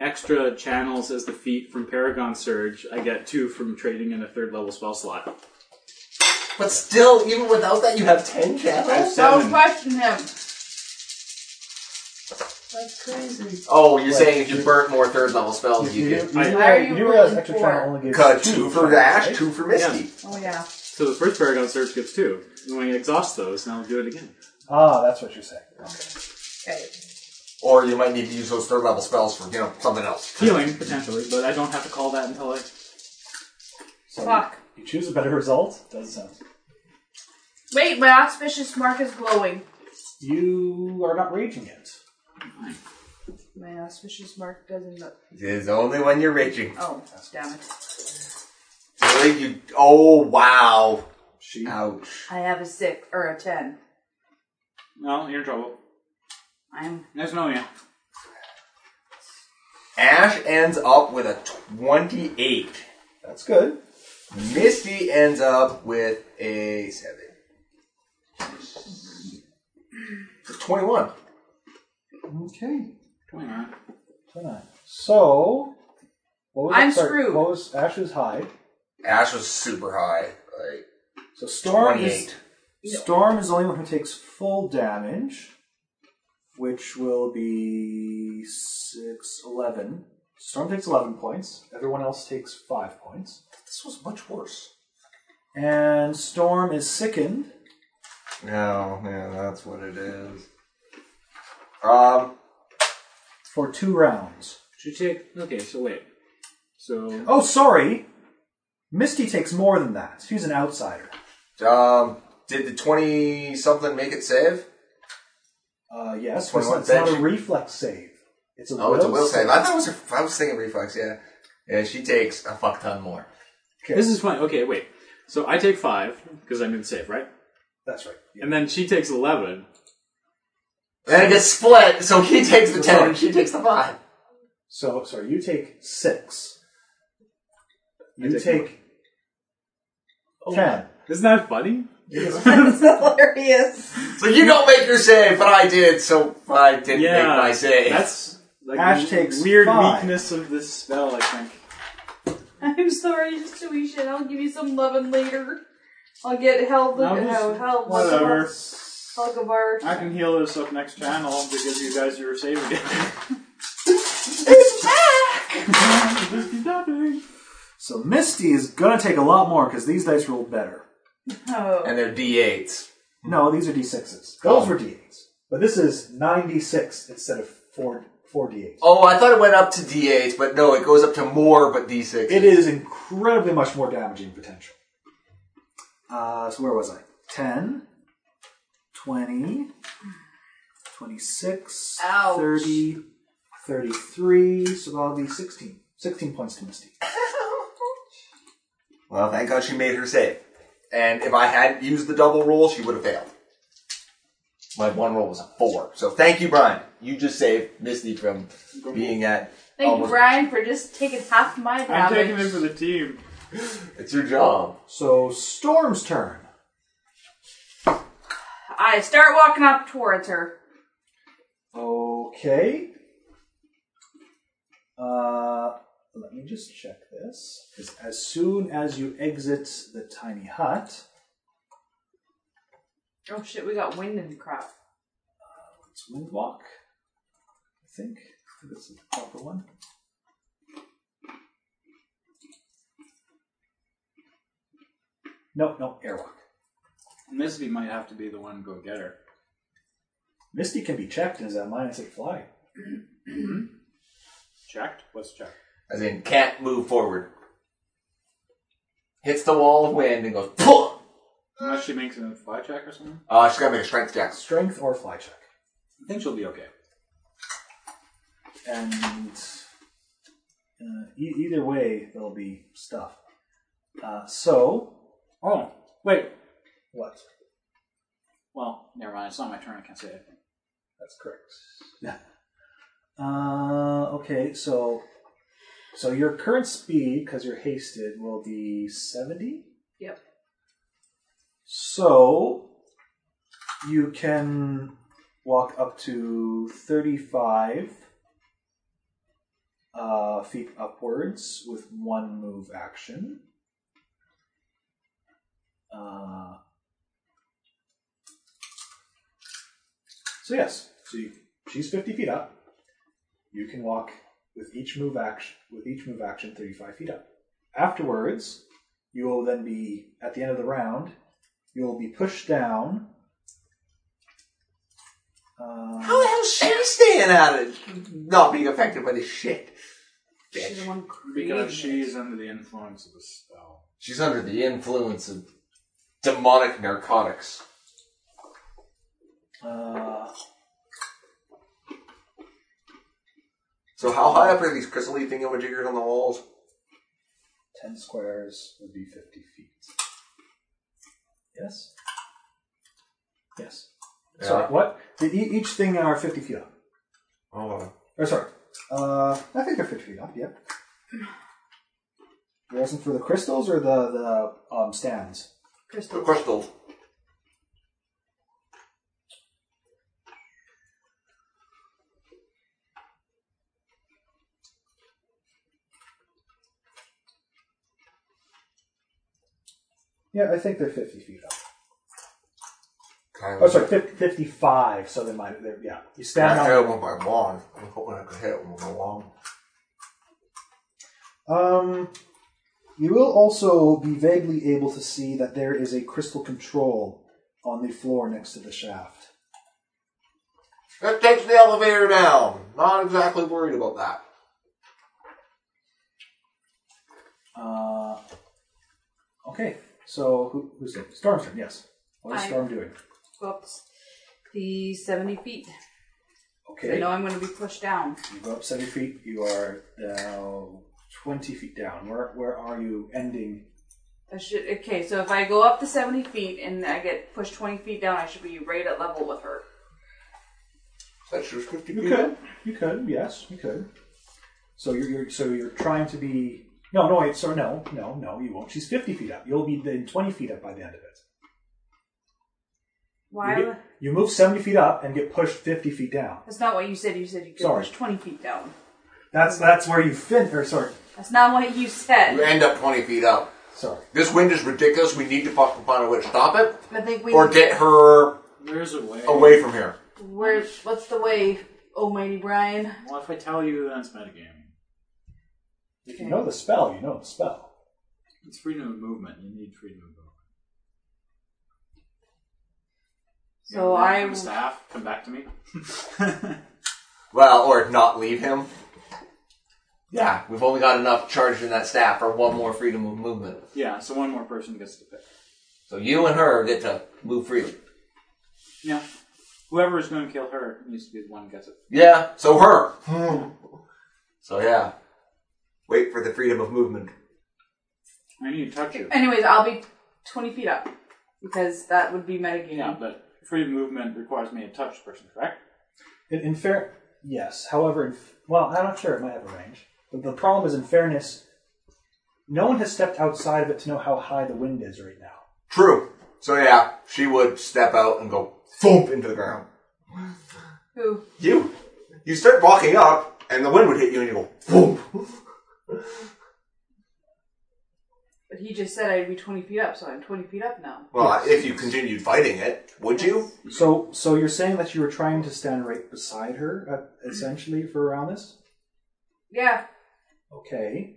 Speaker 3: extra channels as the feat from Paragon Surge, I get two from trading in a third level spell slot.
Speaker 9: But still, even without that, you have 10
Speaker 3: I have
Speaker 5: Don't
Speaker 9: channels?
Speaker 3: seven.
Speaker 5: question him.
Speaker 9: Oh, you're saying if you burnt more third level spells,
Speaker 4: You,
Speaker 9: you
Speaker 4: you,
Speaker 9: get.
Speaker 4: do- you do
Speaker 3: I-
Speaker 4: realize- you do realize
Speaker 5: Why are you
Speaker 4: extra
Speaker 5: rolling
Speaker 4: channel only gives
Speaker 9: Cut two for
Speaker 4: channels,
Speaker 9: Ash,
Speaker 4: right?
Speaker 9: two for Misty.
Speaker 5: Oh yeah.
Speaker 3: So the first Paragon Surge gives two. And when I exhaust those, and I'll do it again.
Speaker 4: Ah, that's what you're saying.
Speaker 5: Okay.
Speaker 9: Or you might need to use those third level spells for, you know, something else.
Speaker 3: Healing potentially, but I don't have to call that until I
Speaker 4: So
Speaker 5: Fuck.
Speaker 4: You choose a better result. Does sound.
Speaker 5: Wait, my auspicious mark is glowing.
Speaker 4: You are not raging yet.
Speaker 5: My auspicious mark doesn't look.
Speaker 9: It is only when you're raging.
Speaker 5: Oh, damn it.
Speaker 9: Really? You. Oh, wow.
Speaker 4: She
Speaker 9: Ouch.
Speaker 5: I have a six or a ten.
Speaker 3: No, you're in trouble.
Speaker 5: I'm
Speaker 3: There's no yeah.
Speaker 9: Ash ends up with a 28.
Speaker 4: That's good.
Speaker 9: Misty ends up with a 7. It's 21.
Speaker 4: Okay.
Speaker 3: Twenty-nine.
Speaker 4: Tonight. So, what was
Speaker 5: I'm
Speaker 4: sorry,
Speaker 5: screwed.
Speaker 4: What was Ash's high?
Speaker 9: Ash was super high. Like,
Speaker 4: So storm is
Speaker 9: 28.
Speaker 4: storm is the only one who takes full damage, which will be six eleven. Storm takes eleven points. Everyone else takes five points.
Speaker 9: This was much worse.
Speaker 4: And storm is sickened.
Speaker 9: No, yeah, Oh, that's what it is. Um,
Speaker 4: for two rounds.
Speaker 3: Should take okay, so wait. So
Speaker 4: Oh, sorry. Misty takes more than that. She's an outsider.
Speaker 9: um, did the twenty something make it save?
Speaker 4: Uh, yes, but
Speaker 9: 21
Speaker 4: it's not a
Speaker 9: save.
Speaker 4: reflex save. It's a
Speaker 9: Oh,
Speaker 4: will
Speaker 9: it's a will save.
Speaker 4: save.
Speaker 9: I thought it was. A, I was thinking reflex. Yeah, yeah. She takes a fuck ton more.
Speaker 3: this is fine. Okay, wait. So I take five, because I'm in safe, right?
Speaker 4: That's right. Yeah.
Speaker 3: And then she takes eleven.
Speaker 9: Then it gets split, so he takes the ten and she takes the five.
Speaker 4: So, sorry, you take six.
Speaker 3: I
Speaker 4: You
Speaker 3: take
Speaker 4: take ten.
Speaker 3: Isn't that funny?
Speaker 5: hilarious.
Speaker 9: So you don't make your save, but I did. So I didn't make my save.
Speaker 3: That's like
Speaker 4: Ash
Speaker 3: the
Speaker 4: takes
Speaker 3: weird
Speaker 4: five.
Speaker 3: weakness of this spell, I think.
Speaker 5: I'm sorry, just to eat shit. I'll give you some loving later. I'll get held.
Speaker 3: No,
Speaker 5: held-
Speaker 3: just-
Speaker 5: held-
Speaker 3: whatever.
Speaker 5: Helgavar.
Speaker 3: I can heal this up next channel because you guys are saving it. it's back!
Speaker 4: So Misty is gonna take a lot more because these dice rolled better.
Speaker 5: Oh.
Speaker 9: and they're D eights.
Speaker 4: No, these are d6s. Those were d8s, but this is nine d6 instead of four four d8s.
Speaker 9: Oh, I thought it went up to D eights, but no, it goes up to more, but D six.
Speaker 4: It is incredibly much more damaging potential. Uh, so where was I? 10, 20, 26,
Speaker 5: Ouch.
Speaker 4: 30, 33, so that'll be 16. 16 points to Misty.
Speaker 2: Well, thank God she made her save. And if I hadn't used the double roll, she would have failed. My one roll was a four. So thank you, Brian. You just saved Misty from being at.
Speaker 5: Thank
Speaker 2: Almost.
Speaker 5: you, Brian, for just taking half my
Speaker 3: I'm
Speaker 5: damage.
Speaker 3: taking it for the team.
Speaker 2: It's your job.
Speaker 4: So Storm's turn.
Speaker 5: I start walking up towards her.
Speaker 4: Okay. Uh, let me just check this. 'Cause as soon as you exit the tiny hut,
Speaker 5: Oh shit, we got wind and crap.
Speaker 4: it's Windwalk, I think. I think that's the proper one. No, no, Airwalk.
Speaker 3: Misty might have to be the one to go get her.
Speaker 4: Misty can be checked as a minus eight fly.
Speaker 3: Checked? What's checked?
Speaker 9: As in, can't move forward. Hits the wall of wind and goes, Poof!
Speaker 3: Unless she makes a fly check or something.
Speaker 9: Uh, she's gotta make a strength check.
Speaker 4: Strength or fly check.
Speaker 3: I think she'll be okay.
Speaker 4: and uh, e- either way, there'll be stuff. Uh, so
Speaker 3: Oh, wait.
Speaker 4: what?
Speaker 3: Well, never mind. It's not my turn. I can't say it.
Speaker 4: That's correct. uh, okay, so so your current speed, because you're hasted, will be seventy.
Speaker 5: Yep.
Speaker 4: So you can walk up to thirty-five uh, feet upwards with one move action. Uh, so yes, so you, she's fifty feet up. You can walk with each move action with each move action thirty-five feet up. Afterwards, you will then be at the end of the round. You will be pushed down. Uh,
Speaker 2: How the hell's she staying out of not being affected by this shit?
Speaker 5: She's the one creating
Speaker 3: Because
Speaker 5: it.
Speaker 3: she's under the influence of the spell.
Speaker 9: She's under the influence of demonic narcotics.
Speaker 4: uh,
Speaker 2: So how high up are these crystal thingamajiggers on the walls?
Speaker 4: 10 squares would be 50 feet. Yes? Yes. Sorry, what? The- e- Each thing are 50 feet up.
Speaker 2: Oh,
Speaker 4: Or sorry. Uh, I think they're 50 feet up, yep. You're asking for the crystals or the, the um, stands?
Speaker 2: the
Speaker 5: Crystal.
Speaker 2: crystals.
Speaker 4: Yeah, I think they're 50 feet up.
Speaker 2: Kind
Speaker 4: Oh, sorry, 50, 55, so they might, they're, yeah. You
Speaker 2: I
Speaker 4: stand on.
Speaker 2: hit it with my wand. I'm hoping I could hit it with my wand.
Speaker 4: Um, you will also be vaguely able to see that there is a crystal control on the floor next to the shaft.
Speaker 2: That takes the elevator down. Not exactly worried about that.
Speaker 4: Uh, okay, so who, who's it? Storm's turn, yes. What is
Speaker 5: I-
Speaker 4: Storm doing?
Speaker 5: Go up the 70 feet.
Speaker 4: Okay,
Speaker 5: I know I'm going to be pushed down.
Speaker 4: you go up 70 feet, you are now 20 feet down. Where, where are you ending?
Speaker 5: I should, okay, so if I go up the 70 feet and I get pushed 20 feet down, I should be right at level with her.
Speaker 2: That's just 50
Speaker 4: You
Speaker 2: feet.
Speaker 4: could, you could, yes, you could. So you're, you're so you're trying to be. No, no, wait, sorry, no, no, no, you won't. She's 50 feet up. You'll be then 20 feet up by the end of it.
Speaker 5: Why?
Speaker 4: You,
Speaker 5: would-
Speaker 4: get- you move 70 feet up and get pushed 50 feet down.
Speaker 5: That's not what you said. You said you could
Speaker 4: Sorry.
Speaker 5: push 20 feet down.
Speaker 4: That's that's where you fin. Or sorry,
Speaker 5: That's not what you said.
Speaker 9: You end up 20 feet up.
Speaker 4: sorry.
Speaker 9: This wind is ridiculous. We need to fucking find a way to stop it
Speaker 5: I think we.
Speaker 9: or get her
Speaker 3: There's a way.
Speaker 9: away from here.
Speaker 5: Where, what's the way, Almighty Brian?
Speaker 3: Well, if I tell you, then it's metagame.
Speaker 4: If you know the spell, you know the spell.
Speaker 3: It's freedom of movement. You need freedom of movement.
Speaker 5: So
Speaker 3: Yeah,
Speaker 5: I.
Speaker 3: the staff come back to me.
Speaker 9: Well, or not leave him. Yeah, we've only got enough charge in that staff for one more freedom of movement.
Speaker 3: yeah, so one more person gets to pick.
Speaker 9: So you and her get to move freely.
Speaker 3: Yeah. Whoever is going to kill her needs to be the one who gets it.
Speaker 9: Yeah, so her. so yeah. Wait for the freedom of movement.
Speaker 3: I need to touch you.
Speaker 5: Anyways, I'll be 20 feet up because that would be metagaming.
Speaker 3: Yeah, but free movement requires me to touch the person, correct?
Speaker 4: In, in fair, yes. However, in, f- well, I'm not sure. It might have a range. But the problem is, in fairness, no one has stepped outside of it to know how high the wind is right now.
Speaker 9: True. So yeah, she would step out and go thump into the ground.
Speaker 5: Who?
Speaker 9: You. You start walking up, and the wind would hit you, and you go thump.
Speaker 5: But he just said I'd be 20 feet up, so I'm 20 feet up now.
Speaker 9: Well, if you continued fighting it, would you?
Speaker 4: So, so you're saying that you were trying to stand right beside her, uh, essentially, for around this?
Speaker 5: Yeah.
Speaker 4: Okay.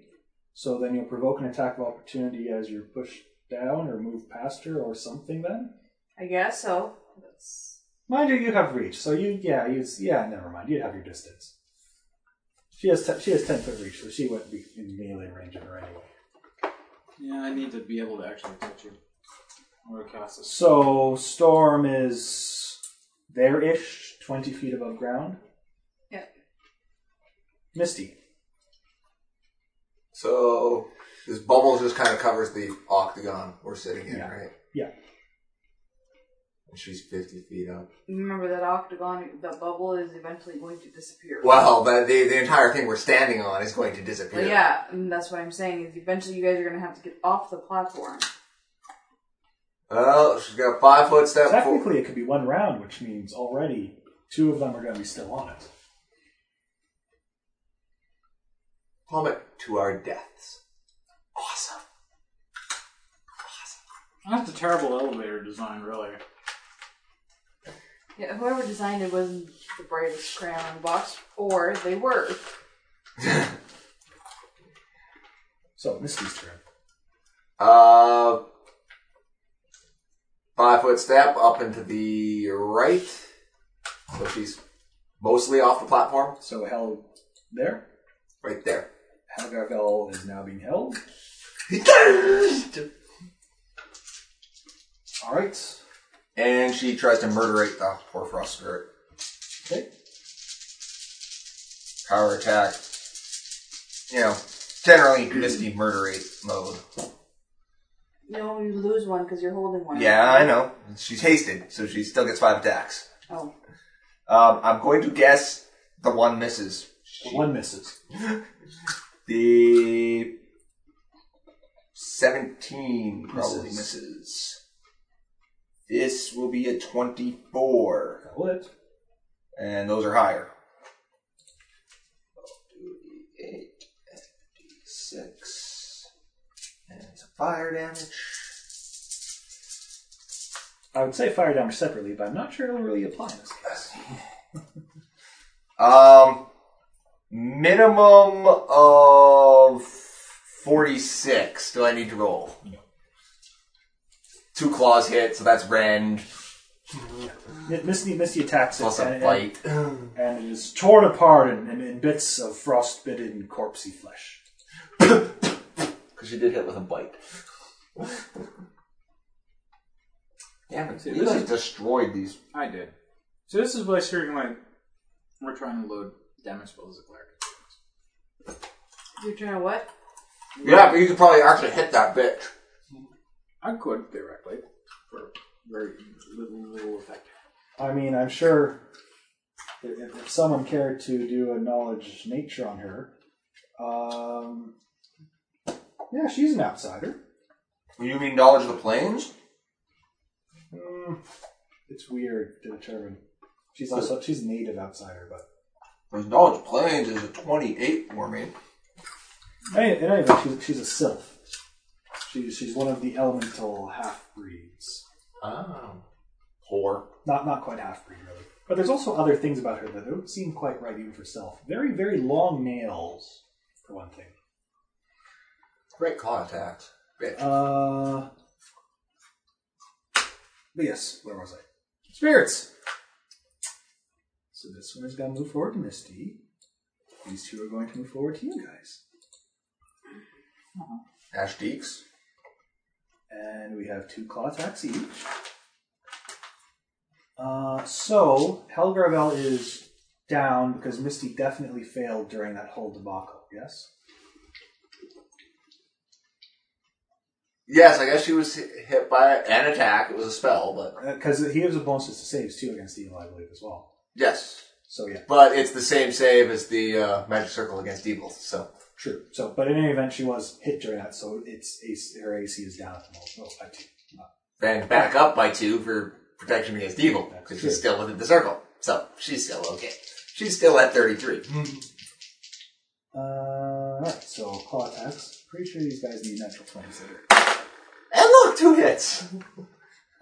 Speaker 4: So then you'll provoke an attack of opportunity as you're pushed down or move past her or something. Then,
Speaker 5: I guess so. That's...
Speaker 4: mind you, you have reach. So you, yeah, you, yeah. Never mind. You have your distance. She has te- she has ten foot reach, so she wouldn't be in melee range of her anyway.
Speaker 3: Yeah, I need to be able to actually touch you. I'm going to cast this.
Speaker 4: So storm is there ish, twenty feet above ground.
Speaker 5: Yeah.
Speaker 4: Misty.
Speaker 9: So this bubble just kind of covers the octagon we're sitting in,
Speaker 4: Yeah.
Speaker 9: right?
Speaker 4: Yeah.
Speaker 9: And she's fifty feet up.
Speaker 5: Remember that octagon, the bubble is eventually going to disappear.
Speaker 9: Well, the, the the entire thing we're standing on is going to
Speaker 5: Well,
Speaker 9: disappear.
Speaker 5: yeah, and that's what I'm saying is eventually you guys are going to have to get off the platform.
Speaker 9: Well, she's got five foot step. forward.
Speaker 4: Technically, it could be one round, which means already two of them are going to be still on it.
Speaker 9: plummet to our deaths. Awesome.
Speaker 3: That's a terrible elevator design, really.
Speaker 5: Yeah, whoever designed it wasn't the brightest crayon in the box, or they were.
Speaker 4: So Misty's turn.
Speaker 9: Uh, five foot step up into the right. So she's mostly off the platform,
Speaker 4: So held there.
Speaker 9: right there.
Speaker 4: Helgarvel is now being held. All right.
Speaker 9: And she tries to murderate the Horfrost spirit.
Speaker 4: Okay.
Speaker 9: Power attack. You know, generally Misty murderate mode.
Speaker 5: No, you lose one because you're holding one.
Speaker 9: Yeah, I know. She's hasted, so she still gets five attacks.
Speaker 5: Oh,
Speaker 9: Um, I'm going to guess the one misses.
Speaker 4: The one misses.
Speaker 9: The 17 probably
Speaker 4: Misses.
Speaker 9: misses. This will be a 24.
Speaker 4: That will it.
Speaker 9: And those are higher. 8, 6. And some fire damage.
Speaker 4: I would say fire damage separately, but I'm not sure it'll really apply in this case.
Speaker 9: Um, minimum of 46. uh, Do I need to roll? Two claws hit, so that's rend.
Speaker 4: Mi- Misty, Misty attacks it,
Speaker 9: Plus a
Speaker 4: and,
Speaker 9: bite.
Speaker 4: and it is torn apart in, in, in bits of frostbitten, corpsey flesh.
Speaker 9: Because she did hit with a bite. Damn it.
Speaker 3: See,
Speaker 9: You
Speaker 3: this
Speaker 9: guys
Speaker 3: is-
Speaker 9: destroyed these.
Speaker 3: I did. So this is why Siri like we're trying to load damage spells as a cleric.
Speaker 5: you're trying to what?
Speaker 9: Yeah, but you could probably actually hit that bitch.
Speaker 3: I could directly for very little, little effect.
Speaker 4: I mean, I'm sure if, if- if someone cared to do a knowledge nature on her, um, yeah, she's an outsider.
Speaker 9: You mean knowledge of the planes?
Speaker 4: Hmm, it's weird to determine. She's also she's a native outsider, but
Speaker 9: Because knowledge of planes is a 28 for me.
Speaker 4: Any- in any event, she's, she's a sylph. She's she's one of the elemental half breeds.
Speaker 9: Oh. Whore.
Speaker 4: Not not quite half breed really. But there's also other things about her that don't seem quite right even for self. Very very long nails, for one thing.
Speaker 9: Great claw attacks. Bitch.
Speaker 4: Uh, but yes, where was I? Spirits. So this one is going to move forward to Misty. These two are going to move forward to you guys.
Speaker 9: Ash Deeks.
Speaker 4: And we have two claw attacks each. Uh, so Helgravel is down because Misty definitely failed during that whole debacle. Yes.
Speaker 9: Yes, I guess she was hi- hit by an attack. It was a spell, but
Speaker 4: Because Uh, he has a bonus to saves too against evil, I believe, as well.
Speaker 9: yes.
Speaker 4: So yeah,
Speaker 9: But it's the same save as the uh, magic circle against evil. So
Speaker 4: true. So, but in any event, she was hit during that, so it's AC, her AC is down at the moment. Well, by two.
Speaker 9: then back up by two for protection against evil because she's still within the circle. So she's still okay. She's still at thirty-three.
Speaker 4: Uh, all right. So claw attacks. Pretty sure these guys need natural twenties later.
Speaker 9: And look, two hits.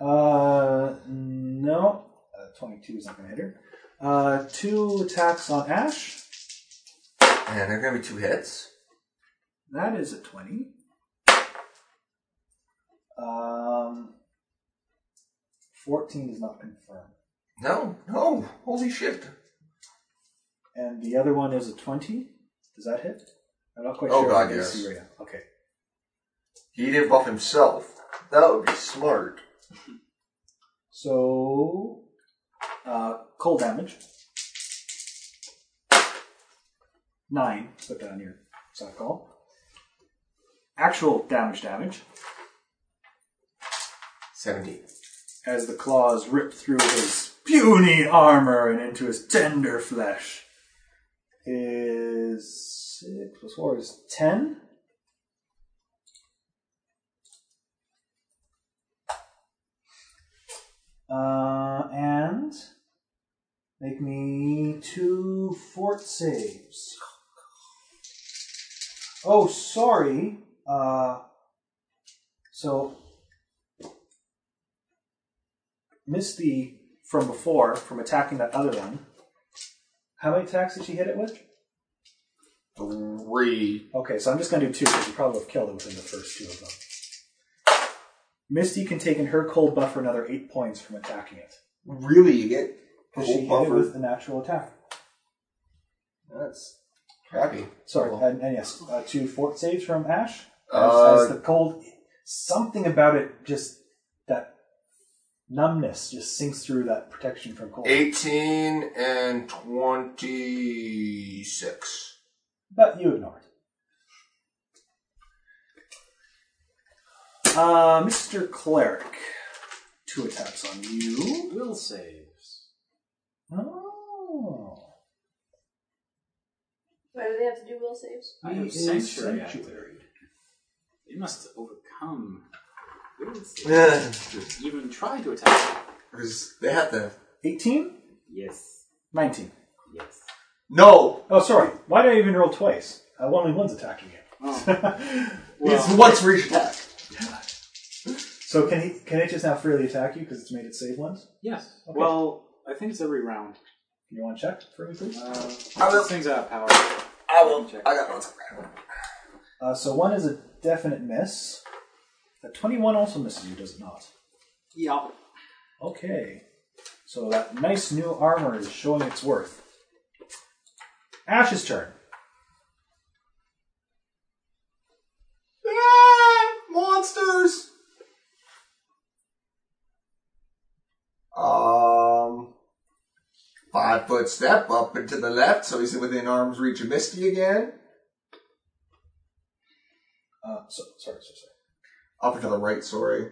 Speaker 4: Uh, no. Uh, 22 is not going to hit her. Uh, two attacks on Ash.
Speaker 9: And they're gonna be two hits.
Speaker 4: That is a 20. Um, 14 does not confirm.
Speaker 9: No, no. Holy shit.
Speaker 4: And the other one is a 20. Does that hit? I'm not quite
Speaker 9: Oh,
Speaker 4: sure.
Speaker 9: God,
Speaker 4: I can
Speaker 9: yes.
Speaker 4: see right now. Okay.
Speaker 9: He didn't buff himself. That would be smart.
Speaker 4: So, uh, cold damage. Nine. Put that on your side call. Actual damage damage
Speaker 9: Seventeen.
Speaker 4: as the claws rip through his puny armor and into his tender flesh is six plus four is ten. Uh, and make me two fort saves. Oh, sorry. Uh, so Misty from before, from attacking that other one. How many attacks did she hit it with?
Speaker 9: Three.
Speaker 4: Okay, so I'm just going to do two because you probably have killed it within the first two of them. Misty can take in her cold buff for another eight points from attacking it.
Speaker 2: Really, you get
Speaker 4: Because she hit it
Speaker 2: buffer.
Speaker 4: with a natural attack.
Speaker 2: That's crappy.
Speaker 4: Sorry,
Speaker 2: Cool.
Speaker 4: and, and yes, uh, two fort saves from Ash. As,
Speaker 2: Uh,
Speaker 4: as the cold, something about it just that numbness just sinks through that protection from cold.
Speaker 9: 18 and 26.
Speaker 4: But you ignore it. Uh, Mr. Cleric. Two attacks on you.
Speaker 3: Will saves.
Speaker 4: Oh.
Speaker 8: Why do they have to do will saves?
Speaker 3: I have
Speaker 4: He
Speaker 3: sanctuary
Speaker 4: is
Speaker 3: activated. They must overcome. Will saves.
Speaker 9: Yeah,
Speaker 3: Even try to attack.
Speaker 9: 'cause they have to.
Speaker 4: 18?
Speaker 3: Yes.
Speaker 4: 19.
Speaker 3: Yes.
Speaker 9: No!
Speaker 4: Oh, sorry. Why did I even roll twice? Uh, only one's attacking you.
Speaker 3: Oh.
Speaker 9: it's once for each attack.
Speaker 4: so can he? Can it just now freely attack you because it's made it save once?
Speaker 3: Yes.
Speaker 4: Okay.
Speaker 3: Well, I think it's every round.
Speaker 4: You want to check for me, please?
Speaker 3: Uh,
Speaker 9: I will-
Speaker 3: this thing's out of power.
Speaker 9: I will. I got one.
Speaker 4: Uh, so one is a definite miss. A 21 also misses you, does it not?
Speaker 3: Yeah.
Speaker 4: Okay. So that nice new armor is showing its worth. Ash's turn.
Speaker 9: Ah,
Speaker 2: monsters. Um,
Speaker 9: Five foot step up and to the left, so he's within arm's reach of Misty again.
Speaker 4: Uh, so, sorry, sorry, sorry.
Speaker 9: Up and to the right, sorry.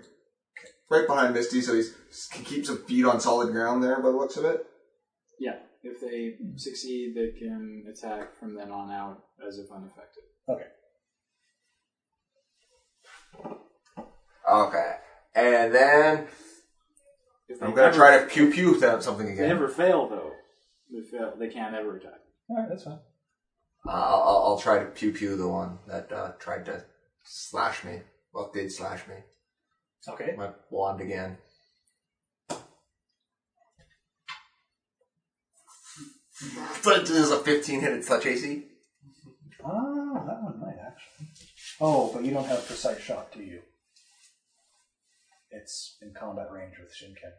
Speaker 9: Right behind Misty, so he's he keeps a feet on solid ground there by the looks of it.
Speaker 3: Yeah. If they succeed, they can attack from then on out as if unaffected.
Speaker 4: Okay.
Speaker 9: Okay. And then
Speaker 3: If they
Speaker 9: I'm gonna
Speaker 3: ever-
Speaker 9: try to pew pew them something
Speaker 3: If they
Speaker 9: again.
Speaker 3: never fail, though, they, fail, they can't ever attack.
Speaker 4: All right, that's fine.
Speaker 9: Uh, I'll, I'll- I'll try to pew pew the one that uh, tried to slash me. Well, did slash me.
Speaker 4: Okay.
Speaker 9: My wand again. But this is a 15 hit sledge AC.
Speaker 4: Ah, that one might actually. Oh, but you don't have precise shot, do you? It's in combat range with Shinken.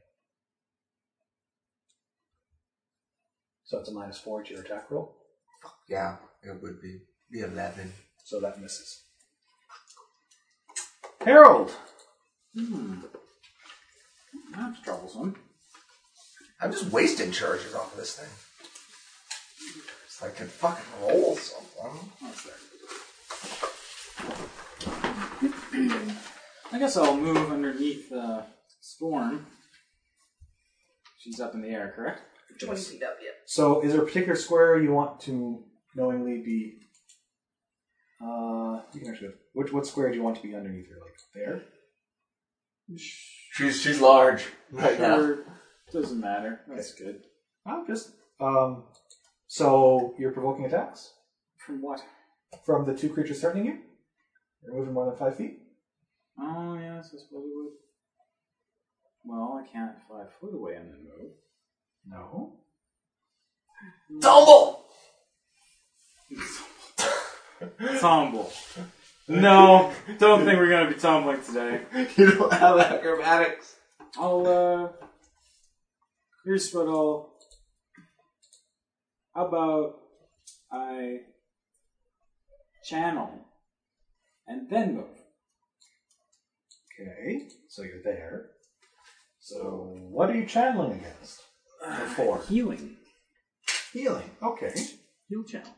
Speaker 4: So it's a minus four to your attack roll,
Speaker 9: Yeah, it would be the 11.
Speaker 4: so that misses. Harold!
Speaker 3: That's troublesome.
Speaker 2: I'm just wasting charges off of this thing. So I could fucking roll something.
Speaker 3: I guess I'll move underneath uh, Storm. She's up in the air, correct?
Speaker 5: 20 feet up, yeah.
Speaker 4: So, is there a particular square you want to knowingly be? Uh, you can actually. Which what square do you want to be underneath her? Like there?
Speaker 9: She's she's large.
Speaker 2: Right
Speaker 3: Sure. Doesn't matter. That's good.
Speaker 4: I'm Uh, just. Um, so you're provoking attacks
Speaker 3: From what?
Speaker 4: from the two creatures threatening you. You're moving more than five feet.
Speaker 3: Oh yes, I suppose it would. Well, I can't five foot away and then move.
Speaker 4: No.
Speaker 9: Tumble!
Speaker 3: Tumble. No, don't think we're gonna be tumbling today.
Speaker 2: You don't have acrobatics.
Speaker 3: I'll uh here's what I'll how about I channel and then move.
Speaker 4: Okay. So you're there. So what are you channeling against? Before
Speaker 3: Healing.
Speaker 4: healing. Okay.
Speaker 3: Heal channel.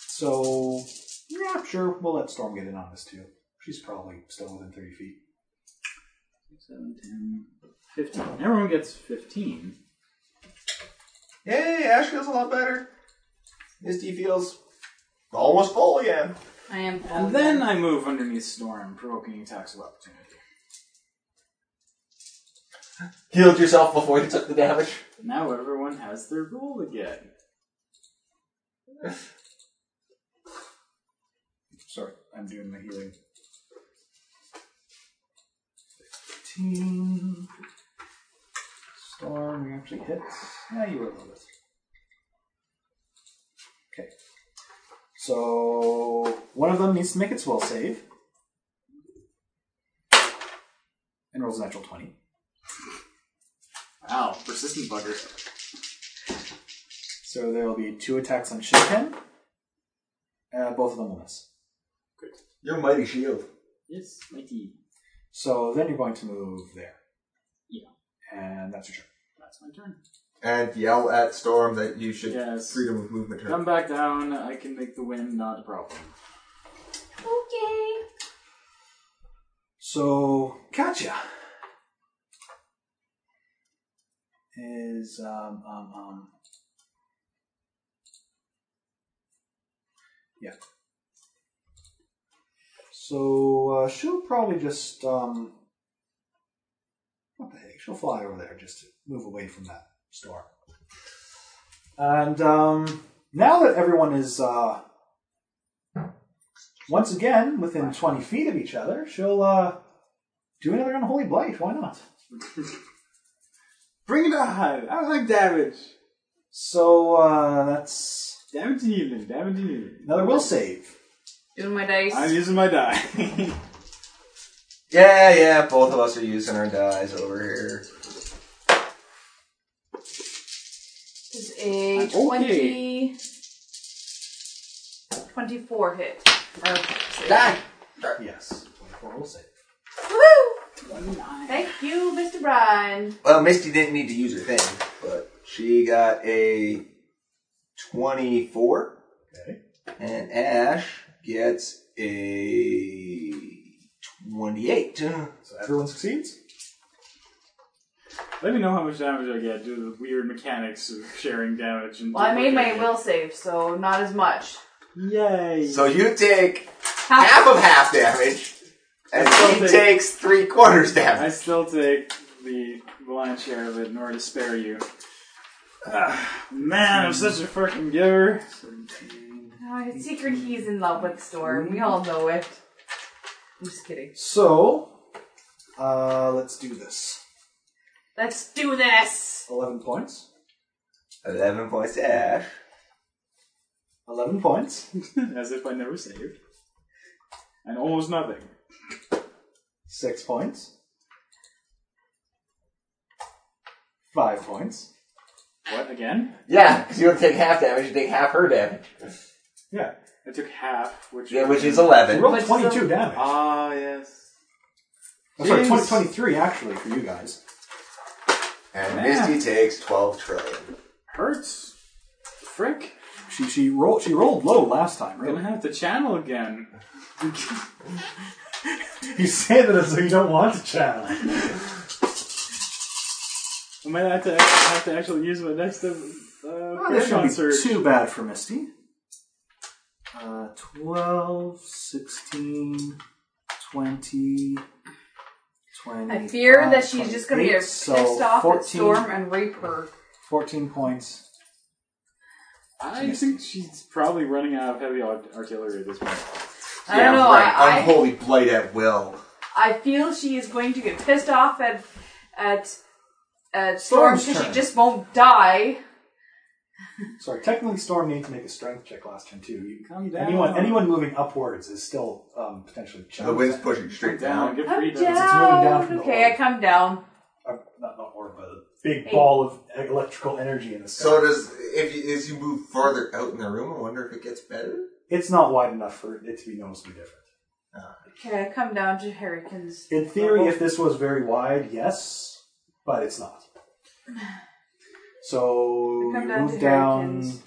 Speaker 4: So yeah, sure. We'll let Storm get in on this too. She's probably still within thirty feet.
Speaker 3: Seven, ten, fifteen. Everyone gets fifteen.
Speaker 2: Yay, Ash feels a lot better. Misty feels almost full again.
Speaker 5: I am.
Speaker 3: And then I move underneath Storm, provoking attacks of opportunity.
Speaker 2: Healed yourself before you took the damage.
Speaker 3: Now everyone has their roll again.
Speaker 4: Sorry, I'm doing my healing. 15. Storm actually hits. Yeah, you were a little bit. Okay. So, one of them needs to make its will save. And rolls a natural 20.
Speaker 3: Wow, persistent buggers.
Speaker 4: So there will be two attacks on Shinken. Uh, both of them will miss.
Speaker 2: Your mighty shield.
Speaker 3: Yes, mighty.
Speaker 4: So then you're going to move there.
Speaker 3: Yeah.
Speaker 4: And that's your turn.
Speaker 3: That's my turn.
Speaker 2: And yell at Storm that you should
Speaker 3: Yes.
Speaker 2: freedom of movement her.
Speaker 3: Come back down. I can make the wind not a problem.
Speaker 8: Okay.
Speaker 4: So, Katya is um, um, um, yeah. So uh, she'll probably just um, what the heck? She'll fly over there just to move away from that storm. And um, now that everyone is uh, once again within twenty feet of each other, she'll uh, do another unholy blight. Why not?
Speaker 3: Bring it on! I like damage.
Speaker 4: So uh, that's
Speaker 3: Damage and healing. Damage and healing.
Speaker 4: another will save.
Speaker 5: Doing my dice.
Speaker 3: I'm using my die.
Speaker 2: Yeah, yeah, both of us are using our dies over here.
Speaker 5: This is a
Speaker 3: Okay.
Speaker 5: 20. 24 hit. Or save.
Speaker 4: Yes, twenty-four will save.
Speaker 5: Woo! Thank you, Mr. Brian.
Speaker 2: Well, Misty didn't need to use her thing, but she got a 24,
Speaker 4: Okay.
Speaker 2: and Ash gets a 28.
Speaker 4: So everyone succeeds.
Speaker 3: Let me know how much damage I get due to the weird mechanics of sharing damage. And
Speaker 5: Well, I made my will save, so not as much.
Speaker 3: Yay!
Speaker 2: So you take half of half damage, and she
Speaker 3: Something.
Speaker 2: takes three quarters
Speaker 3: I
Speaker 2: damage.
Speaker 3: still take the lion's share of it in order to spare you. Ah, man, I'm such a freaking giver.
Speaker 5: Oh, it's secret he's in love with Storm. We all know it. I'm just kidding.
Speaker 4: So, uh, let's do this.
Speaker 5: Let's do this!
Speaker 4: 11 points.
Speaker 2: 11 points to Ash.
Speaker 4: 11 points.
Speaker 3: As if I never saved. And almost nothing.
Speaker 4: 6 points. 5 points.
Speaker 3: What, again?
Speaker 9: Yeah, because you don't take half damage, you take half her damage.
Speaker 4: Yeah.
Speaker 3: I took half, which
Speaker 9: Yeah, which is 11.
Speaker 4: Roll
Speaker 5: Which is
Speaker 4: 22
Speaker 5: a-
Speaker 4: damage.
Speaker 3: Ah, yes.
Speaker 4: I'm sorry,
Speaker 3: Jeez.
Speaker 4: 20, 23 actually for you guys.
Speaker 9: And
Speaker 3: Man.
Speaker 9: Misty takes 12 trillion.
Speaker 3: Hurts. Frick.
Speaker 4: She she rolled she rolled low last time,
Speaker 3: Gonna have to channel again.
Speaker 4: You say that as though you don't want to channel.
Speaker 3: I might have to, I have to actually use my next uh, oh,
Speaker 4: That shouldn't
Speaker 3: concert.
Speaker 4: be too bad for Misty. Uh, 12, 16, 20, 20.
Speaker 5: I fear that she's just going to get pissed off at Storm and rape her.
Speaker 4: 14 points.
Speaker 3: I think she's probably running out of heavy art- artillery at this point.
Speaker 5: I don't know. I, I,
Speaker 9: Unholy blight at will.
Speaker 5: I feel she is going to get pissed off at at at Storm
Speaker 4: Storm's
Speaker 5: because she
Speaker 4: turn.
Speaker 5: just won't die.
Speaker 4: Sorry, technically Storm needs to make a strength check last turn, too. You,
Speaker 3: Calm down.
Speaker 4: anyone, anyone moving upwards is still um, potentially
Speaker 9: The
Speaker 4: challenged.
Speaker 9: wind's pushing straight
Speaker 3: down.
Speaker 9: down.
Speaker 3: Good for
Speaker 5: I'm
Speaker 3: you.
Speaker 5: down.
Speaker 3: Devin.
Speaker 4: down from the
Speaker 5: okay, I
Speaker 4: orb.
Speaker 5: come down.
Speaker 4: Uh, not, not orb, but a big
Speaker 5: Hey.
Speaker 4: ball of electrical energy in the sky.
Speaker 2: So does if you, as you move farther out in the room, I wonder if it gets better.
Speaker 4: it's not wide enough for it to be noticeably different.
Speaker 5: Okay, I come down to Harrykins.
Speaker 4: In theory, if this was very wide, yes, but it's not. So
Speaker 5: I
Speaker 4: you
Speaker 5: come down
Speaker 4: move
Speaker 5: to
Speaker 4: down.
Speaker 5: Harrykins.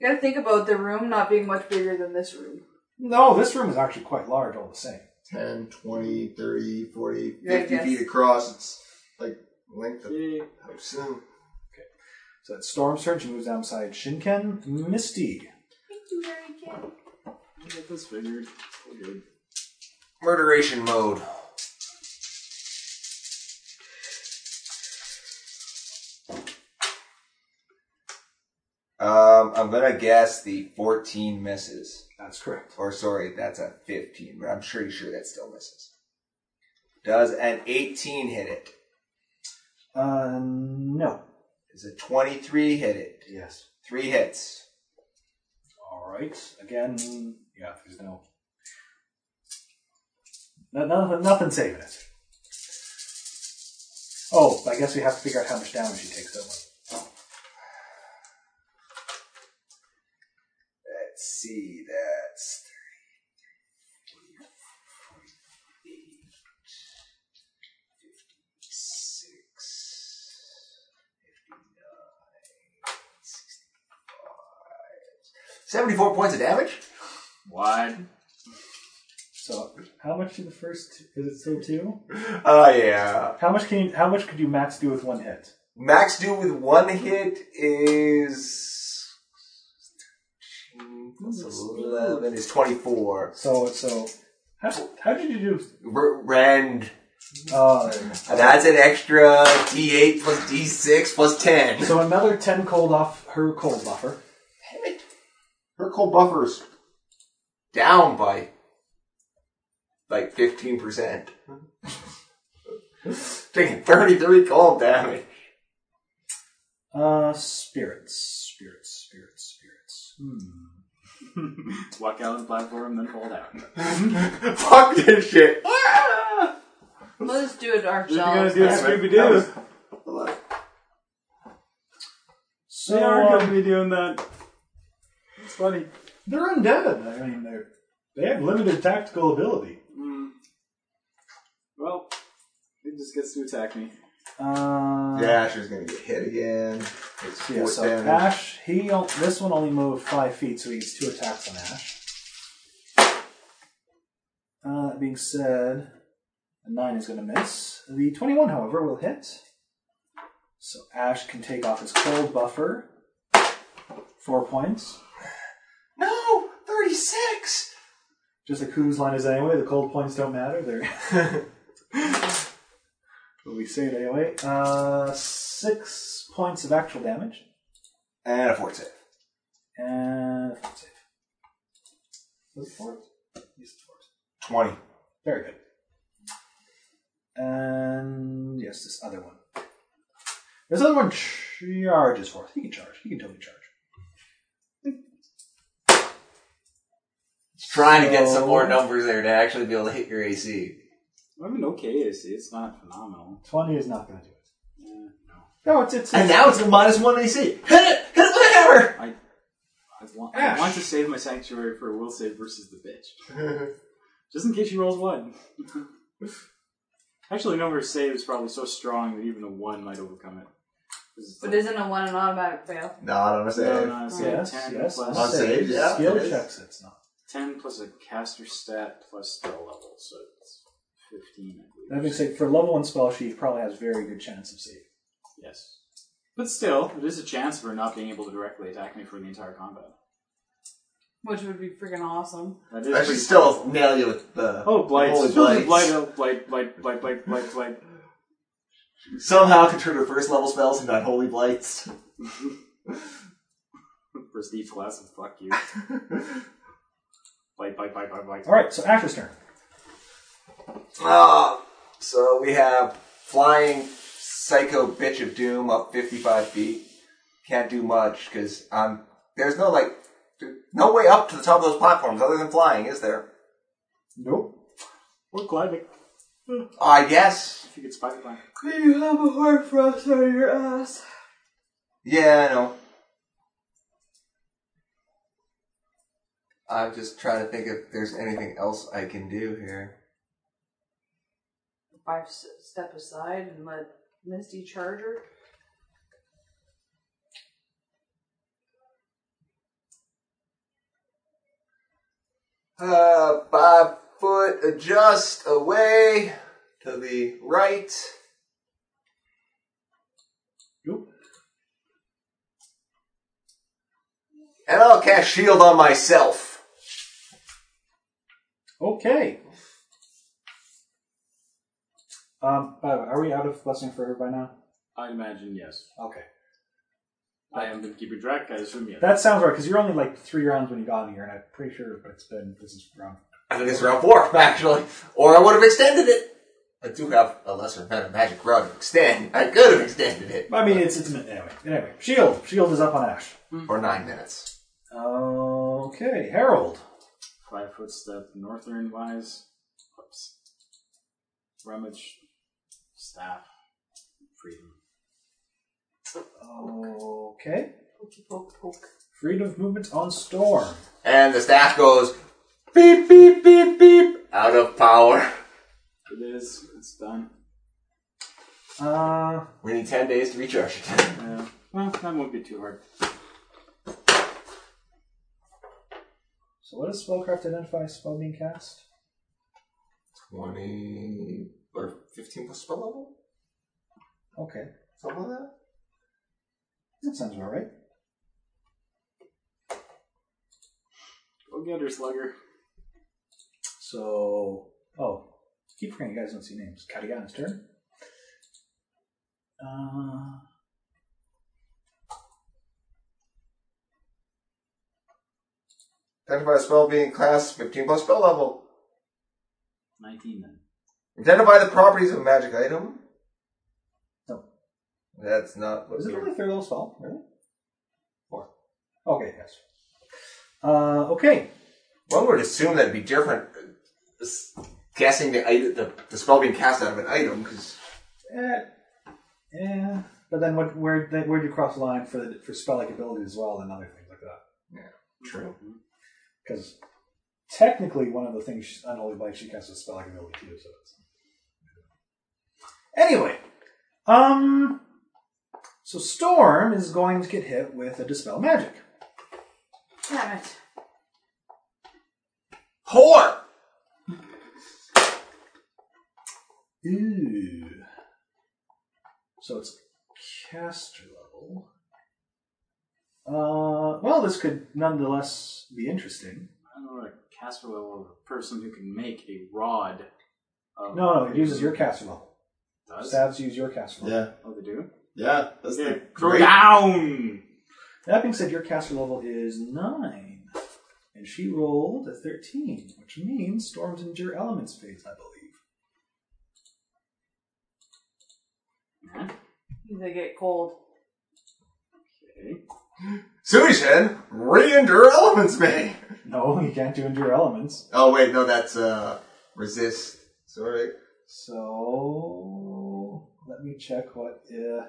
Speaker 5: You gotta think about the room not being much bigger than this room.
Speaker 4: No, this room is actually quite large, all the same.
Speaker 2: 10, 20, 30, 40,
Speaker 5: Yeah, I
Speaker 2: 50
Speaker 5: guess.
Speaker 2: feet across. It's like length of
Speaker 3: Yeah.
Speaker 2: house. And
Speaker 4: So it's Storm's turn. She moves down beside Shinken. Misty.
Speaker 3: I'll Get this figured. We're good.
Speaker 9: Murderation mode.
Speaker 2: Um, I'm gonna guess the 14 misses,
Speaker 4: That's correct.
Speaker 2: or sorry, that's a 15, but I'm pretty sure that still misses. Does an 18 hit it?
Speaker 4: Uh, no.
Speaker 2: Does a 23 hit it?
Speaker 4: Yes.
Speaker 2: Three hits.
Speaker 4: All right. Again. Yeah. There's no. no nothing, nothing saving it. Oh, I guess we have to figure out how much damage she takes. Don't we?
Speaker 2: Let's see. That's
Speaker 9: Seventy-four points of damage.
Speaker 3: Wide.
Speaker 4: So how much did the first? Is it still two?
Speaker 2: Oh yeah.
Speaker 4: How much can you, how much could you max do with one hit?
Speaker 2: Max do with one hit is. 13 plus 11 is 24.
Speaker 4: So so how, how did you do?
Speaker 2: R- rend.
Speaker 4: Uh,
Speaker 2: That's an extra D8 plus D6 plus 10.
Speaker 4: so another ten cold off her cold buffer.
Speaker 2: Damn it. Her cold buffer's down by like 15%. Taking 33 cold damage.
Speaker 4: Uh, spirits, spirits, spirits, spirits. Hmm.
Speaker 3: Walk out on the platform, then hold out.
Speaker 2: Fuck this shit.
Speaker 5: Let's do
Speaker 3: You're
Speaker 5: it
Speaker 3: gonna
Speaker 5: ourselves.
Speaker 3: do a Scooby Doo.
Speaker 4: So
Speaker 3: They are
Speaker 4: um,
Speaker 3: gonna be doing that. It's funny.
Speaker 4: they're undead. I mean, they are they have limited tactical ability.
Speaker 3: Well, it just gets to attack me.
Speaker 4: Uh,
Speaker 2: Dasher's gonna get hit again. It's four
Speaker 4: Yeah, so
Speaker 2: damage.
Speaker 4: Ash, he on- this one only moved five feet, so he gets two attacks on Ash. Uh, that being said, a nine is going to miss. The twenty-one, however, will hit. So Ash can take off his cold buffer. Four points.
Speaker 2: No! 36!
Speaker 4: Just like whose line is it anyway? The cold points don't matter. They're. but we say it anyway. Uh, six points of actual damage.
Speaker 2: And a fort save.
Speaker 4: And fort save. Was it fort? Yes, it's fort.
Speaker 2: 20.
Speaker 4: Very good. And yes, this other one. This other one charges forth. He can charge. He can totally charge.
Speaker 9: Just trying to get some
Speaker 4: So-
Speaker 9: more numbers there to actually be able to hit your AC.
Speaker 3: I'm an okay AC. It's not phenomenal.
Speaker 4: Twenty is not going to do it. No, it's it's.
Speaker 9: And now it's a minus one AC. Hit it! Hit it with a hammer!
Speaker 3: I want, I want to save my sanctuary for a will save versus the bitch. just in case she rolls one. Actually, no, her save is probably so strong that even a one might overcome it. 'Cause it's
Speaker 5: But
Speaker 3: like-
Speaker 5: isn't a one an automatic fail?
Speaker 9: No, I don't know.
Speaker 3: No,
Speaker 9: Say.
Speaker 3: no, it's like
Speaker 4: Yes,
Speaker 3: 10
Speaker 4: yes.
Speaker 3: plus-
Speaker 9: On save, yeah,
Speaker 4: Skill
Speaker 9: it is.
Speaker 4: checks, it's not.
Speaker 3: 10 plus a caster stat plus spell level, so it's 15, I believe.
Speaker 4: Having said, for level one spell, she probably has very good chance of saving.
Speaker 3: Yes. But still, it is a chance for not being able to directly attack me for the entire combat.
Speaker 5: Which would be freaking awesome.
Speaker 3: That is
Speaker 9: I
Speaker 3: pretty
Speaker 9: should still
Speaker 3: powerful.
Speaker 9: nail you with the
Speaker 3: Oh, blight.
Speaker 9: holy
Speaker 3: Blight, blight, blight,
Speaker 9: blight.
Speaker 3: blight, blight, blight, blight, blight.
Speaker 9: Somehow convert her first level spells into unholy blights.
Speaker 3: Prestige class, and fuck you. Blight, blight, blight, blight, blight.
Speaker 4: All right, so Asher's turn.
Speaker 9: Ah, so we have flying psycho bitch of doom up 55 feet. Can't do much because um, there's no like, no way up to the top of those platforms other than flying, is there?
Speaker 4: Nope.
Speaker 3: We're climbing.
Speaker 9: I guess.
Speaker 3: If you could spider climb.
Speaker 9: You have a hard frost on your ass. Yeah, I know. I'm just trying to think if there's anything else I can do here.
Speaker 5: Five s- step aside and let Misty charge her.
Speaker 9: Uh, five foot adjust away to the right.
Speaker 4: Nope.
Speaker 9: And I'll cast shield on myself.
Speaker 4: Okay. Um, by the way, are we out of blessing for her by now?
Speaker 3: I imagine yes.
Speaker 4: Okay.
Speaker 3: I haven't been keeping track, I assume yes.
Speaker 4: That sounds right, because you're only like three rounds when you got here, and I'm pretty sure it's been this is round.
Speaker 9: I think it's round four, actually. Or I would have extended it. I do have a lesser amount of magic rod to extend. I could have extended it.
Speaker 4: I mean, it's it's anyway. Anyway, shield, shield is up on Ash.
Speaker 9: For nine minutes.
Speaker 4: Okay, Harold.
Speaker 3: Five foot step, northern wise. Whoops. Rummage. Staff. Freedom.
Speaker 4: Okay.
Speaker 5: Pokey poke poke.
Speaker 4: Freedom of movement on storm.
Speaker 9: And the staff goes beep, beep, beep, beep. Out of power.
Speaker 3: It is. It's done.
Speaker 4: Uh,
Speaker 9: We need 10 days to recharge it.
Speaker 3: Yeah. Well, that won't be too hard.
Speaker 4: so what does spellcraft identify spell being cast?
Speaker 9: 20 or 15 plus spell level?
Speaker 4: Okay,
Speaker 9: Something like that?
Speaker 4: that sounds about right.
Speaker 3: Go get her, slugger.
Speaker 4: So, oh, keep forgetting you guys don't see names. Katagana's turn. Uh,
Speaker 2: Identify a spell being class 15 plus spell level.
Speaker 3: 19 then.
Speaker 2: Identify the properties of a magic item.
Speaker 4: No.
Speaker 2: That's not what
Speaker 4: is it
Speaker 2: we're-
Speaker 4: really a third level spell? Really? Four. Okay, yes. Uh, okay.
Speaker 9: One would assume that'd be different uh, s- guessing the, item, the the spell being cast out of an item, because
Speaker 4: Eh, yeah. But then, what? Where? Then where do you cross the line for the, for spell like ability as well, and other things like that?
Speaker 9: True.
Speaker 4: Because technically, one of the things she- unholy blight she casts a spell like ability too. So it's anyway. Um. So storm is going to get hit with a dispel magic.
Speaker 5: Damn it.
Speaker 9: Whore!
Speaker 4: Ooh. So it's caster level. Uh, well, this could nonetheless be interesting.
Speaker 3: I don't know what a caster level of a person who can make a rod. Of
Speaker 4: No, no, it uses your caster level.
Speaker 3: Does?
Speaker 4: Stabs use your caster level.
Speaker 3: Oh, they do?
Speaker 9: yeah. That's
Speaker 3: Yeah. Throw down!
Speaker 4: That being said, your caster level is 9. And she rolled a 13, which means storms endure elements phase, I believe.
Speaker 3: Huh?
Speaker 5: They get cold.
Speaker 3: Okay.
Speaker 9: Suishin, re-endure elements me!
Speaker 4: No, you can't do endure elements.
Speaker 9: Oh, wait, no, that's, uh, resist. Sorry.
Speaker 4: So let me check what uh,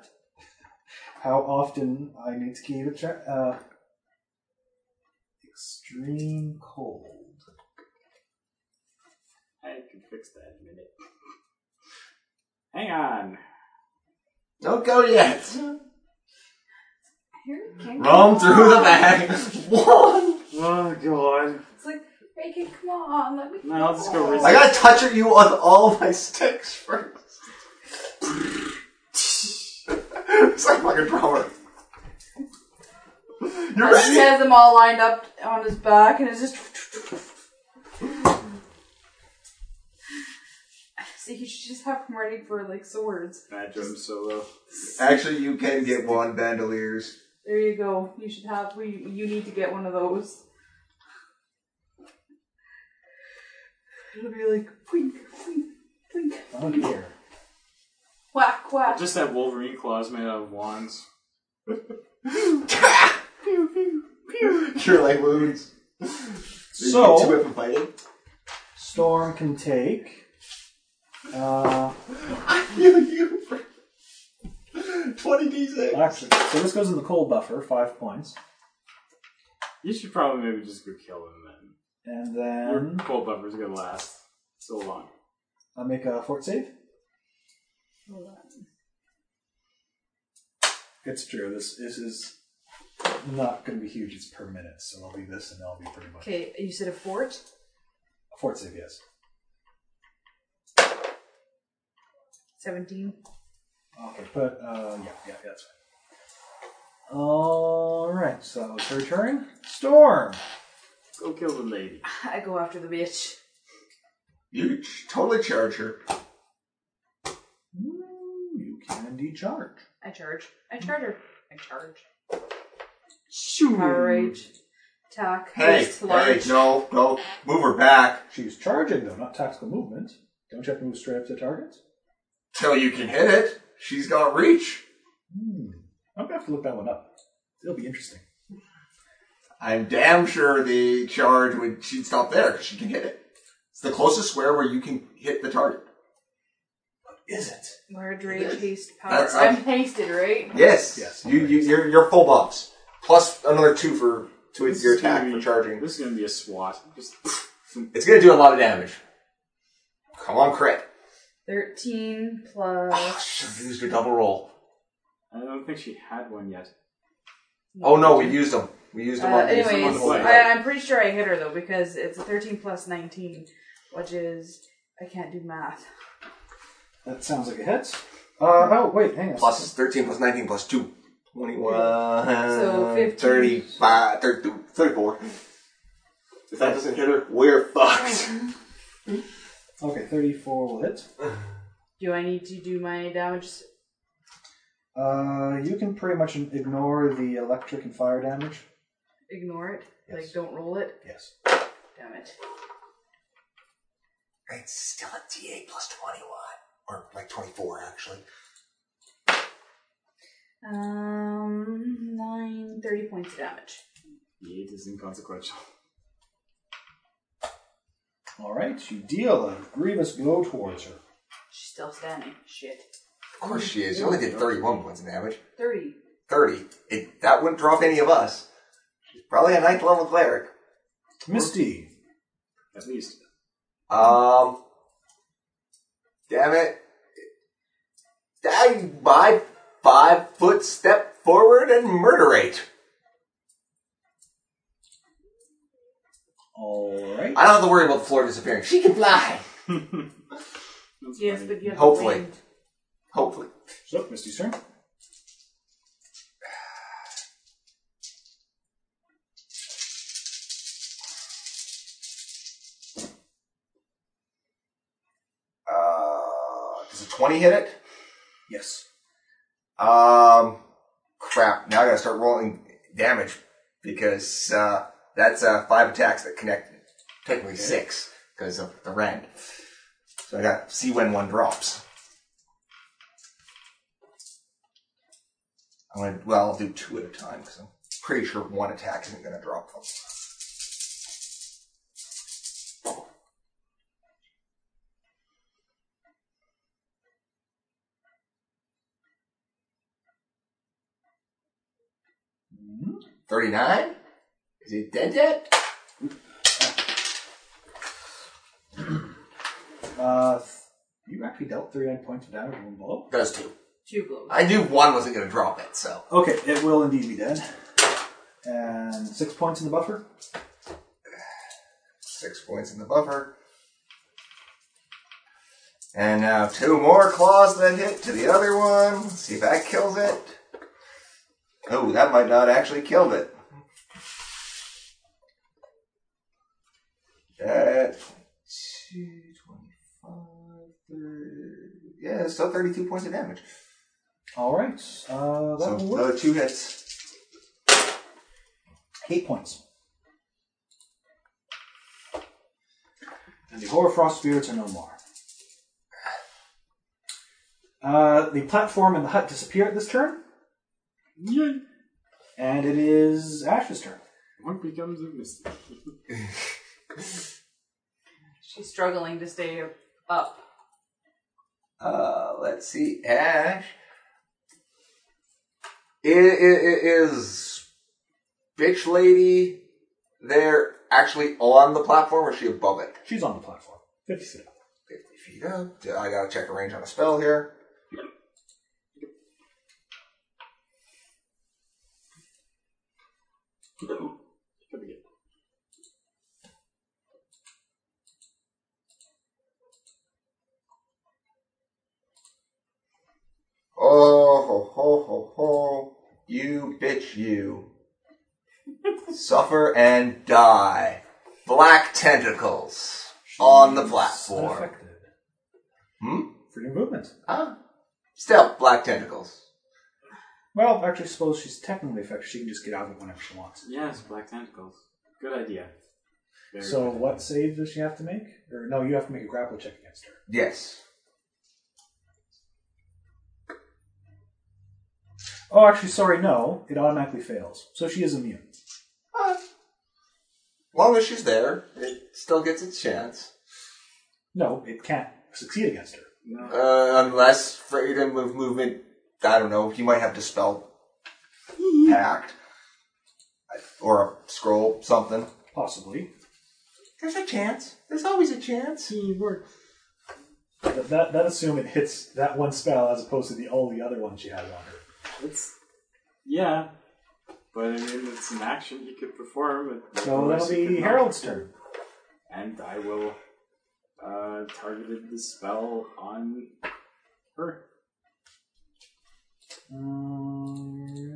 Speaker 4: how often I need to keep a check. Uh, extreme cold.
Speaker 3: I can fix that in a minute. Hang on.
Speaker 9: Don't go yet.
Speaker 5: Here we can
Speaker 9: Roam through the bag. One.
Speaker 3: Oh god.
Speaker 5: It's like, make it come on, let me.
Speaker 3: No, let's go resist.
Speaker 9: I gotta touch you on all my sticks first. it's like fucking drummer. You're
Speaker 5: He
Speaker 9: ready.
Speaker 5: has them all lined up on his back, and it's just. See, you should just have them ready for like swords.
Speaker 3: Bad drum solo.
Speaker 9: Actually, you can get one bandoliers.
Speaker 5: There you go. You should have. We you need to get one of those. It'll be like twink, twink, twink,
Speaker 4: Oh dear.
Speaker 5: quack,
Speaker 9: Mm.
Speaker 5: quack.
Speaker 3: Just that Wolverine claws made out of wands.
Speaker 9: Cure like wounds. two
Speaker 4: So
Speaker 9: weapon fighting.
Speaker 4: storm can take. Uh,
Speaker 9: You, you. Twenty d six.
Speaker 4: actually, so this goes in the cold buffer, five points,
Speaker 3: You should probably maybe just go kill him then.
Speaker 4: and
Speaker 3: Your
Speaker 9: Mm-hmm.
Speaker 4: then
Speaker 3: cold buffer's gonna last so long.
Speaker 4: I make a fort save. It's true. This this is not going to be huge. It's per minute, so I'll be this, and I'll be pretty much
Speaker 5: Okay, you said a fort.
Speaker 4: a fort save. Yes.
Speaker 5: Seventeen.
Speaker 4: Okay, but uh, yeah, yeah, that's fine. All right, so that was her turn. Storm.
Speaker 3: Go kill the lady.
Speaker 5: I go after the bitch.
Speaker 9: You could ch- totally charge her.
Speaker 4: Ooh, you can indeed charge.
Speaker 5: I charge. I charge her. I charge.
Speaker 3: Shoo!
Speaker 5: Power rage. Attack.
Speaker 9: Hey,
Speaker 5: haste, large.
Speaker 9: hey, no, no, move her back
Speaker 4: She's charging though, not tactical movement. Don't you have to move straight up to target?
Speaker 9: till you can hit it. She's got reach.
Speaker 4: Hmm. I'm gonna have to look that one up. It'll be interesting.
Speaker 9: I'm damn sure the charge would. She'd stop there because she can hit it. It's the closest square where you can hit the target.
Speaker 4: Is it?
Speaker 5: Large rage, haste, power.
Speaker 9: That's-
Speaker 5: I'm hasted, right?
Speaker 9: Yes.
Speaker 4: Yes.
Speaker 9: You, you you're, you're full buffs plus another two for to
Speaker 3: This
Speaker 9: your
Speaker 3: is gonna
Speaker 9: attack for
Speaker 3: be-
Speaker 9: charging.
Speaker 3: This is gonna be a SWAT. Just
Speaker 9: It's gonna do a lot of damage. Come on, crit.
Speaker 5: 13 plus.
Speaker 9: Should've used your double roll.
Speaker 3: I don't think she had one yet.
Speaker 9: Oh no, we used them. We used them.
Speaker 5: Uh,
Speaker 9: on, we used them on
Speaker 5: anyways,
Speaker 9: the board.
Speaker 5: I, I'm pretty sure I hit her though because it's 13 plus 19, which is. I can't do math.
Speaker 4: That sounds like a hit. Uh, oh wait, hang on. a
Speaker 9: plus 13 plus 19 plus 2. 21.
Speaker 5: So, 15.
Speaker 9: 35, 30, 34. If that doesn't hit her, we're fucked.
Speaker 4: second. Okay, thirty-four will hit.
Speaker 5: Do I need to do my damage? s-
Speaker 4: Uh, you can pretty much ignore the electric and fire damage.
Speaker 5: Ignore it?
Speaker 4: Yes.
Speaker 5: Like, don't roll it?
Speaker 4: Yes.
Speaker 5: Damn it.
Speaker 12: It's still a D8 plus 21. Or like 24, actually.
Speaker 5: Um, 9, 30 points of damage.
Speaker 3: The eight is inconsequential.
Speaker 4: All right, you deal a grievous blow towards her.
Speaker 5: She's still standing. Shit.
Speaker 9: Of course she is. You only did 31 points of damage.
Speaker 5: 30.
Speaker 9: 30. It, that wouldn't drop any of us. She's probably a ninth level cleric.
Speaker 4: Misty.
Speaker 3: At least.
Speaker 9: Um. Damn it. I, my five foot step forward and murderate.
Speaker 4: All right.
Speaker 9: I don't have to worry about the floor disappearing. She can fly.
Speaker 5: Yes, but you have
Speaker 9: Hopefully.
Speaker 5: to wind.
Speaker 9: Hopefully.
Speaker 4: So, Misty's turn.
Speaker 9: Uh, does a 20 hit it?
Speaker 4: Yes.
Speaker 9: Um, crap. Now I gotta start rolling damage because uh, that's uh, five attacks that connect. Technically six because of the rand. So I got see when one drops. I'm gonna well, I'll do two at a time because I'm pretty sure one attack isn't gonna drop them. Thirty-nine. Is he dead yet?
Speaker 4: Uh, You actually dealt 39 points of damage in one blow.
Speaker 9: Those two.
Speaker 5: Two blows.
Speaker 9: I knew one wasn't going to drop it, so.
Speaker 4: Okay, it will indeed be dead. And six points in the buffer.
Speaker 9: Six points in the buffer. And now two more claws that hit to the other one. Let's see if that kills it. Oh, that might not actually kill it. That. 25, 30, yeah, still 32 points of damage.
Speaker 4: All right, uh, that
Speaker 9: So
Speaker 4: will work.
Speaker 9: another two hits.
Speaker 4: Eight points. And the Horrorfrost spirits are no more. Uh, the platform and the hut disappear at this turn,
Speaker 3: Yay!
Speaker 4: and it is Ash's turn.
Speaker 3: What becomes of Misty?
Speaker 5: She's struggling to stay up.
Speaker 9: Uh, let's see. Ash. I- i- i- Is bitch lady there actually on the platform or is she above it?
Speaker 4: She's on the platform. 50 feet up.
Speaker 9: 50 feet up. D- I gotta check the range on a spell here.
Speaker 3: Come again.
Speaker 9: Oh, ho, ho, ho, ho. You bitch, you. Suffer and die. Black tentacles on the platform.
Speaker 4: Unaffected.
Speaker 9: Hmm?
Speaker 4: For your movement.
Speaker 9: Ah. Still, black tentacles.
Speaker 4: Well, actually, suppose she's technically affected. She can just get out of it whenever she wants.
Speaker 3: Yes, black tentacles. Good idea. Very
Speaker 4: So,
Speaker 3: good idea.
Speaker 4: what save does she have to make? Or no, you have to make a grapple check against her.
Speaker 9: Yes.
Speaker 4: Oh, actually, sorry, no. It automatically fails. So she is immune.
Speaker 9: long as she's there, it still gets its chance.
Speaker 4: No, it can't succeed against her.
Speaker 3: No.
Speaker 9: Uh, unless freedom of movement, I don't know, you might have dispel pact or a scroll, something.
Speaker 4: Possibly.
Speaker 9: There's a chance. There's always a chance.
Speaker 4: But that, that assume it hits that one spell as opposed to the only other one she has on her.
Speaker 3: It's, yeah. But I mean, it's an action you could perform. But
Speaker 4: So that'll
Speaker 3: otherwise you
Speaker 4: be
Speaker 3: could not.
Speaker 4: Harold's turn.
Speaker 3: And I will uh, targeted the spell on her.
Speaker 4: Alright.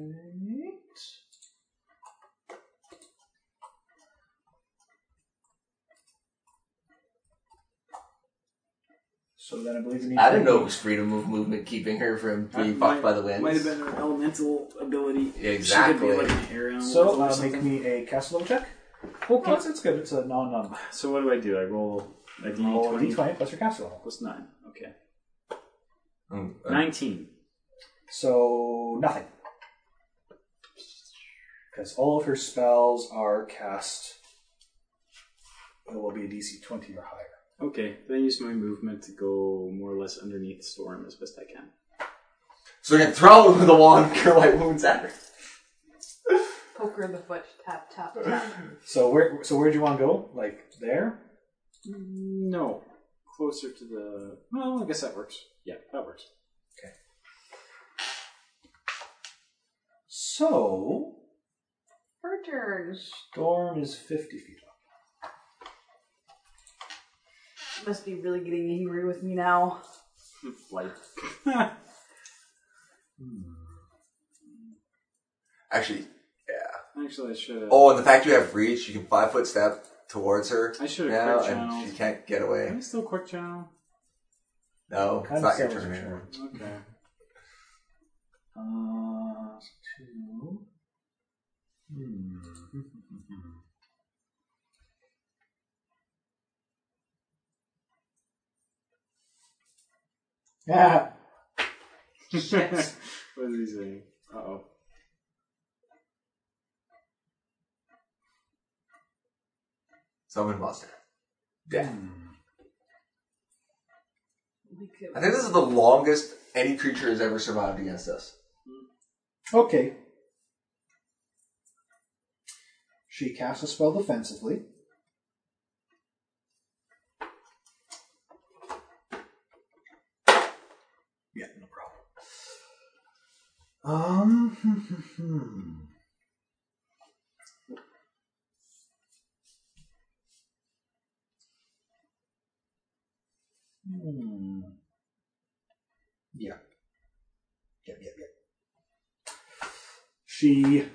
Speaker 4: So then I believe we need
Speaker 2: I didn't
Speaker 4: to-
Speaker 2: know it was freedom of movement keeping her from being
Speaker 3: Uh, might-
Speaker 2: fucked by the wind.
Speaker 3: Might have been her elemental ability. She
Speaker 2: Exactly.
Speaker 3: could be like an air elemental
Speaker 4: So
Speaker 3: or
Speaker 4: uh, make
Speaker 3: something.
Speaker 4: me a castle level check. Okay. that's, that's good. It's a non non.
Speaker 3: So what do I do? I roll a
Speaker 4: Roll a
Speaker 3: d20
Speaker 4: d20 plus your castle level.
Speaker 3: plus 9. Okay.
Speaker 9: Hmm.
Speaker 2: Mm, uh,
Speaker 3: 19.
Speaker 4: So nothing. Because all of her spells are cast. It will be a DC 20 or higher.
Speaker 3: Okay, then I use my movement to go more or less underneath Storm as best I can.
Speaker 2: So you can throw him with a wand, cure light wounds at her.
Speaker 5: Poke her in the foot. Tap, tap, tap.
Speaker 4: So where so where do you want to go? Like there?
Speaker 3: No. Closer to the. Well, I guess that works. Yeah, that works.
Speaker 4: So
Speaker 5: Her turn.
Speaker 4: Storm is 50 feet up.
Speaker 5: She must be really getting angry with me now.
Speaker 3: Light.
Speaker 9: Actually, yeah.
Speaker 3: Actually, I should have.
Speaker 9: Oh, and the fact you have reach, you can five foot step towards her.
Speaker 3: I should've
Speaker 9: now,
Speaker 3: quick
Speaker 9: and
Speaker 3: channeled.
Speaker 9: she can't get
Speaker 3: Can
Speaker 9: away.
Speaker 3: I still quick channel?
Speaker 9: No, it's
Speaker 4: Kind of
Speaker 9: not your
Speaker 4: sounds
Speaker 9: turn
Speaker 4: like
Speaker 9: anymore.
Speaker 3: Okay.
Speaker 4: Uh, two. Hmm. Ah,
Speaker 3: what is he saying? Uh oh.
Speaker 9: Summon monster.
Speaker 5: We could-
Speaker 9: I think this is the longest any creature has ever survived against us.
Speaker 4: okay. She casts a spell defensively. Um, Hmm. Hmm. Yeah. Yep, yep, yep. She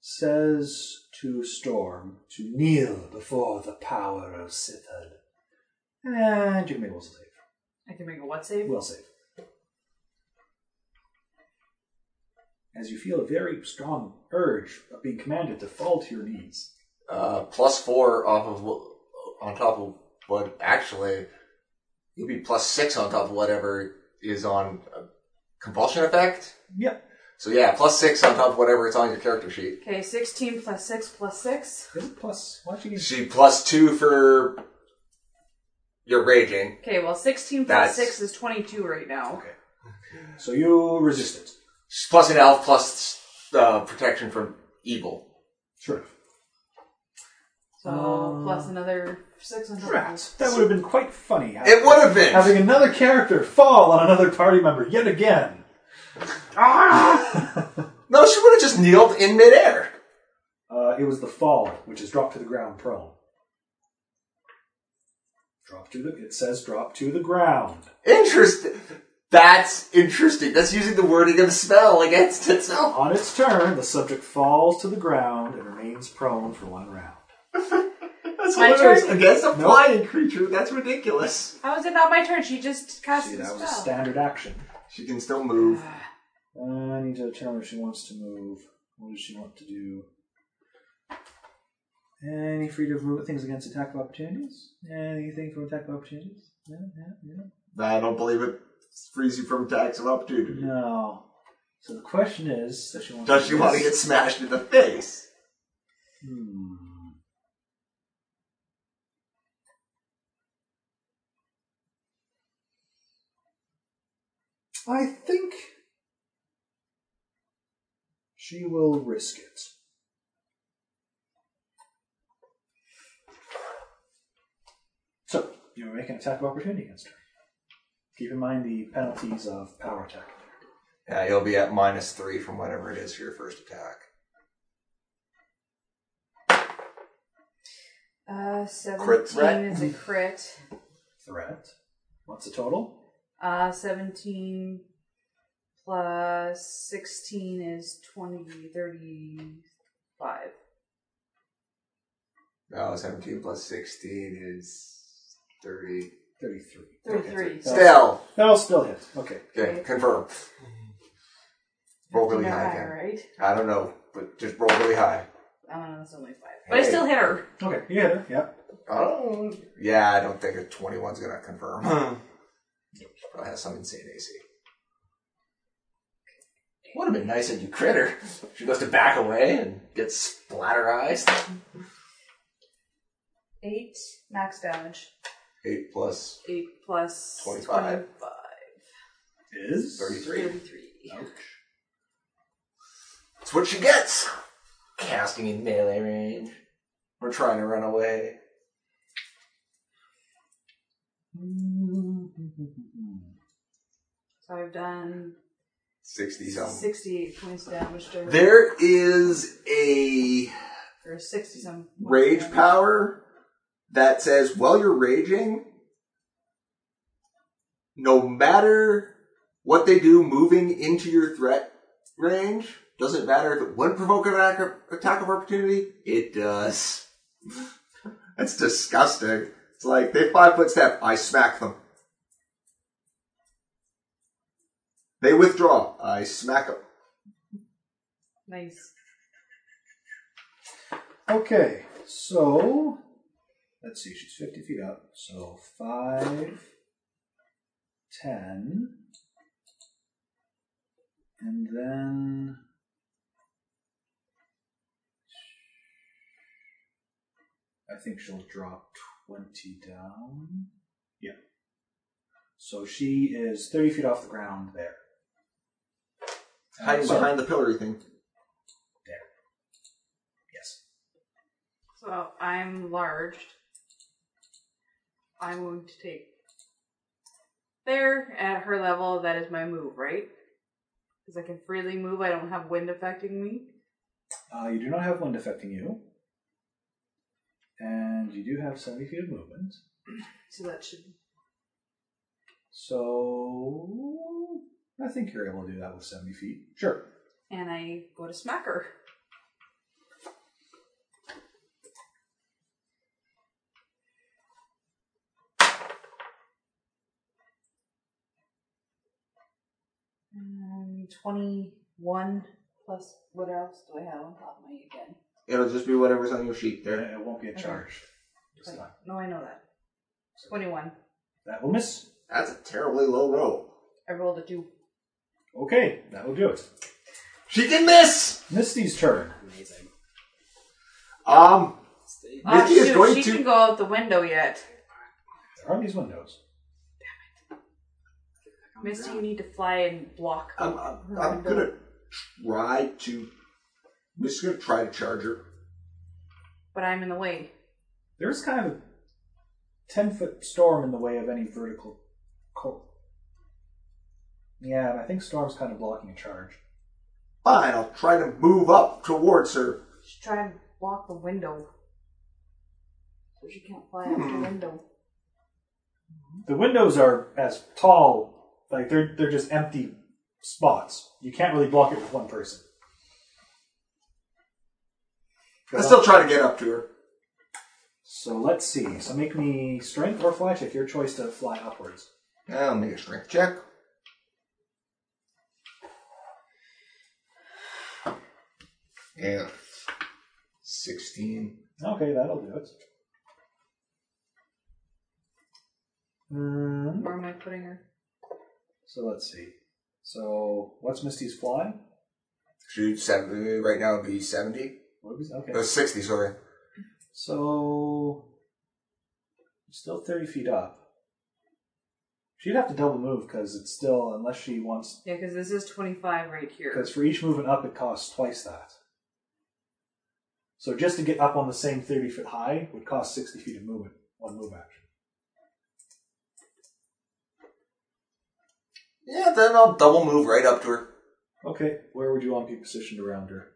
Speaker 4: says to Storm to kneel before the power of Sithad. And you may well save.
Speaker 5: I can make a what save?
Speaker 4: Will save. As you feel a very strong urge of being commanded to fall to your knees.
Speaker 9: Uh, plus four off of wh- on top of what actually you'll be plus six on top of whatever is on uh, compulsion effect.
Speaker 4: Yep.
Speaker 9: So yeah, plus six on top of whatever is on your character sheet.
Speaker 5: Okay, 16 plus 6 plus 6.
Speaker 4: Is it plus? Why don't you get
Speaker 9: She plus two for your raging.
Speaker 5: Okay, well, 16 plus
Speaker 9: That's-
Speaker 5: 6 is 22 right now.
Speaker 4: Okay. So you resist it.
Speaker 9: She's plus an elf plus uh, protection from evil.
Speaker 4: Sure enough.
Speaker 5: So, plus another 6 on top of
Speaker 4: Rats.
Speaker 5: this.
Speaker 4: That would have been quite funny. having-
Speaker 9: It would have been.
Speaker 4: Having another character fall on another party member yet again.
Speaker 9: no, she would have just kneeled in midair.
Speaker 4: Uh, it was the fall, which is drop to the ground prone. Drop to the. It says drop to the ground.
Speaker 9: Interesting. That's interesting. That's using the wording of spell against itself.
Speaker 4: On its turn, the subject falls to the ground and remains prone for one round.
Speaker 9: That's
Speaker 5: My
Speaker 9: hilarious.
Speaker 5: turn?
Speaker 9: Against a
Speaker 4: Nope.
Speaker 9: flying creature. That's ridiculous.
Speaker 5: How is it not my turn? She just cast
Speaker 4: See,
Speaker 5: the
Speaker 4: that was a
Speaker 5: spell.
Speaker 4: standard action.
Speaker 9: She can still move.
Speaker 4: Uh, I need to determine if she wants to move. What does she want to do? Any freedom of movement things against attack of opportunities? Anything from attack of opportunities? No, no,
Speaker 9: I don't believe it frees you from attacks of
Speaker 4: no.
Speaker 9: opportunity.
Speaker 4: No. So the question is, does she want?
Speaker 9: Does she want to
Speaker 4: this?
Speaker 9: get smashed in the face?
Speaker 4: Hmm. I think she will risk it. So, you make an attack of opportunity against her. Keep in mind the penalties of power attack.
Speaker 9: Yeah, you'll be at minus three from whatever it is for your first attack.
Speaker 5: Uh, 17
Speaker 9: threat.
Speaker 5: is a crit.
Speaker 4: Threat. What's the total?
Speaker 5: Uh, 17 plus 16 is 20, 35.
Speaker 9: No, 17 Oh, plus 16 is 30.
Speaker 4: 33.
Speaker 5: 33.
Speaker 9: Still.
Speaker 4: That'll still hit. Okay.
Speaker 9: Okay, confirm. Roll really high
Speaker 5: High,
Speaker 9: again.
Speaker 5: right?
Speaker 9: I don't know, but just roll really high.
Speaker 5: I don't know, that's only 5. But I
Speaker 9: Hey.
Speaker 5: still hit her.
Speaker 4: Okay, you hit her. Yep.
Speaker 9: Oh, yeah, I don't think a 21's going to confirm. She probably has some insane AC. Would have been nice if you crit her. She goes to back away and gets splatterized.
Speaker 5: 8 max damage.
Speaker 9: 8 plus
Speaker 5: 8 plus
Speaker 9: 25.
Speaker 5: 25.
Speaker 4: Is
Speaker 9: 33.
Speaker 5: 33.
Speaker 4: Ouch.
Speaker 9: That's what she gets! Casting in melee range. We're trying to run away.
Speaker 5: So I've done
Speaker 9: 60 something.
Speaker 5: 68 points of damage to her.
Speaker 9: There is a
Speaker 5: or 60 some.
Speaker 9: rage power that says while you're raging, no matter what they do moving into your threat range, doesn't matter if it wouldn't provoke an attack of, attack of opportunity, it does. That's disgusting. It's like they five foot step, I smack them. They withdraw, I smack them.
Speaker 5: Nice.
Speaker 4: Okay, so let's see, she's 50 feet up. So 5, 10, and then. I think she'll drop 20 down. Yeah. So she is 30 feet off the ground there.
Speaker 9: Hiding
Speaker 4: Sorry.
Speaker 9: behind the pillory thing.
Speaker 4: Yes.
Speaker 5: So I'm larged. I'm going to take there at her level, that is my move, right? Because I can freely move, I don't have wind affecting me.
Speaker 4: Uh, you do not have wind affecting you. And you do have 70 feet of movement.
Speaker 5: So that should.
Speaker 4: So I think you're able to do that with 70 feet. Sure.
Speaker 5: And I go to smack her. Um, 21 plus what else do I have on top of my again?
Speaker 9: It'll just be whatever's on your sheet
Speaker 4: And
Speaker 9: there.
Speaker 4: It won't be a charge. This
Speaker 5: 20.
Speaker 4: time.
Speaker 5: No, I know that. 21.
Speaker 4: That will miss.
Speaker 9: That's a terribly low roll.
Speaker 5: I rolled a 2.
Speaker 4: Okay, that will do it.
Speaker 9: She can miss!
Speaker 4: Misty's turn.
Speaker 3: Amazing.
Speaker 9: Um,
Speaker 3: Stay
Speaker 5: Ah,
Speaker 9: Nikki is
Speaker 5: shoot,
Speaker 9: going
Speaker 5: she
Speaker 9: to-
Speaker 5: can go out the window yet.
Speaker 4: There are these windows.
Speaker 3: back on the
Speaker 5: Misty, you
Speaker 3: ground.
Speaker 5: need to fly and block.
Speaker 9: I'm, I'm, I'm gonna try to. I'm just gonna try to charge her.
Speaker 5: But I'm in the way.
Speaker 4: There's kind of a 10 foot storm in the way of any vertical. Co- yeah, and I think storm's kind of blocking a charge.
Speaker 9: Fine, I'll try to move up towards her.
Speaker 5: She's trying to block the window. So she can't fly out
Speaker 9: Hmm.
Speaker 5: the window.
Speaker 4: The windows are as tall, like they're they're just empty spots. You can't really block it with one person.
Speaker 9: I still try to get up to her.
Speaker 4: So let's see. So make me strength or fly check. Your choice to fly upwards.
Speaker 9: I'll make a strength check. Yeah. 16.
Speaker 4: Okay, that'll do it. Mm,
Speaker 5: Where am I putting her?
Speaker 4: so let's see. So what's Misty's fly?
Speaker 9: Shoot, 70. Right now it'd be 70.
Speaker 4: What was okay?
Speaker 9: No, 60, sorry.
Speaker 4: So still thirty feet up. She'd have to double move because it's still unless she wants
Speaker 5: Yeah, because this is 25 right here.
Speaker 4: Because for each movement up, it costs twice that. So just to get up on the same 30 foot high would cost 60 feet of movement, one move action.
Speaker 9: Yeah, then I'll double move right up to her.
Speaker 4: Okay, where would you want to be positioned around her?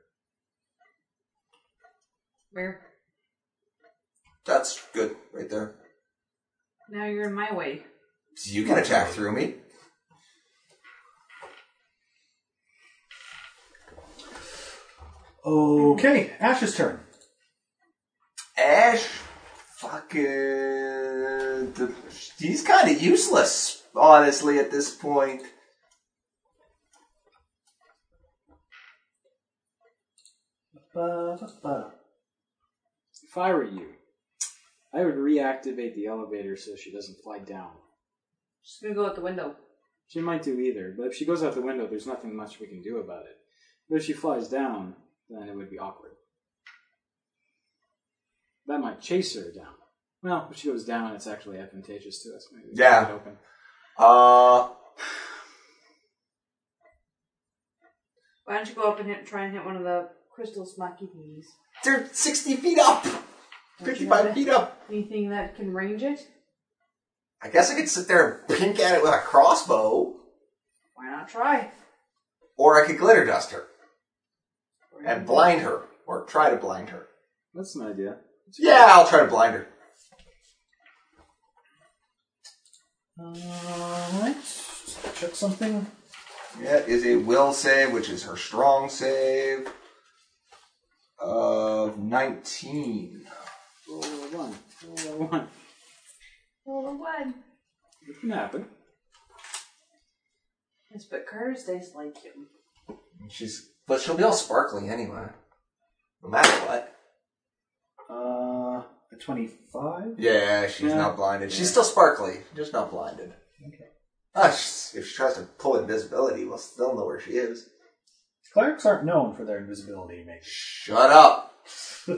Speaker 5: Where?
Speaker 9: That's good, right there.
Speaker 5: Now you're in my way.
Speaker 9: So you can attack through me.
Speaker 4: Okay, Ash's turn.
Speaker 9: Ash, fucking. The, he's kind of useless, honestly, at this point.
Speaker 4: Ba-ba-ba.
Speaker 3: If I were you, I would reactivate the elevator so she doesn't fly down.
Speaker 5: She's gonna go out the window.
Speaker 3: She might do either, but if she goes out the window, there's nothing much we can do about it. But if she flies down, then it would be awkward. That might chase her down. Well, if she goes down, it's actually advantageous to us. Maybe we can
Speaker 9: Yeah.
Speaker 3: get Open.
Speaker 9: Uh,
Speaker 5: Why don't you go up and hit, try and hit one of the crystal smacky thingies?
Speaker 9: they're 60 feet up!
Speaker 5: Don't you
Speaker 9: 55
Speaker 5: have
Speaker 9: feet up!
Speaker 5: Anything that can range it?
Speaker 9: I guess I could sit there and pink at it with a crossbow,
Speaker 5: Why not try?
Speaker 9: or I could glitter dust her and blind her, or try to blind her.
Speaker 3: That's an idea.
Speaker 9: Yeah, I'll try to blind her.
Speaker 4: Alright, check something.
Speaker 9: Yeah, is a will save, which is her strong save, of 19.
Speaker 3: Roll a one. Roll a one.
Speaker 5: Roll a one.
Speaker 3: It can happen.
Speaker 5: Yes, but Carter's dice like him.
Speaker 9: She's, but she'll be all sparkly anyway, no matter what.
Speaker 4: Uh, a 25?
Speaker 9: Yeah, she's
Speaker 3: Yeah.
Speaker 9: not blinded. She's still sparkly, just not blinded.
Speaker 4: Okay.
Speaker 9: Ah, she's- if she tries to pull invisibility, we'll still know where she is.
Speaker 4: Clerics aren't known for their invisibility, maybe.
Speaker 9: Shut up!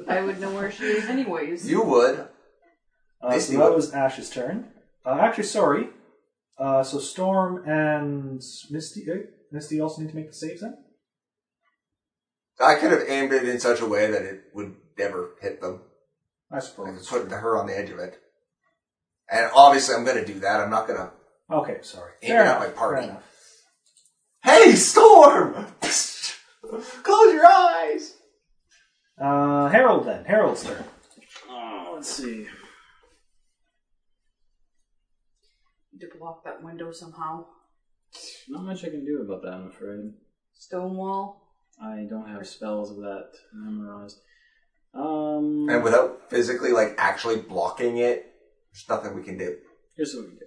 Speaker 5: I would know where she is anyways.
Speaker 9: You would.
Speaker 4: Uh, so
Speaker 9: Misty
Speaker 4: that
Speaker 9: would.
Speaker 4: was Ash's turn. Uh, actually, sorry. Uh, so Storm and Misty, eh, Misty also need to make the saves then?
Speaker 9: I could have aimed it in such a way that it would never hit them.
Speaker 4: I
Speaker 9: I
Speaker 4: suppose.
Speaker 9: could put her on the edge of it. And obviously, I'm going to do that. I'm not going to
Speaker 4: Okay, sorry.
Speaker 2: Aiming at my party.
Speaker 4: fair enough.
Speaker 2: Hey, storm! Close your eyes.
Speaker 4: Uh, Harold then. Harold's turn.
Speaker 3: Oh, let's see.
Speaker 5: to block that window somehow.
Speaker 3: Not much I can do about that, I'm afraid.
Speaker 5: Stone wall.
Speaker 3: I don't have spells of that memorized. Um,
Speaker 2: And without physically, like, actually blocking it, there's nothing we can do.
Speaker 3: here's what we do.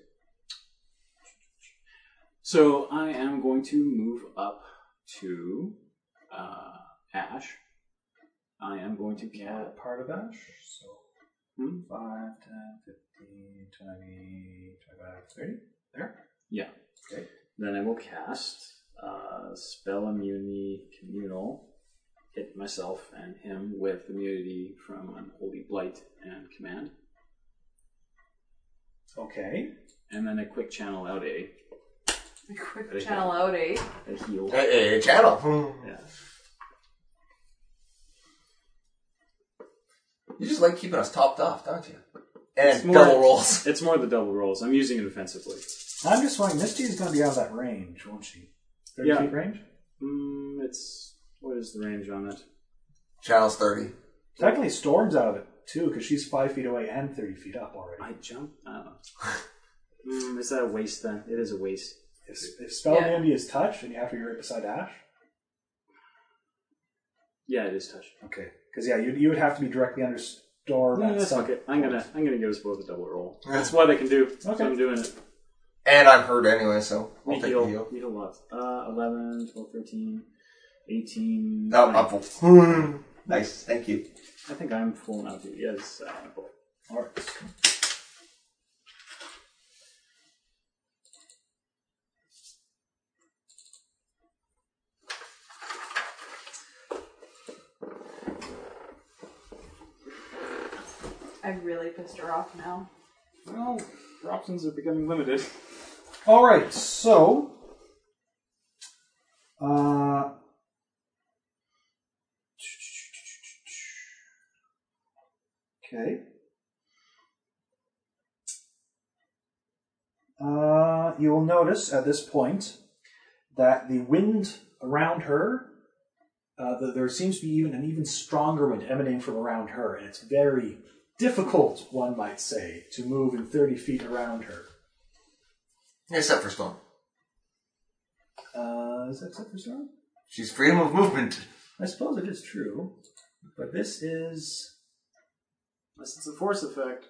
Speaker 3: So I am going to move up to uh, Ash. I am going to cat.
Speaker 4: Part of Ash. So
Speaker 3: Hmm?
Speaker 4: 5, 10, 15, 20, 25, 30. There.
Speaker 3: Yeah.
Speaker 4: Okay.
Speaker 3: Then I will cast uh, spell immunity communal. Hit myself and him with immunity from unholy blight and command.
Speaker 4: Okay.
Speaker 3: and then a quick channel out a,
Speaker 5: A quick
Speaker 3: There you
Speaker 5: channel out, eh?
Speaker 3: a heal.
Speaker 2: Hey, channel. Hmm.
Speaker 3: Yeah.
Speaker 2: You just like keeping us topped off, don't you? And
Speaker 3: more-
Speaker 2: double rolls.
Speaker 3: It's more the double rolls. I'm using it offensively.
Speaker 4: I'm just wondering, Misty is going to be out of that range, won't she? 30
Speaker 3: Yeah.
Speaker 4: feet range?
Speaker 3: Mm, it's what is the range on it?
Speaker 2: Channel's 30.
Speaker 4: Technically, Storm's out of it too, because she's 5 feet away and 30 feet up already.
Speaker 3: I jump. I don't know. mm, is that a waste then? It is a waste.
Speaker 4: If, if Spell
Speaker 5: Yeah.
Speaker 4: Immunity is touch, and after you're right beside Ash.
Speaker 3: Yeah, it is touch.
Speaker 4: Okay. Because, yeah, you, you would have to be directly under Storm
Speaker 3: Yeah,
Speaker 4: at
Speaker 3: that's
Speaker 4: some
Speaker 3: okay. I'm
Speaker 4: point.
Speaker 3: gonna I'm gonna give us both a double roll. That's what I can do. So I'm doing it.
Speaker 2: And I'm hurt anyway, so
Speaker 3: We
Speaker 2: we'll take
Speaker 3: heal.
Speaker 2: the heal.
Speaker 3: We heal lots. Uh, 11, 12, 13, 18.
Speaker 2: No, I'm
Speaker 3: 20.
Speaker 2: full. Hmm. Nice, thank you.
Speaker 3: I think I'm full now too. Yes, I am uh, full.
Speaker 4: All right.
Speaker 5: I really pissed her off now.
Speaker 3: Well, your options are becoming limited.
Speaker 4: All right, so uh, okay. Uh, you will notice at this point that the wind around her, uh, th- there seems to be even an even stronger wind emanating from around her, and it's very difficult, one might say, to move in thirty feet around her.
Speaker 2: Except for Storm.
Speaker 4: Uh, is that except for Storm?
Speaker 2: She's freedom of movement.
Speaker 4: I suppose it is true, but this is
Speaker 3: Unless it's a force effect.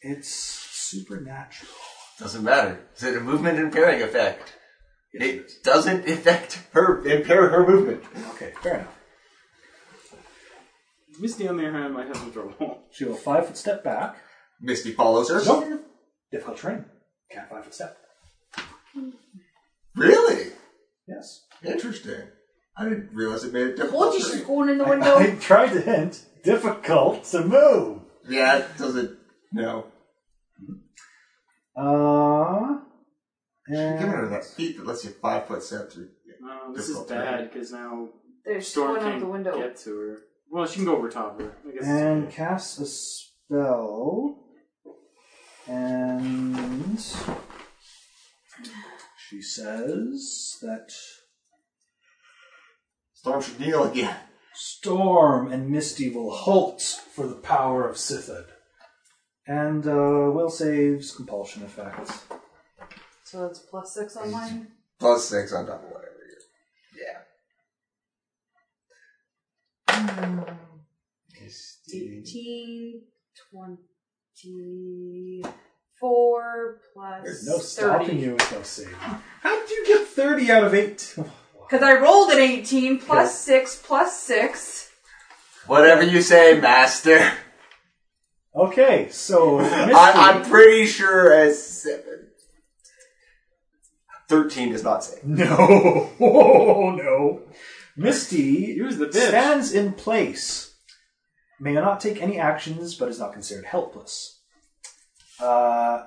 Speaker 4: it's supernatural.
Speaker 2: Doesn't matter. Is it a movement impairing effect?
Speaker 4: Yes, it is.
Speaker 2: It doesn't affect her, impair her movement.
Speaker 4: Okay, fair enough.
Speaker 3: Misty, on the other hand, might have some trouble.
Speaker 4: She will five foot step back.
Speaker 2: Misty follows her.
Speaker 4: Nope. Difficult terrain. Can't five foot step.
Speaker 2: Really?
Speaker 4: Yes.
Speaker 2: Interesting. I didn't realize it made a difference.
Speaker 5: Told you she's going in the
Speaker 4: I,
Speaker 5: window.
Speaker 4: I tried to hint. Difficult to move.
Speaker 2: Yeah, it doesn't. No.
Speaker 4: Uh.
Speaker 2: Give
Speaker 4: And
Speaker 2: her that feet that lets you five foot step through.
Speaker 3: Uh, this is
Speaker 2: Difficult,
Speaker 3: bad because now
Speaker 5: There's
Speaker 3: Storm
Speaker 5: Storm
Speaker 3: can
Speaker 5: out the window.
Speaker 3: get to her. Well, she can go over top of her. I guess it's
Speaker 4: and
Speaker 3: okay.
Speaker 4: casts a spell. And she says that
Speaker 2: Storm should kneel again.
Speaker 4: Storm and Misty will halt for the power of Sithid. And uh, will saves compulsion effect.
Speaker 5: So that's plus six on mine.
Speaker 2: Plus six on top of whatever you're. Yeah. Misty.
Speaker 5: 18, 24 plus
Speaker 4: There's no stopping
Speaker 5: 30.
Speaker 4: you with no save. How did you get 30 out of 8?
Speaker 5: Because I rolled an 18 plus 6 plus 6.
Speaker 2: Whatever you say, Master.
Speaker 4: okay, so Misty,
Speaker 2: I, I'm pretty sure as seven. Thirteen does not say.
Speaker 4: No! Oh, no! Misty
Speaker 3: Use the bitch.
Speaker 4: stands in place. May not take any actions, but is not considered helpless. Uh,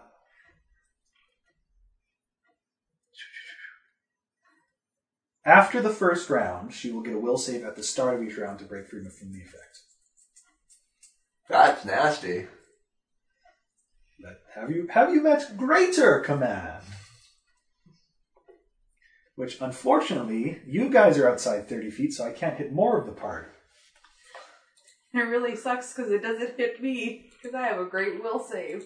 Speaker 4: after the first round, she will get a will save at the start of each round to break free from the effect.
Speaker 2: That's nasty.
Speaker 4: But have you have you met greater command? Which unfortunately, you guys are outside thirty feet, so I can't hit more of the party.
Speaker 5: It really sucks because it doesn't hit me because I have a great will save.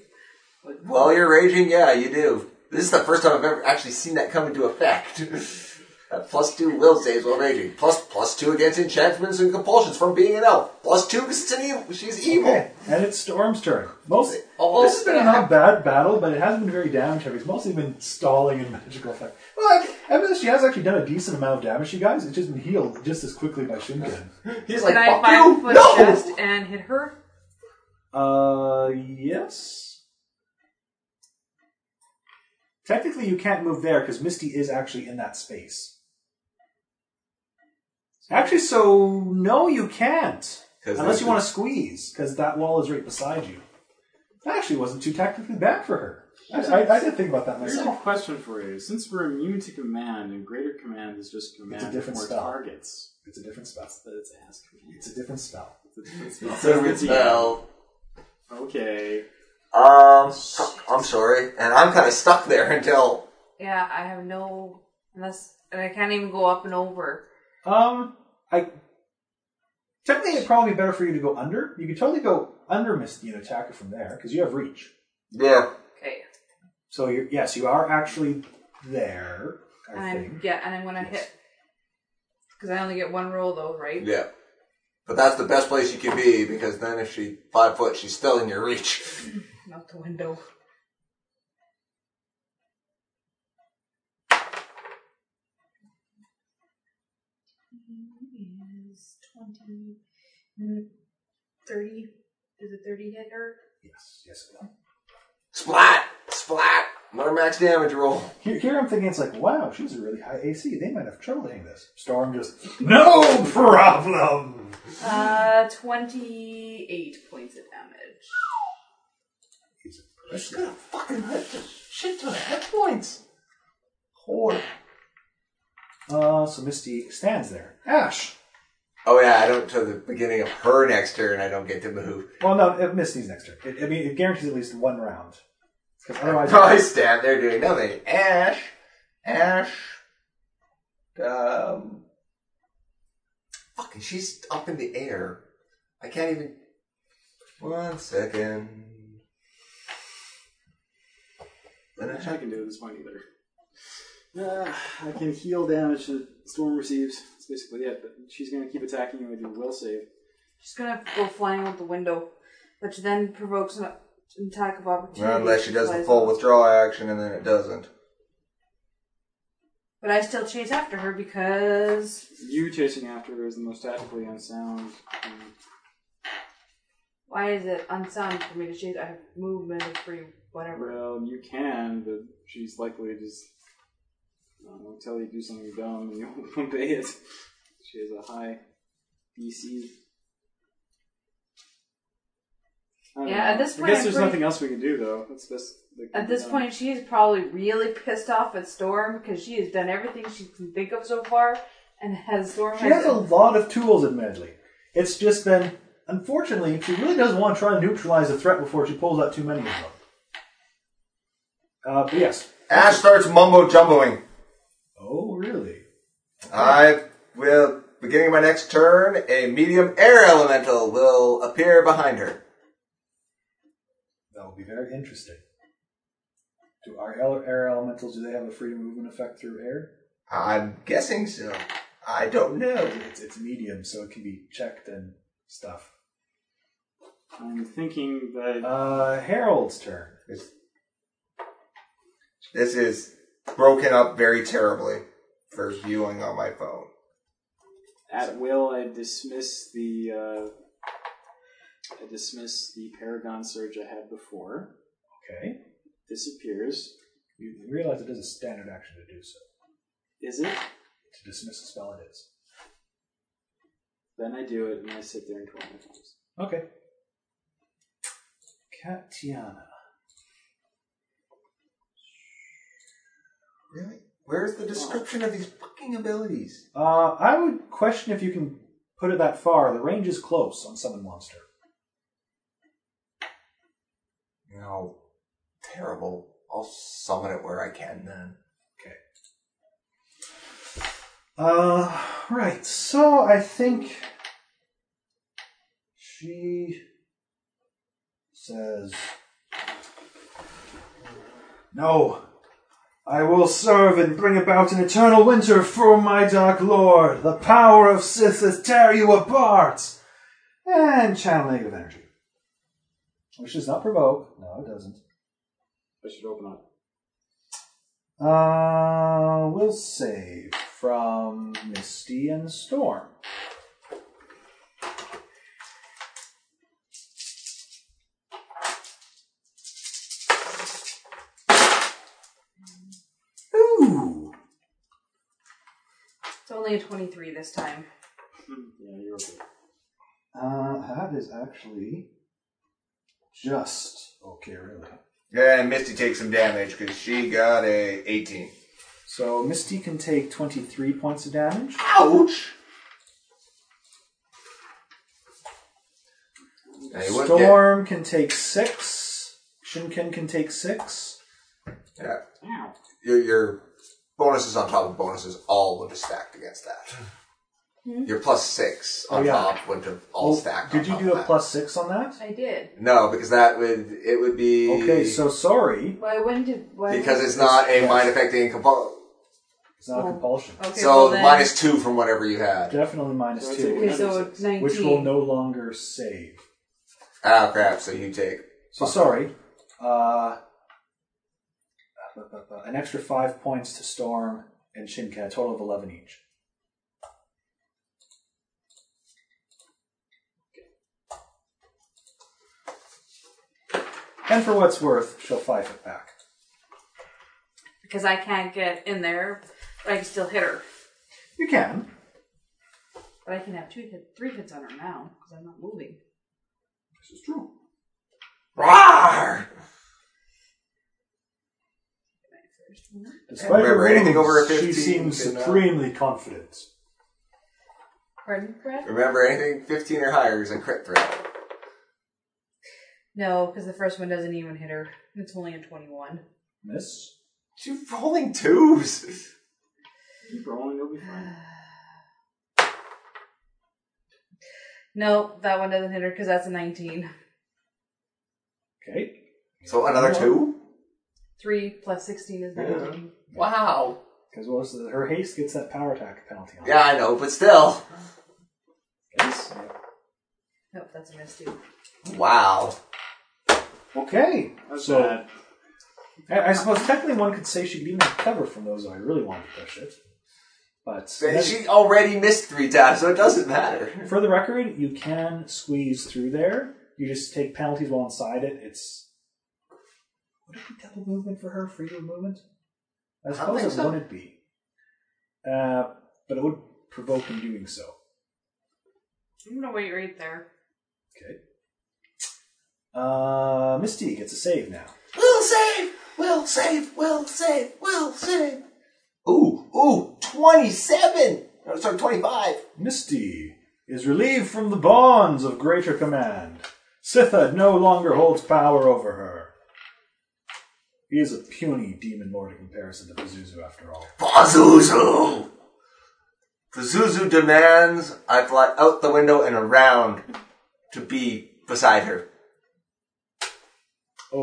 Speaker 9: While you're raging, yeah, you do. This is the first time I've ever actually seen that come into effect. Uh, plus two will saves while raging. Plus plus two against enchantments and compulsions from being an elf. Plus two because it's an evil. She's evil.
Speaker 4: Okay, and it's Storm's turn. Most
Speaker 9: All
Speaker 4: this has been a
Speaker 9: stacked.
Speaker 4: not bad battle, but it hasn't been very damage heavy. It's mostly been stalling and magical effect. Well, like, I mean, she has actually done a decent amount of damage, you guys. It's just been healed just as quickly by Shinken.
Speaker 9: He's like,
Speaker 5: Can I
Speaker 9: fuck
Speaker 5: five
Speaker 9: you.
Speaker 5: foot
Speaker 9: No.
Speaker 5: chest and hit her?
Speaker 4: Uh, yes. Technically, you can't move there because Misty is actually in that space. Actually, so no, you can't.
Speaker 9: 'Cause
Speaker 4: Unless
Speaker 9: this
Speaker 4: you want to squeeze, because that wall is right beside you. That actually wasn't too technically bad for her. I, I, I did think about that
Speaker 3: Here's a
Speaker 4: myself.
Speaker 3: question for you. Since we're immune to command, and greater command is just command
Speaker 4: different
Speaker 3: with more
Speaker 4: spell.
Speaker 3: targets,
Speaker 4: It's a different spell.
Speaker 3: but it's ass command.
Speaker 4: It's a different spell.
Speaker 3: It's a different spell.
Speaker 9: So we spell.
Speaker 3: Okay.
Speaker 9: Um, fuck, I'm sorry, and I'm kind of stuck there until
Speaker 5: Yeah, I have no. Unless. And I can't even go up and over.
Speaker 4: Um, I technically it'd probably be better for you to go under. You could totally go under Misty and attack her from there because you have reach.
Speaker 9: yeah.
Speaker 5: Okay.
Speaker 4: So you're, yes, you are actually there. I
Speaker 5: And I'm,
Speaker 4: think.
Speaker 5: yeah, and I'm going to
Speaker 4: Yes.
Speaker 5: hit. Because I only get one roll though, right?
Speaker 9: Yeah. But that's the best place you can be because then if she five foot, she's still in your reach.
Speaker 5: Out the window. Is 20, mm, 30. Does a 30 hit her?
Speaker 4: Yes. Yes. it will.
Speaker 9: Splat! Splat! Another max damage roll.
Speaker 4: Here, here I'm thinking it's like, wow, she was a really high AC. They might have trouble hitting this. Storm just no problem.
Speaker 5: Uh, 28 points of damage.
Speaker 4: He's
Speaker 9: She's gonna fucking hit the shit ton of hit points. Whore.
Speaker 4: Uh, so Misty stands there. Ash.
Speaker 9: Oh yeah, I don't till the beginning of her next turn. I don't get to move.
Speaker 4: Well, no, it- Misty's next turn. It, I mean, it guarantees at least one round. Because otherwise,
Speaker 9: So I stand there doing nothing. Ash, Ash, um, fucking, she's up in the air. I can't even. One second.
Speaker 3: I don't know if I can do this one either. Uh, I can heal damage that Storm receives. That's basically it. But she's going to keep attacking you with your will save.
Speaker 5: She's gonna go flying out the window, which then provokes an an attack of opportunity.
Speaker 9: Unless she does the
Speaker 5: Flies
Speaker 9: full
Speaker 5: out.
Speaker 9: withdrawal action and then it doesn't.
Speaker 5: But I still chase after her because.
Speaker 3: You chasing after her is the most tactically unsound. Um,
Speaker 5: Why is it unsound for me to chase? I have movement of free, whatever.
Speaker 3: well, you can, but she's likely to just I don't know, tell you to do something dumb and you won't obey it. She has a high DC. I don't
Speaker 5: Yeah, at this
Speaker 3: I
Speaker 5: point,
Speaker 3: guess
Speaker 5: I'm
Speaker 3: there's
Speaker 5: pretty-
Speaker 3: nothing else we can do though. That's best. that can
Speaker 5: At
Speaker 3: be
Speaker 5: this
Speaker 3: done.
Speaker 5: point, she's probably really pissed off at Storm because she has done everything she can think of so far, and has Storm.
Speaker 4: She has a lot of tools, admittedly. It's just been, unfortunately, she really doesn't want to try and neutralize a threat before she pulls out too many of them. Uh, but yes.
Speaker 9: Ash starts mumbo jumboing.
Speaker 4: Oh, really?
Speaker 9: I will, beginning of my next turn, a medium air elemental will appear behind her.
Speaker 4: That will be very interesting. Do our ele- air elementals, do they have a freedom movement effect through air?
Speaker 9: I'm guessing so. I don't know.
Speaker 4: It's, it's medium, so it can be checked and stuff.
Speaker 3: I'm thinking that
Speaker 4: Uh, Harold's turn.
Speaker 9: This- This is broken up very terribly for viewing on my phone.
Speaker 3: at will I dismiss the uh, I dismiss the Paragon Surge I had before.
Speaker 4: Okay.
Speaker 3: Disappears.
Speaker 4: You realize it is a standard action to do so.
Speaker 3: Is it?
Speaker 4: To dismiss a spell, it is.
Speaker 3: Then I do it and I sit there and twirl my thumbs.
Speaker 4: Okay. Katiana.
Speaker 9: Really? Where's the description of these fucking abilities?
Speaker 4: Uh, I would question if you can put it that far. The range is close on summon monster.
Speaker 9: No. terrible. I'll summon it where I can then.
Speaker 4: Uh, right. So I think she says, No, I will serve and bring about an eternal winter for my dark lord. The power of Sithis tear you apart. And channel negative energy. Which does not provoke. No, it doesn't.
Speaker 3: I should open up.
Speaker 4: Uh, we'll save from Misty and Storm. Ooh.
Speaker 5: It's only a 23 this time.
Speaker 3: Yeah, you're okay.
Speaker 4: Uh, that is actually just okay, really.
Speaker 9: Yeah, and Misty takes some damage because she got a 18.
Speaker 4: So Misty can take 23 points of damage.
Speaker 9: Ouch! Now, you wouldn't get-
Speaker 4: Storm can take six. Shinken can take six.
Speaker 9: Yeah.
Speaker 3: Ow.
Speaker 9: Your, your bonuses on top of bonuses all would have stacked against that.
Speaker 5: Hmm?
Speaker 9: Your plus six on
Speaker 4: Oh, yeah.
Speaker 9: top would have all
Speaker 4: Oh,
Speaker 9: stacked. on
Speaker 4: Did you
Speaker 9: top
Speaker 4: do
Speaker 9: of
Speaker 4: a
Speaker 9: that.
Speaker 4: plus six on that?
Speaker 5: I did.
Speaker 9: No, because that would it would be
Speaker 4: Okay, so sorry.
Speaker 5: Why wouldn't it? Why
Speaker 9: because
Speaker 5: wouldn't-
Speaker 9: it's not a mind affecting component.
Speaker 4: It's not a
Speaker 5: Well,
Speaker 4: compulsion.
Speaker 5: Okay,
Speaker 9: So
Speaker 5: well then-
Speaker 9: minus two from whatever you had.
Speaker 4: Definitely minus
Speaker 3: So it's
Speaker 4: two,
Speaker 5: Okay, so
Speaker 3: Which
Speaker 5: 19.
Speaker 4: which will no longer save.
Speaker 9: Ah, crap! So you take
Speaker 4: So sorry. Uh, an extra five points to Storm and Shinken, a total of 11 each. And for what's worth, she'll five it back.
Speaker 5: Because I can't get in there, but I can still hit her.
Speaker 4: You can.
Speaker 5: But I can have two hit, three hits on her now because I'm not moving.
Speaker 4: This is true.
Speaker 9: Rawr!
Speaker 5: First one.
Speaker 4: Despite her
Speaker 9: Remember, anything
Speaker 4: wounds,
Speaker 9: over a
Speaker 4: she
Speaker 9: 15
Speaker 4: seems
Speaker 9: can, uh,
Speaker 4: supremely confident.
Speaker 5: Pardon, Brad?
Speaker 9: Remember, anything fifteen or higher is a crit threat.
Speaker 5: No, because the first one doesn't even hit her. It's only a 21.
Speaker 4: Miss?
Speaker 9: You're rolling twos.
Speaker 3: Keep rolling, you'll be fine.
Speaker 5: No, that one doesn't hit her because that's a 19.
Speaker 4: Okay.
Speaker 9: So another two.
Speaker 5: 3 plus 16 is 19.
Speaker 9: Wow.
Speaker 4: Because well, so her haste gets that power attack penalty on it.
Speaker 9: Yeah, I know, but still.
Speaker 4: Yes.
Speaker 5: Nope, that's a miss too.
Speaker 9: Wow.
Speaker 4: Okay.
Speaker 3: That's
Speaker 4: so
Speaker 3: bad.
Speaker 4: I, I suppose technically one could say she could even recover from those if I really wanted to push it. But
Speaker 9: So
Speaker 4: that-
Speaker 9: She already missed three times, so it doesn't matter.
Speaker 4: for the record, you can squeeze through there. You just take penalties while inside it. It's would it be double movement for her, freedom of movement? I suppose
Speaker 9: think
Speaker 4: it
Speaker 9: so.
Speaker 4: wouldn't be. Uh, but it would provoke in doing so.
Speaker 5: I'm going to wait right there.
Speaker 4: Okay. Uh, Misty gets a save now.
Speaker 9: We'll save! We'll save! We'll save! We'll save! Ooh, ooh, 27! No, sorry, 25.
Speaker 4: Misty is relieved from the bonds of greater command. Sitha no longer holds power over her. He is a puny demon lord in comparison to Pazuzu, after all.
Speaker 9: Pazuzu! Pazuzu demands I fly out the window and around to be beside her.
Speaker 4: Okay.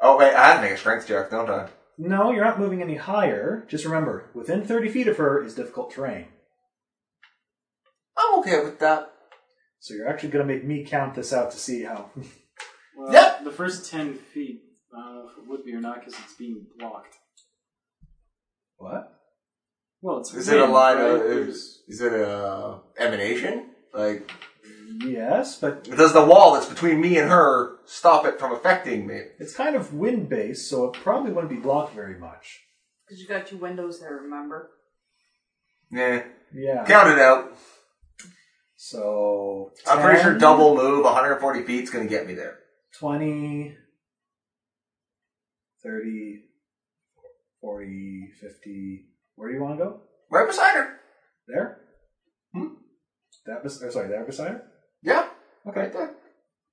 Speaker 9: Oh, wait, I had to make a strength check, don't I?
Speaker 4: No, you're not moving any higher. Just remember, within 30 feet of her is difficult terrain.
Speaker 9: I'm okay with that.
Speaker 4: So you're actually going to make me count this out to see how.
Speaker 3: Well,
Speaker 9: Yep.
Speaker 3: The first 10 feet, I don't know if it would be or not because it's being blocked.
Speaker 4: what?
Speaker 3: Well, it's.
Speaker 9: Is it a
Speaker 3: wind,
Speaker 9: line
Speaker 3: right?
Speaker 9: of.
Speaker 3: There's-
Speaker 9: Is, is it a emanation? Like,
Speaker 4: Yes, but
Speaker 9: does the wall that's between me and her stop it from affecting me?
Speaker 4: it's kind of wind based, so it probably wouldn't be blocked very much.
Speaker 5: Because you got two windows there, remember?
Speaker 9: Nah.
Speaker 4: Yeah.
Speaker 9: Count it out.
Speaker 4: So
Speaker 9: I'm pretty sure
Speaker 4: 10,
Speaker 9: double move 140 feet is going to get me there.
Speaker 4: 20, 30, 40, 50. Where do you want to go?
Speaker 9: Right beside her.
Speaker 4: There? That bes- or sorry, there beside her?
Speaker 9: Hmm? Yeah.
Speaker 4: Okay.
Speaker 9: Right there.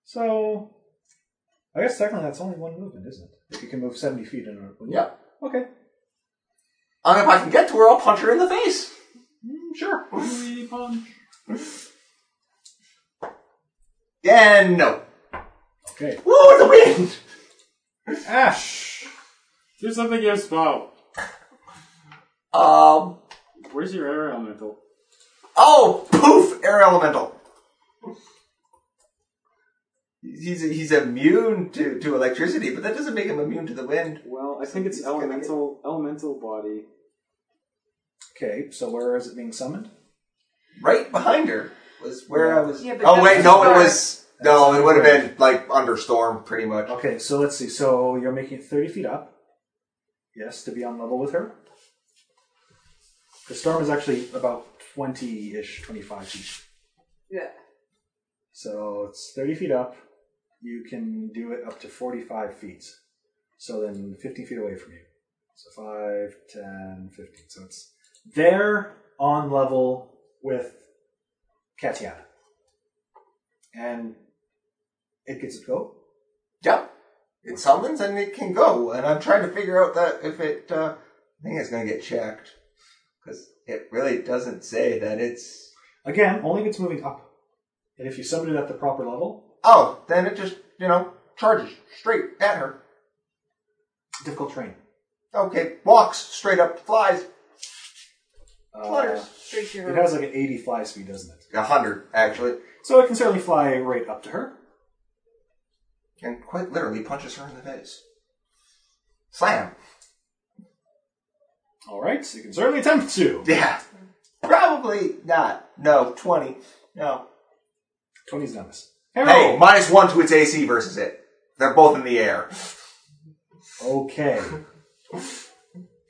Speaker 4: So I guess technically that's only one movement, isn't it? If you can move 70 feet in a.
Speaker 9: Yeah.
Speaker 4: Okay.
Speaker 9: And if I can get to her, I'll punch her in the face. Mm,
Speaker 4: Sure.
Speaker 3: Three punch.
Speaker 9: And no.
Speaker 4: Okay.
Speaker 9: Woo, the wind!
Speaker 4: Ash!
Speaker 3: Do something you spell.
Speaker 9: Um,
Speaker 3: Where's your air elemental?
Speaker 9: oh, poof, air elemental. He's, he's immune to, to electricity, but that doesn't make him immune to the wind.
Speaker 3: Well, I think it's
Speaker 9: He's gonna
Speaker 3: elemental elemental body.
Speaker 4: Okay, so where is it being summoned?
Speaker 9: Right behind her was where I was.
Speaker 5: Yeah, but
Speaker 9: oh, wait,
Speaker 5: that's
Speaker 9: no, it
Speaker 5: far.
Speaker 9: was. No, it would have been like under storm, pretty much.
Speaker 4: Okay, so let's see. So you're making it 30 feet up. Yes, to be on level with her. The storm is actually about 20 ish, 25 feet.
Speaker 5: Yeah.
Speaker 4: So it's 30 feet up. You can do it up to 45 feet. So then 15 feet away from you. So 5, 10, 15. So it's there on level with Katiana. And it gets it go.
Speaker 9: Yep. It summons and it can go. And I'm trying to figure out that if it, uh, I think it's going to get checked because it really doesn't say that it's.
Speaker 4: Again, only if it's moving up. And if you summon it at the proper level,
Speaker 9: Oh, then it just you know charges straight at her.
Speaker 4: difficult terrain.
Speaker 9: Okay, walks straight up, flies
Speaker 4: Uh,
Speaker 9: Flutters.
Speaker 5: Straight to
Speaker 4: It
Speaker 5: her.
Speaker 4: has like an 80 fly speed, doesn't it?
Speaker 9: a hundred actually,
Speaker 4: So it can certainly fly right up to her.
Speaker 9: and quite literally punches her in the face. Slam.
Speaker 4: All right, so you can certainly attempt to.
Speaker 9: Yeah. Probably not. No, twenty. No.
Speaker 4: 20's not miss.
Speaker 9: Hey,
Speaker 4: Hello.
Speaker 9: minus one to its AC versus it. They're both in the air.
Speaker 4: Okay.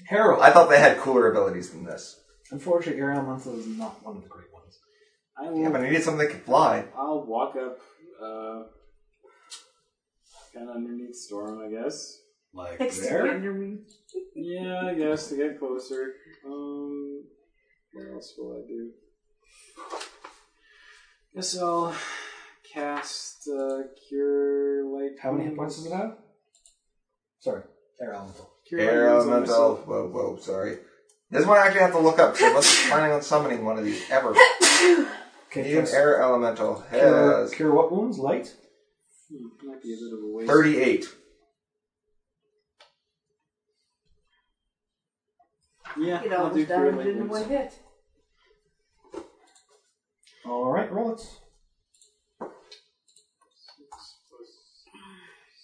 Speaker 4: Harold.
Speaker 9: I thought they had cooler abilities than this.
Speaker 4: Unfortunately, Aerial Monthly is not one of the great ones.
Speaker 3: I will.
Speaker 9: Yeah, but I needed something that could fly.
Speaker 3: I'll walk up, uh, kind of underneath storm, I guess.
Speaker 4: Like
Speaker 5: Fixed it
Speaker 4: there.
Speaker 5: under me.
Speaker 3: Yeah, I guess to get closer. Um, what else will I do? Guess I'll cast uh, cure light.
Speaker 4: How many hit points does it have? Sorry, Aerial Monthly.
Speaker 3: Cure Light
Speaker 9: Air
Speaker 3: Wounds on
Speaker 9: elemental.
Speaker 3: myself.
Speaker 9: Whoa, whoa, sorry. This one I actually have to look up. So let's planning on summoning one of these ever.
Speaker 4: Okay,
Speaker 9: Need an
Speaker 4: first,
Speaker 9: air elemental.
Speaker 4: cure,
Speaker 9: Has
Speaker 4: cure what wounds? Light?
Speaker 3: Hmm, might be a bit of a waste.
Speaker 9: thirty-eight.
Speaker 3: Yeah,
Speaker 5: It
Speaker 3: I'll do
Speaker 5: almost
Speaker 3: cure
Speaker 5: died
Speaker 3: light
Speaker 5: in
Speaker 3: wounds.
Speaker 5: one hit.
Speaker 4: All right, roll it.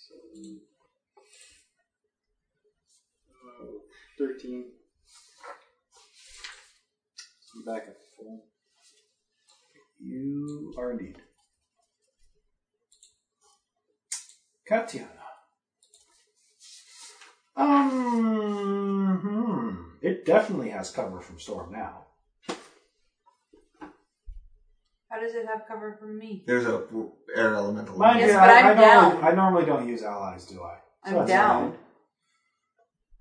Speaker 3: Seven. Uh, Thirteen. I'm back at full.
Speaker 4: You are indeed. Katiana. Um, hmm. It definitely has cover from storm now.
Speaker 5: How does it have cover from me?
Speaker 9: There's a w- air elemental.
Speaker 4: Mind
Speaker 5: Yes,
Speaker 4: you,
Speaker 5: but
Speaker 4: I,
Speaker 5: I'm
Speaker 4: I normally,
Speaker 5: down.
Speaker 4: I normally don't use allies, do I? So
Speaker 5: I'm
Speaker 4: that's
Speaker 5: down.
Speaker 4: all right.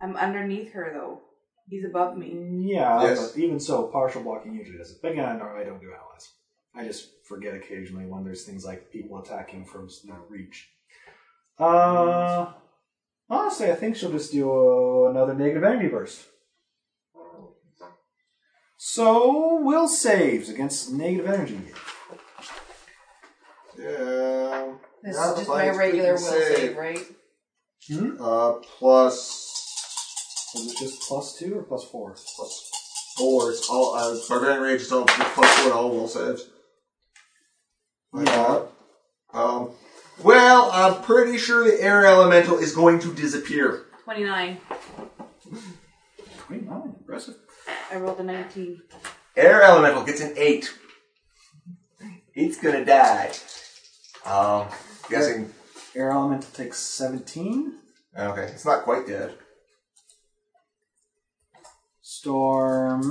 Speaker 5: I'm underneath her though. He's above me.
Speaker 4: Yeah,
Speaker 9: Yes.
Speaker 4: but even so, partial blocking usually does it. But again, I, nor- I don't do allies. I just forget occasionally when there's things like people attacking from s- their reach. Uh, honestly, I think she'll just do uh, another negative energy burst. So, will saves against negative energy.
Speaker 9: Yeah.
Speaker 5: This
Speaker 9: Not
Speaker 5: is just
Speaker 9: applied
Speaker 5: my
Speaker 9: to
Speaker 5: regular will save,
Speaker 9: freaking save.
Speaker 5: right?
Speaker 9: Uh, plus
Speaker 4: Was it just plus two or plus four?
Speaker 9: plus four. It's all uh, barbarian rage is all plus four. to All will saves. Like that. Um. Well, I'm pretty sure the air elemental is going to disappear.
Speaker 5: Twenty nine.
Speaker 4: Wait, wow, impressive.
Speaker 5: I rolled a nineteen.
Speaker 9: Air elemental gets an eight. It's gonna die. Um, guessing.
Speaker 4: Air elemental takes 17.
Speaker 9: Okay, it's not quite dead.
Speaker 4: Storm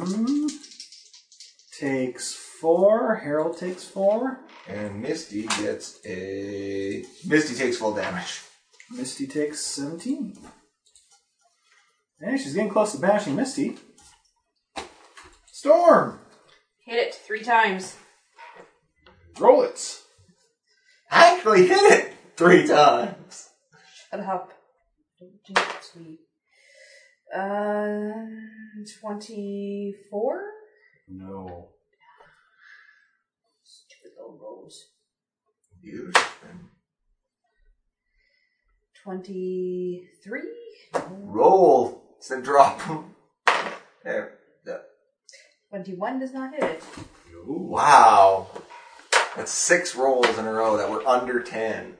Speaker 4: takes four. Harold takes four.
Speaker 9: And Misty gets a. Misty takes full damage.
Speaker 4: Misty takes 17. And she's getting close to bashing Misty. Storm!
Speaker 5: Hit it three times.
Speaker 4: Roll it!
Speaker 9: I actually hit it three times.
Speaker 5: for the help. Don't think it's me. Um, 24?
Speaker 4: No.
Speaker 5: Stupid little rolls.
Speaker 2: You
Speaker 5: 23?
Speaker 2: roll. It's a drop. There.
Speaker 5: 21 does not hit it.
Speaker 2: Wow. That's six rolls in a row that were under ten.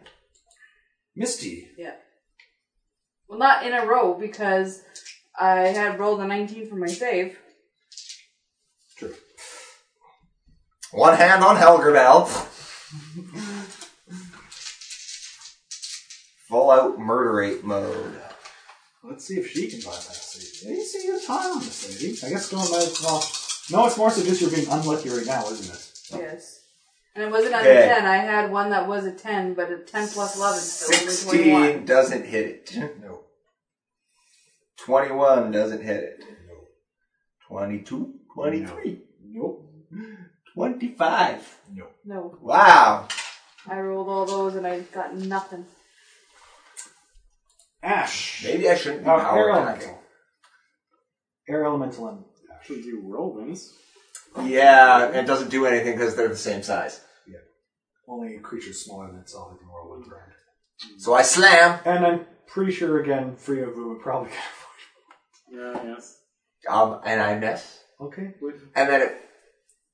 Speaker 4: Misty.
Speaker 5: Yeah. Well, not in a row because I had rolled a 19 for my save.
Speaker 4: True.
Speaker 2: One hand on Helgerbell. Full out murderate mode.
Speaker 4: Let's see if she can bypass it. You see your time on this lady. I guess going by well, no, it's more so just you're being unlucky right now, isn't it?
Speaker 5: Yes. And it wasn't under
Speaker 2: Okay.
Speaker 5: 10. I had one that was a 10, but a 10 plus 11 still only 21.
Speaker 2: 16 doesn't hit it.
Speaker 4: No.
Speaker 2: 21 doesn't hit it. 22, 23,
Speaker 4: Nope.
Speaker 2: 25.
Speaker 4: Nope.
Speaker 5: No.
Speaker 2: Wow.
Speaker 5: I rolled all those and I got nothing.
Speaker 4: Ash.
Speaker 2: Maybe I shouldn't be
Speaker 4: Now,
Speaker 2: power
Speaker 4: air
Speaker 2: attacking.
Speaker 4: elemental. Air elemental and Ash.
Speaker 3: Should we do whirlwinds?
Speaker 2: Yeah, it doesn't do anything because they're the same size.
Speaker 4: Only creatures smaller than itself that can roll one round.
Speaker 2: So I slam.
Speaker 4: And I'm pretty sure again, free of would probably get
Speaker 3: Yeah, yes.
Speaker 2: Um, and I miss.
Speaker 4: Okay.
Speaker 3: Would
Speaker 2: And then it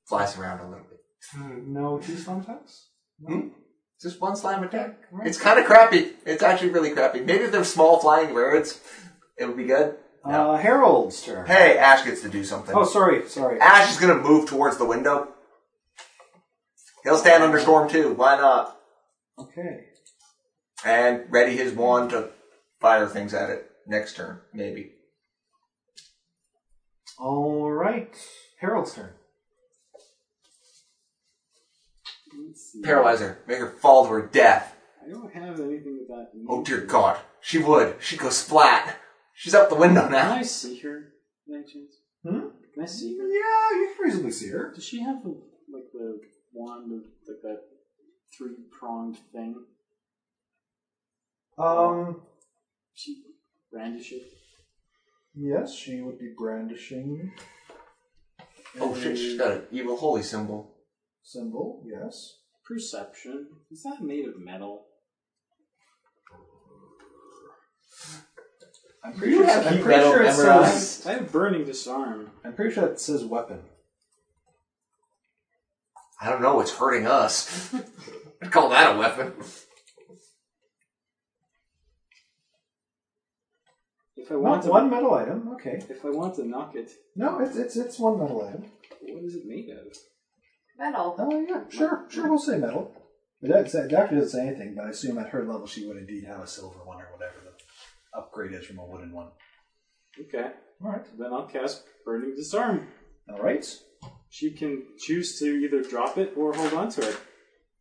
Speaker 2: flies around a little bit.
Speaker 4: Uh, No two slime attacks?
Speaker 2: Hmm? Just one slime attack.
Speaker 4: Right.
Speaker 2: It's kind of crappy. It's actually really crappy. Maybe if they're small flying birds, it'll be good. No.
Speaker 4: Uh, Harold's turn.
Speaker 2: Hey, Ash gets to do something.
Speaker 4: Oh, sorry, sorry.
Speaker 2: Ash is going to move towards the window. He'll stand under storm too. Why not?
Speaker 4: Okay.
Speaker 2: And ready his wand to fire things at it next turn, maybe.
Speaker 4: All right. Harold's turn.
Speaker 3: let's see.
Speaker 2: Paralyze her. Make her fall to her death.
Speaker 3: I don't have anything with that.
Speaker 2: Oh dear God. She would. She'd go splat. She's up the window
Speaker 3: Can
Speaker 2: now.
Speaker 3: I see her? By any chance?
Speaker 4: Hmm?
Speaker 3: Can I see
Speaker 4: Yeah,
Speaker 3: her?
Speaker 4: you can reasonably see her.
Speaker 3: Does she have the, like the wand of like that three pronged thing?
Speaker 4: Um,
Speaker 3: She brandish it.
Speaker 4: yes, she would be brandishing
Speaker 2: Oh shit, she's got an evil holy symbol.
Speaker 4: symbol, yes.
Speaker 3: Perception. Is that made of metal?
Speaker 4: I'm
Speaker 2: You have
Speaker 4: I'm
Speaker 2: heat
Speaker 4: pretty
Speaker 2: metal
Speaker 4: sure it
Speaker 2: memorized.
Speaker 4: says,
Speaker 3: I have burning disarm.
Speaker 4: I'm pretty sure it says weapon.
Speaker 2: I don't know, it's hurting us. I'd call that a weapon.
Speaker 3: If I want
Speaker 4: One,
Speaker 3: to,
Speaker 4: one metal item, okay.
Speaker 3: if I want to knock it,
Speaker 4: No, it's it's it's one metal item.
Speaker 3: what is it made of?
Speaker 5: Metal.
Speaker 4: Oh yeah, sure, sure. We'll say metal. It doesn't say, the doctor doesn't say anything, but I assume at her level she would indeed have a silver one or whatever the upgrade is from a wooden one.
Speaker 3: Okay,
Speaker 4: All right,
Speaker 3: then I'll cast burning disarm.
Speaker 4: all right.
Speaker 3: She can choose to either drop it or hold on to it.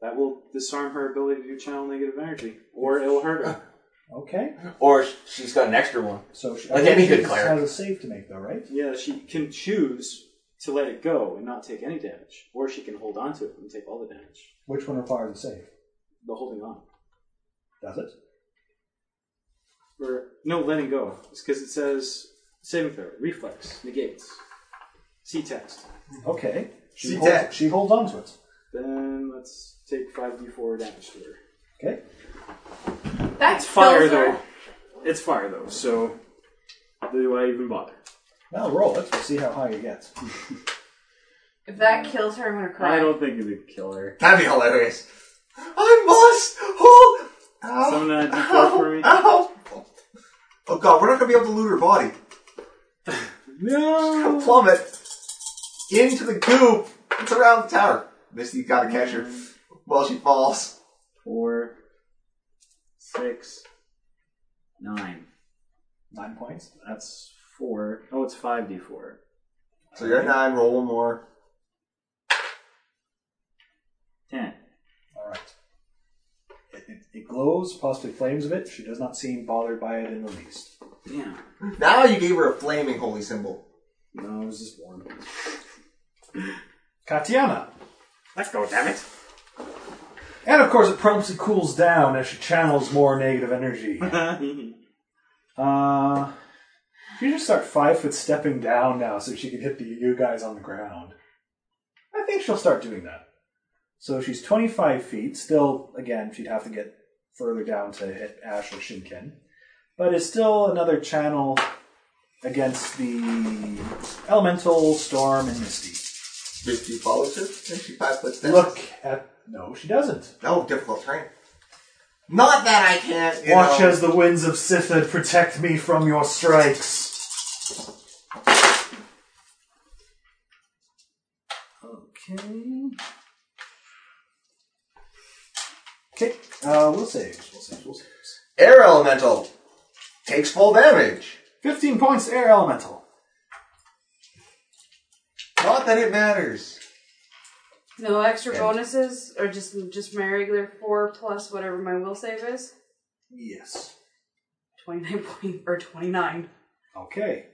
Speaker 3: That will disarm her ability to channel negative energy, or it'll hurt her.
Speaker 4: Okay,
Speaker 2: Or sh- she's got an extra one.
Speaker 4: so she,
Speaker 2: Like
Speaker 4: I think
Speaker 2: any good
Speaker 4: she
Speaker 2: cleric.
Speaker 4: has a save to make though, right?
Speaker 3: Yeah, she can choose to let it go and not take any damage, or she can hold on to it and take all the damage.
Speaker 4: Which one requires a save?
Speaker 3: The holding on,
Speaker 4: Does it?
Speaker 3: or no, letting go, It's because it says saving throw, reflex, negates, C test.
Speaker 2: Mm-hmm.
Speaker 4: Okay, she
Speaker 2: See
Speaker 4: holds,
Speaker 2: that?
Speaker 4: she holds on to it.
Speaker 3: Then let's take five d4 damage to her.
Speaker 4: Okay,
Speaker 5: That's
Speaker 3: It's fire
Speaker 5: kills her.
Speaker 3: though. It's fire though, so do I even bother?
Speaker 4: now roll it. We'll see how high you get.
Speaker 5: If that kills her, I'm gonna cry.
Speaker 3: I don't think it would kill her.
Speaker 2: That'd be hilarious. I must hold.
Speaker 5: Oh.
Speaker 2: Ow,
Speaker 3: Summon a D4
Speaker 2: ow,
Speaker 3: for me.
Speaker 2: ow. Oh god, we're not gonna be able to loot her body. She'll
Speaker 3: No.
Speaker 2: plummet into the goop. It's around the tower. Misty gotta catch her while she falls.
Speaker 3: Four, six, nine.
Speaker 4: Nine points.
Speaker 3: That's four. Oh, it's five d4.
Speaker 2: So you're at nine. Roll one more.
Speaker 3: Ten.
Speaker 4: All right. It, it, it glows, possibly flames of it. She does not seem bothered by it in the least.
Speaker 3: Damn.
Speaker 2: Now you gave her a flaming holy symbol.
Speaker 3: No, it was just one.
Speaker 4: Katiana.
Speaker 3: Let's go, damn it.
Speaker 4: And of course, it promptly cools down as she channels more negative energy. uh, if you just start five foot stepping down now so she can hit the you guys on the ground, I think she'll start doing that. So she's 25 feet. Still, again, she'd have to get further down to hit Ash or Shinken. But it's still another channel against the elemental, storm, and misty.
Speaker 9: Misty follows her, and she five foot steps.
Speaker 4: Look at. No, she doesn't.
Speaker 9: Oh, difficult terrain. Not that I can't. You
Speaker 4: Watch
Speaker 9: know.
Speaker 4: as the winds of Sithid protect me from your strikes. Okay. Okay, uh, we'll save. We'll save. We'll save.
Speaker 9: Air elemental takes full damage.
Speaker 4: 15 points to air elemental.
Speaker 9: Not that it matters.
Speaker 5: No extra bonuses, or just just my regular four plus whatever my will save is.
Speaker 4: Yes.
Speaker 5: Twenty nine point or twenty nine.
Speaker 4: Okay.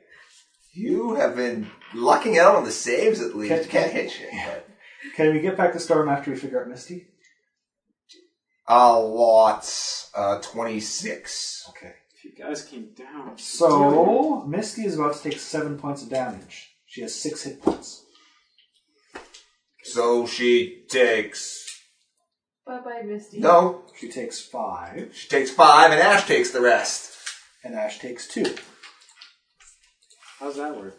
Speaker 9: You have been lucking out on the saves at least.
Speaker 4: Can't-
Speaker 9: Can't hit shit. but-
Speaker 4: Can we get back to Storm after we figure out Misty?
Speaker 9: A lot. Uh, 26.
Speaker 4: Okay.
Speaker 3: If you guys came down.
Speaker 4: So, Misty is about to take 7 points of damage. She has 6 hit points.
Speaker 9: So she takes.
Speaker 5: Bye bye, Misty.
Speaker 9: No,
Speaker 4: She takes 5,
Speaker 9: she takes five, and Ash takes the rest.
Speaker 4: and Ash takes 2.
Speaker 3: How's that work?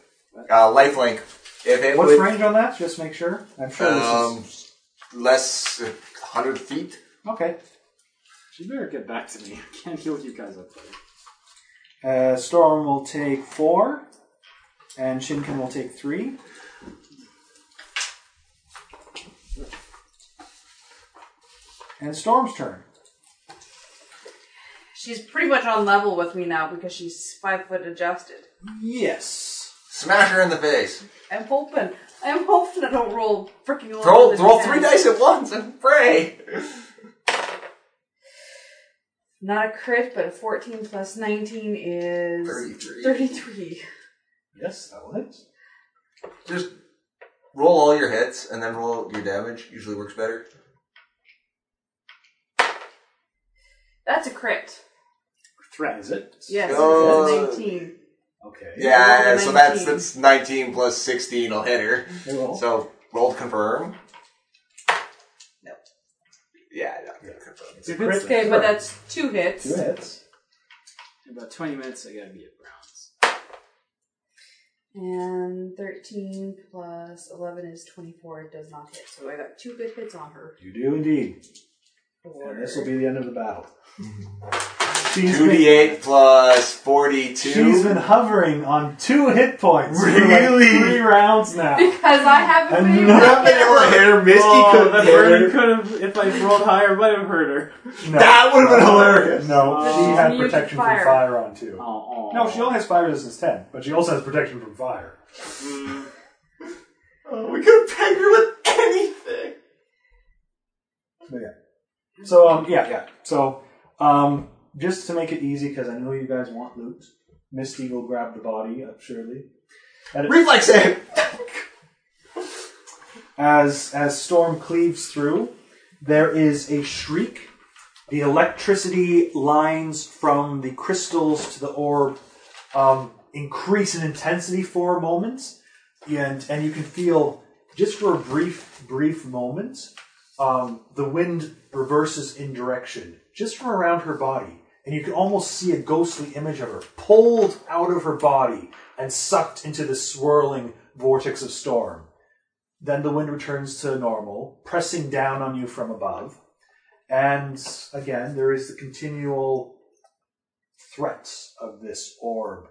Speaker 9: Uh, lifelink. If it
Speaker 4: What's
Speaker 9: would,
Speaker 4: range on that? Just make sure. I'm sure
Speaker 9: Um,
Speaker 4: this is.
Speaker 9: less uh, 100 feet.
Speaker 4: Okay.
Speaker 3: She better get back to me. I can't heal you guys up there.
Speaker 4: Uh, Storm will take four, and Shinken will take three. And Storm's turn.
Speaker 5: She's pretty much on level with me now because she's five foot adjusted.
Speaker 4: Yes.
Speaker 9: Smash her in the face.
Speaker 5: I'm hoping. I'm hoping I don't roll freaking lower
Speaker 9: Throw,
Speaker 5: than
Speaker 9: throw
Speaker 5: 10.
Speaker 9: three dice at once and pray.
Speaker 5: Not a crit, but a 14 plus 19 is
Speaker 9: 33.
Speaker 5: 33.
Speaker 4: Yes, that will hit.
Speaker 9: Just roll all your hits and then roll your damage. Usually works better.
Speaker 5: That's a crit.
Speaker 3: Threat.
Speaker 4: Is it?
Speaker 5: Yes,
Speaker 9: Oh.
Speaker 5: it's a 19.
Speaker 4: Okay.
Speaker 9: Yeah,
Speaker 5: Roll the
Speaker 9: so that's
Speaker 5: 19.
Speaker 9: that's 19 plus 16 will hit her.
Speaker 4: It will.
Speaker 9: So roll to confirm.
Speaker 5: No.
Speaker 9: Yeah, no, yeah. confirm.
Speaker 3: It's a crit.
Speaker 5: Okay, but that's two hits.
Speaker 4: Two hits.
Speaker 3: In about 20 minutes, I gotta be at Browns.
Speaker 5: And 13 plus 11 is 24. It does not hit. So I got two good hits on her.
Speaker 4: You do indeed. And this will be the end of the battle. She's been,
Speaker 9: 2d8 plus 42.
Speaker 4: she's been hovering on two hit points for
Speaker 9: Really?
Speaker 4: like three rounds now.
Speaker 5: Because I haven't been
Speaker 4: Another-
Speaker 5: able to hit her.
Speaker 9: hair, Misty
Speaker 3: Oh,
Speaker 9: couldn't
Speaker 3: that
Speaker 9: hit her.
Speaker 3: burn could have, if I rolled higher, might have hurt her.
Speaker 9: That would have been hilarious.
Speaker 4: No, she
Speaker 3: Oh.
Speaker 4: had
Speaker 5: Muted
Speaker 4: protection
Speaker 5: fire.
Speaker 4: from fire on two.
Speaker 3: Oh,
Speaker 4: No, she only has fire resistance 10, but she also has protection from fire.
Speaker 9: Oh, we could have pegged her with anything.
Speaker 4: But yeah. So, um, yeah, yeah. So, um, just to make it easy, because I know you guys want loot, Misty will grab the body, uh, surely. And it-
Speaker 9: Reflex save.
Speaker 4: as, as Storm cleaves through, there is a shriek. The electricity lines from the crystals to the orb um, increase in intensity for a moment, and and you can feel just for a brief brief moment um, the wind reverses in direction just from around her body, and you can almost see a ghostly image of her pulled out of her body and sucked into the swirling vortex of storm. Then the wind returns to normal, pressing down on you from above. And again, there is the continual threats of this orb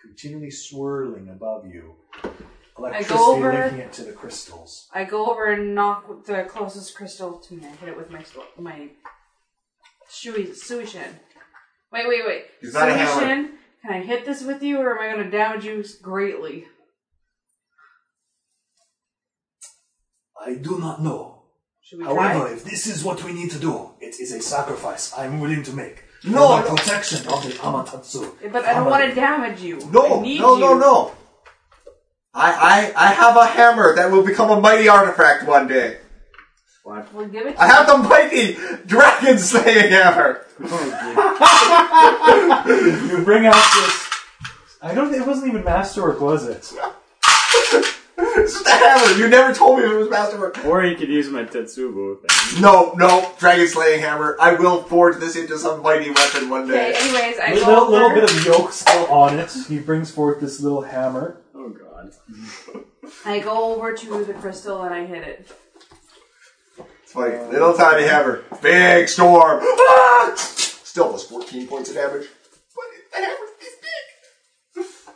Speaker 4: continually swirling above you. Electricity
Speaker 5: over.
Speaker 4: linking it to the crystals.
Speaker 5: I go over and knock the closest crystal to me. I hit it with my sw- my shui suishin. Wait, wait, wait.
Speaker 9: He's not a hammer.
Speaker 5: Suishin, can I hit this with you, or am I going to damage you greatly?
Speaker 13: I do not know.
Speaker 5: Should we
Speaker 13: However,
Speaker 5: try?
Speaker 13: if this is what we need to do, it is a sacrifice I'm willing to make.
Speaker 9: No,
Speaker 13: for the
Speaker 9: no.
Speaker 13: protection of the Amaterasu.
Speaker 5: Yeah, But I don't
Speaker 13: Ama-
Speaker 5: want to damage you.
Speaker 9: No,
Speaker 5: I need
Speaker 9: no,
Speaker 5: you.
Speaker 9: no, no. I, I, I have a hammer that will become a mighty artifact one day.
Speaker 3: Black.
Speaker 5: We'll give it to
Speaker 2: I have the mighty dragon slaying hammer.
Speaker 4: You bring out this. I don't. It wasn't even masterwork, was it?
Speaker 2: It's the hammer. You never told me if it was masterwork.
Speaker 3: Or you could use my Tetsubo thing.
Speaker 2: No, no, dragon slaying hammer. I will forge this into some mighty weapon one
Speaker 5: Okay,
Speaker 2: day.
Speaker 5: anyways, I
Speaker 4: A
Speaker 5: go
Speaker 4: little, little
Speaker 5: over.
Speaker 4: bit of yolk still on it. He brings forth this little hammer.
Speaker 3: Oh god.
Speaker 5: I go over to the crystal and I hit it.
Speaker 2: It's like little tiny hammer, big storm. Ah! Still was 14 points of damage. But it- the hammer is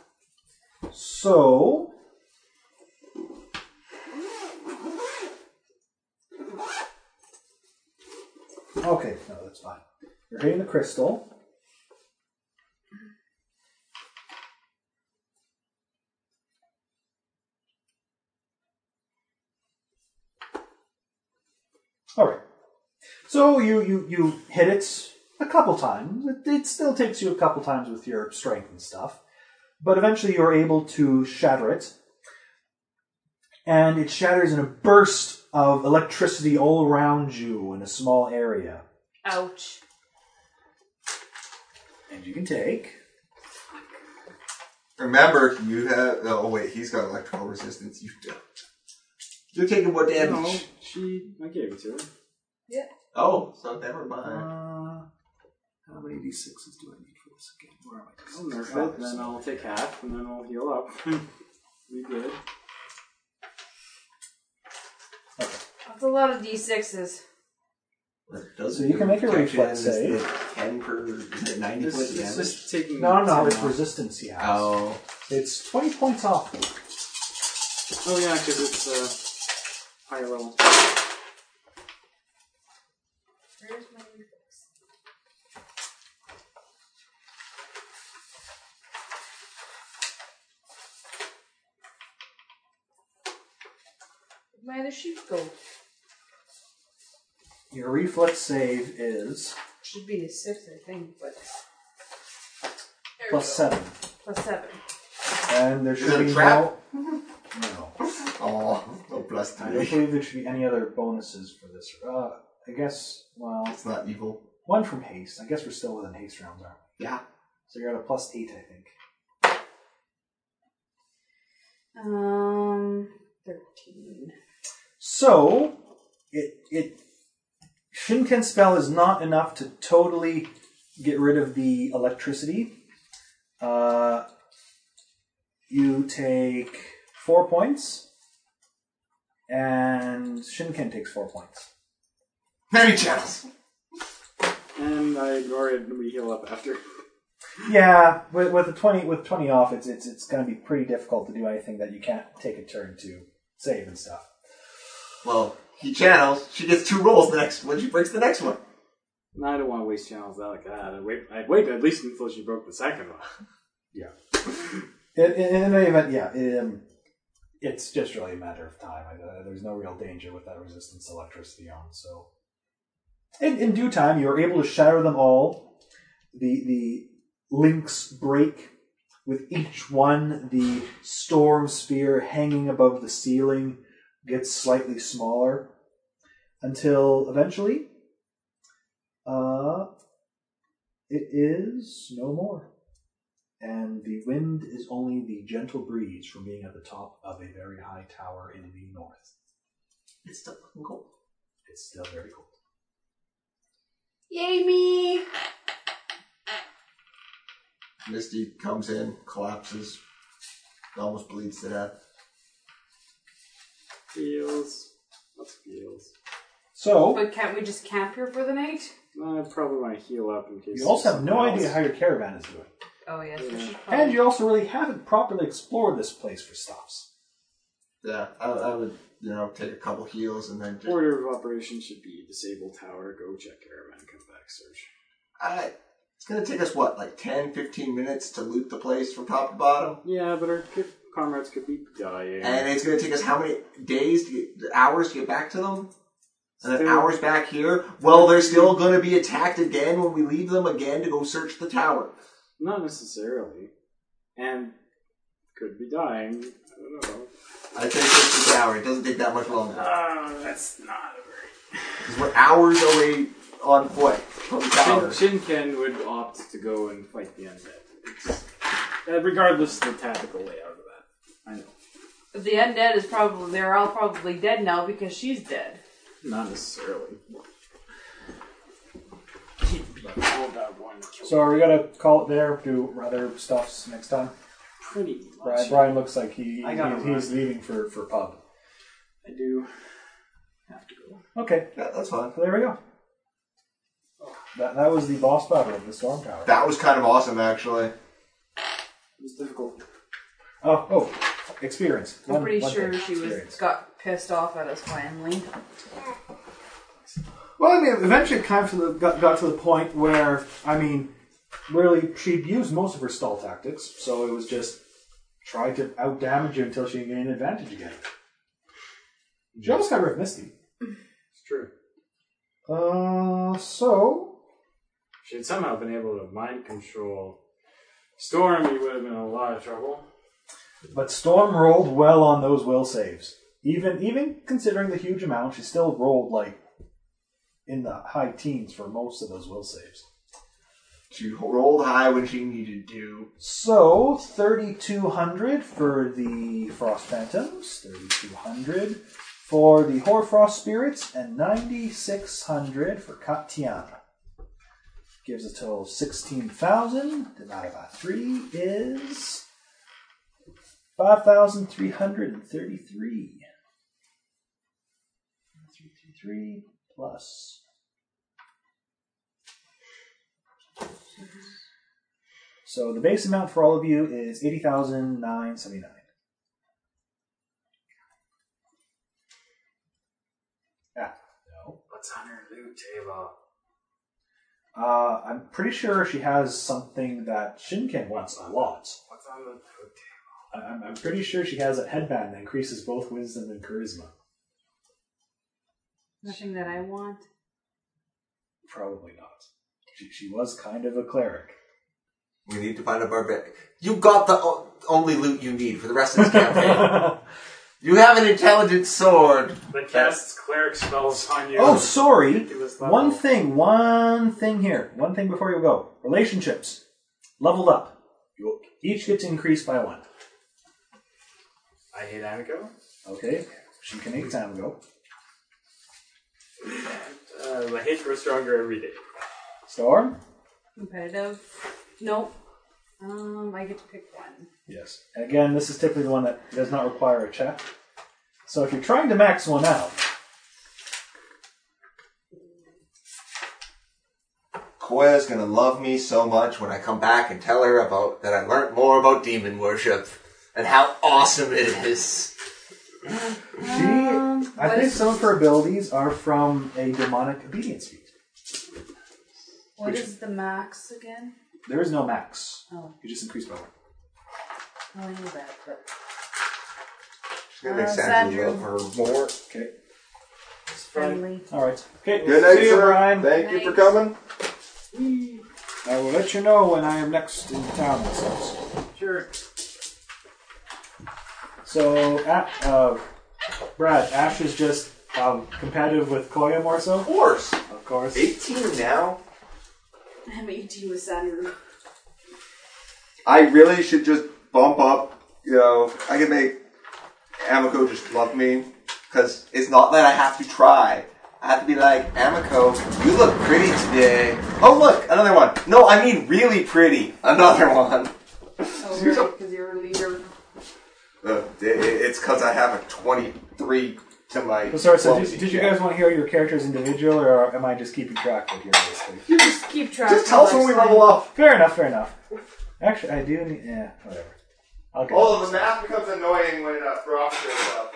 Speaker 2: big.
Speaker 4: So. Okay, no, that's fine. You're hitting the crystal. All right. So you you you hit it a couple times. It, it still takes you a couple times with your strength and stuff but eventually you're able to shatter it. And it shatters in a burst of electricity all around you in a small area.
Speaker 5: Ouch.
Speaker 4: And you can take.
Speaker 2: Remember, you have. Oh, wait, he's got electrical resistance. You don't. You're taking what damage?
Speaker 3: No, she. I gave it to her.
Speaker 2: Oh, so never mind.
Speaker 4: Uh, how many d6s do I need for this again? Where am I?
Speaker 3: I'll nerf it, then I'll take half, and then I'll heal up. we good.
Speaker 5: That's a lot of d6s.
Speaker 4: So you can make a reflex save.
Speaker 2: Ten per is it ninety
Speaker 3: This
Speaker 2: points of
Speaker 3: is
Speaker 2: damage?
Speaker 3: just taking.
Speaker 4: No, no,
Speaker 3: time
Speaker 4: it's
Speaker 3: off.
Speaker 4: resistance he has.
Speaker 2: Oh,
Speaker 4: It's 20 points off.
Speaker 3: Oh yeah, because it's uh, higher level.
Speaker 5: Where's my reflex? Where'd my other sheep go?
Speaker 4: Your reflex save is
Speaker 5: Should be a six, I think, but. There we
Speaker 4: plus
Speaker 5: go.
Speaker 4: 7.
Speaker 5: Plus seven.
Speaker 4: And there
Speaker 2: it
Speaker 4: should
Speaker 2: a
Speaker 4: be
Speaker 2: trap?
Speaker 4: no. No.
Speaker 2: oh, no plus
Speaker 4: I don't
Speaker 2: three.
Speaker 4: believe there should be any other bonuses for this. Uh, I guess, well,
Speaker 2: It's not evil.
Speaker 4: one from haste. I guess we're still within haste rounds, aren't we?
Speaker 2: Yeah.
Speaker 4: So you're at a plus eight, I think.
Speaker 5: Um, thirteen.
Speaker 4: So it it Shinken spell is not enough to totally get rid of the electricity. Uh, you take four points, and Shinken takes four points.
Speaker 2: Many channels.
Speaker 3: And I already we heal up after.
Speaker 4: Yeah, with, with a twenty with twenty off, it's it's it's going to be pretty difficult to do anything that you can't take a turn to save and stuff.
Speaker 2: Well, he channels. She gets two rolls the next when she breaks the next one.
Speaker 3: And I don't want to waste channels out like that. I wait. I wait at least until she broke the second one.
Speaker 4: In, in, in any event, yeah, um, it's just really a matter of time. I, uh, there's no real danger with that resistance electricity on. So, in, in due time, you're able to shatter them all. The the links break. With each one, the storm sphere hanging above the ceiling gets slightly smaller, until eventually, uh, it is no more and the wind is only the gentle breeze from being at the top of a very high tower in the north.
Speaker 2: It's still fucking cool.
Speaker 4: It's still very cold.
Speaker 5: Yay me!
Speaker 2: Misty comes in, collapses, almost bleeds to death.
Speaker 3: Heals. Lots of heals.
Speaker 4: So
Speaker 5: But can't we just camp here for the night?
Speaker 3: Uh, I probably want to heal up in case.
Speaker 4: you also have
Speaker 3: something
Speaker 4: no
Speaker 3: else.
Speaker 4: idea how your caravan is doing,
Speaker 5: Oh yes, we should
Speaker 4: and you also really haven't properly explored this place for stops.
Speaker 2: Yeah, I, I would, you know, take a couple heals and then just.
Speaker 3: Order of operation should be disable tower, go check caravan, come back, search.
Speaker 2: I, Uh, it's gonna take us what, like 10, 15 minutes to loot the place from top to bottom.
Speaker 3: Yeah, but our co- comrades could be dying.
Speaker 2: And it's going to take us how many days, to get, hours to get back to them? And then
Speaker 3: Still-
Speaker 2: hours back here? Well, they're still going to be attacked again when we leave them again to go search the tower.
Speaker 3: Not necessarily. And could be dying. I don't know.
Speaker 2: I say search the tower. It doesn't take that much longer.
Speaker 3: Ah, Oh, that's not a very
Speaker 9: Because we're hours away on foot from the tower.
Speaker 3: Shin- Shinken would opt to go and fight the undead. It's- uh, regardless of the tactical layout of that. I know.
Speaker 5: The undead is probably they're all probably dead now because she's dead.
Speaker 3: Not necessarily.
Speaker 4: So are we gonna call it there? Do other stuffs next time?
Speaker 3: Pretty
Speaker 4: Brian,
Speaker 3: much.
Speaker 4: Brian looks like he,
Speaker 3: I gotta
Speaker 4: he- he's leaving for for pub.
Speaker 3: I do have to go.
Speaker 4: Okay,
Speaker 9: Yeah, that's fine.
Speaker 4: so there we go. That, that was the boss battle of the storm tower.
Speaker 9: That was kind of awesome, actually.
Speaker 3: It was difficult.
Speaker 4: Oh, oh, experience.
Speaker 5: I'm
Speaker 4: One-
Speaker 5: pretty
Speaker 4: one
Speaker 5: sure
Speaker 4: thing,
Speaker 5: she was
Speaker 4: experience.
Speaker 5: got pissed off at us finally.
Speaker 4: Well, I mean, eventually it kind of to the, got, got to the point where, I mean, really, she'd used most of her stall tactics, so it was just try to outdamage you until she can gain an advantage again. She almost got rid of Misty.
Speaker 3: It's true.
Speaker 4: Uh, so.
Speaker 3: If she'd somehow been able to mind control Storm, you would have been in a lot of trouble.
Speaker 4: But Storm rolled well on those will saves. Even even considering the huge amount, she still rolled like in the high teens for most of those will saves.
Speaker 9: She rolled high when she needed to.
Speaker 4: So, 3200 for the Frost Phantoms, 3200 for the Hoarfrost Spirits, and 9600 for Katiana. Gives a total of 16,000. Divided by 3 is 5,333. 333 plus. So the base amount for all of you is 80,979. Ah, no.
Speaker 3: What's on her loot table?
Speaker 4: Uh, I'm pretty sure she has something that Shinken wants a lot.
Speaker 3: What's on the loot table?
Speaker 4: I- I'm, I'm pretty sure she has a headband that increases both wisdom and charisma.
Speaker 5: Nothing that I want.
Speaker 4: Probably not. She, she was kind of a cleric.
Speaker 9: We need to find a barbarian. You got the o- only loot you need for the rest of this campaign. you have an intelligent sword.
Speaker 3: That casts cleric spells on you.
Speaker 4: Oh, sorry.
Speaker 3: Ridiculous level.
Speaker 4: One thing, one thing here. One thing before you go. Relationships. Leveled up. You each get to increase by one.
Speaker 3: I hate Amico.
Speaker 4: Okay? She can make time go.
Speaker 3: Uh, I hate grows stronger every day.
Speaker 4: Storm?
Speaker 5: Competitive? Nope. Um, I get to pick one.
Speaker 4: Yes. Again, this is typically the one that does not require a check. So if you're trying to max one out,
Speaker 9: Koya's gonna love me so much when I come back and tell her about that I learned more about demon worship and how awesome it is.
Speaker 4: she
Speaker 5: Um,
Speaker 4: I think some of her abilities are from a demonic obedience feat.
Speaker 5: What is the max again?
Speaker 4: There is no max.
Speaker 5: Oh,
Speaker 4: You just increase by one.
Speaker 5: well, I knew that, but
Speaker 9: She's gonna make
Speaker 5: Uh,
Speaker 9: Sandra
Speaker 5: Sandra.
Speaker 9: love her more.
Speaker 4: Okay.
Speaker 5: it's friendly.
Speaker 4: Alright. Okay.
Speaker 2: Good night,
Speaker 4: See you,
Speaker 2: sir.
Speaker 4: Brian.
Speaker 2: Thank you for
Speaker 5: Night.
Speaker 2: coming.
Speaker 4: I will let you know when I am next in town myself.
Speaker 3: Sure.
Speaker 4: So, A- uh, Brad, Ash is just um, competitive with Koya more so.
Speaker 9: Of course.
Speaker 4: Of course.
Speaker 9: 18 now?
Speaker 5: I have 18 with Saturn.
Speaker 9: I really should just bump up. You know, I can make Amico just love me because it's not that I have to try. I have to be like Amico, you look pretty today. Oh look, another one. No, I mean really pretty. Another one.
Speaker 5: Oh, right, because you're a leader.
Speaker 9: Uh, it- it- it's because I have a twenty-three to my.
Speaker 4: So, sorry, so
Speaker 9: diplomacy
Speaker 4: did, did you
Speaker 9: check.
Speaker 4: guys want to hear your characters individual, or am I just keeping track of your basically?
Speaker 5: You just keep track
Speaker 9: Just
Speaker 5: of
Speaker 9: tell us
Speaker 5: our
Speaker 9: when we
Speaker 5: side.
Speaker 9: level up.
Speaker 4: Fair enough, fair enough. Actually, I do need. Yeah, whatever. Okay.
Speaker 2: Oh, the math becomes annoying when uh, Brock shows up.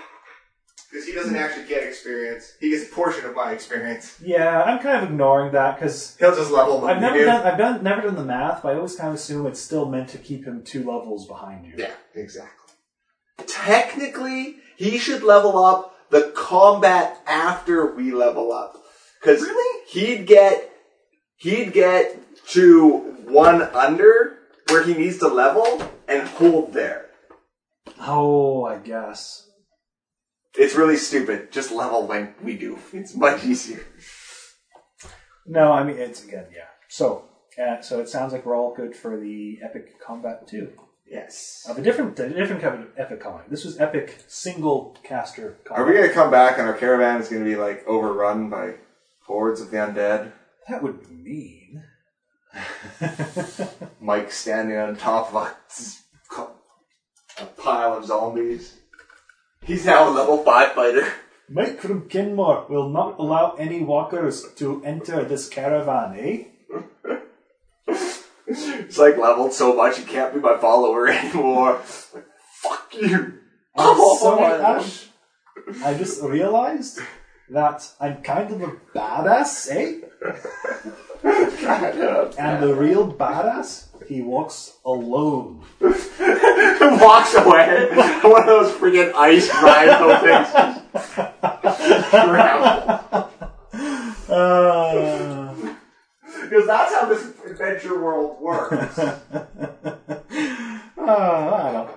Speaker 2: Because he doesn't actually get experience. He gets a portion of my experience.
Speaker 4: Yeah, I'm kind of ignoring that because
Speaker 2: He'll just level
Speaker 4: I've
Speaker 2: with
Speaker 4: never
Speaker 2: you.
Speaker 4: done. I've done never done the math, but I always kind of assume it's still meant to keep him two levels behind you.
Speaker 2: Yeah, exactly.
Speaker 9: Technically, he should level up the combat after we level up. Because really? he'd get he'd get to one under where he needs to level and hold there.
Speaker 4: Oh, I guess.
Speaker 9: It's really stupid. Just level like we do. It's much easier.
Speaker 4: No, I mean it's again, yeah. So, uh, so it sounds like we're all good for the epic combat too.
Speaker 9: Yes.
Speaker 4: Of a different, a different kind of epic combat. This was epic single caster combat.
Speaker 9: Are we gonna come back and our caravan is gonna be like overrun by hordes of the undead?
Speaker 4: That would be mean.
Speaker 9: Mike standing on top of a, a pile of zombies. He's now a level five fighter.
Speaker 4: Mike from Kenmore will not allow any walkers to enter this caravan, eh?
Speaker 9: It's like leveled so much he can't be my follower anymore. Like, fuck you. Come off
Speaker 4: sorry,
Speaker 9: my land.
Speaker 4: Ash. I just realized that I'm kind of a badass, eh? and the real badass, he walks alone.
Speaker 9: walks away. One of those freaking ice rhino things. Because
Speaker 4: Uh,
Speaker 9: that's how this adventure world works.
Speaker 4: Ah, I don't know.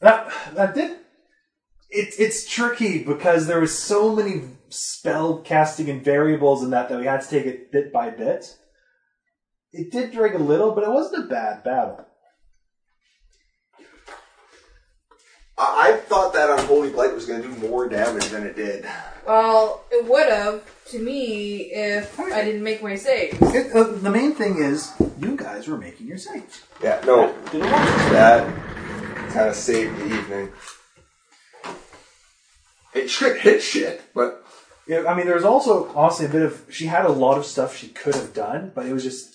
Speaker 4: That, that did. It, it's tricky because there was so many spell casting and variables in that that we had to take it bit by bit. It did drag a little, but it wasn't a bad battle.
Speaker 9: I, I thought that unholy blight was going to do more damage than it did.
Speaker 5: Well, it would have to me if I didn't make my saves.
Speaker 4: It- uh, the main thing is, you guys were making your saves.
Speaker 9: Yeah, no,
Speaker 4: Did a lot.
Speaker 9: that kind of saved the evening. It should hit shit, but
Speaker 4: Yeah, I mean, there was also honestly a bit of she had a lot of stuff she could have done, but it was just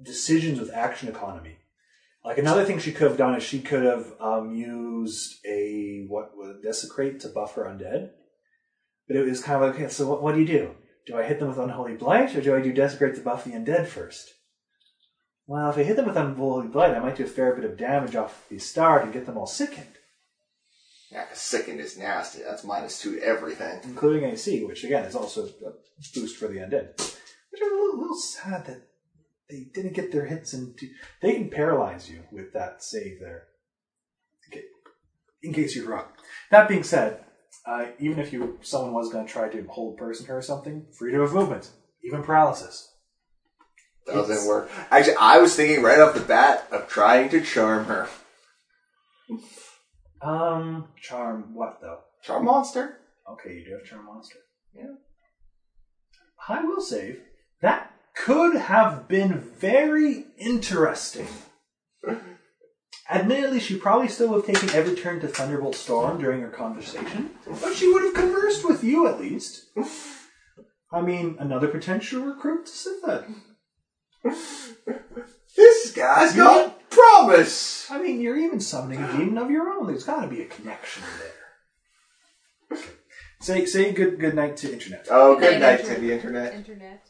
Speaker 4: decisions with action economy. Like another thing she could have done is she could have um, used a what was desecrate to buff her undead, but it was kind of like, okay, so what, what do you do? Do I hit them with unholy blight, or do I do desecrate to buff the undead first? Well, if I hit them with unholy blight, I might do a fair bit of damage off the start and get them all sickened.
Speaker 9: yeah, 'cause sickened is nasty. That's minus two to everything.
Speaker 4: including AC, which again is also a boost for the undead. Which is a little, little sad that they didn't get their hits and they can paralyze you with that save there. Okay. In case you're wrong. That being said, uh, even if you someone was going to try to hold person her or something, freedom of movement, even paralysis.
Speaker 9: Doesn't
Speaker 4: It's-
Speaker 9: work. Actually, I was thinking right off the bat of trying to charm her.
Speaker 4: Um, charm what though?
Speaker 9: Charm monster?
Speaker 4: Okay, you do have Charm Monster. Yeah. High will save. That could have been very interesting. Admittedly, she probably still would have taken every turn to Thunderbolt Storm during her conversation, but she would have conversed with you at least. I mean, another potential recruit to Sitha.
Speaker 9: This guy's got promise!
Speaker 4: I mean, you're even summoning a demon of your own. There's got to be a connection there. Say, say good good night to internet.
Speaker 9: Oh,
Speaker 5: Good
Speaker 9: good
Speaker 5: night,
Speaker 9: Oh, night to
Speaker 5: Andrew.
Speaker 9: the internet.
Speaker 5: Internet.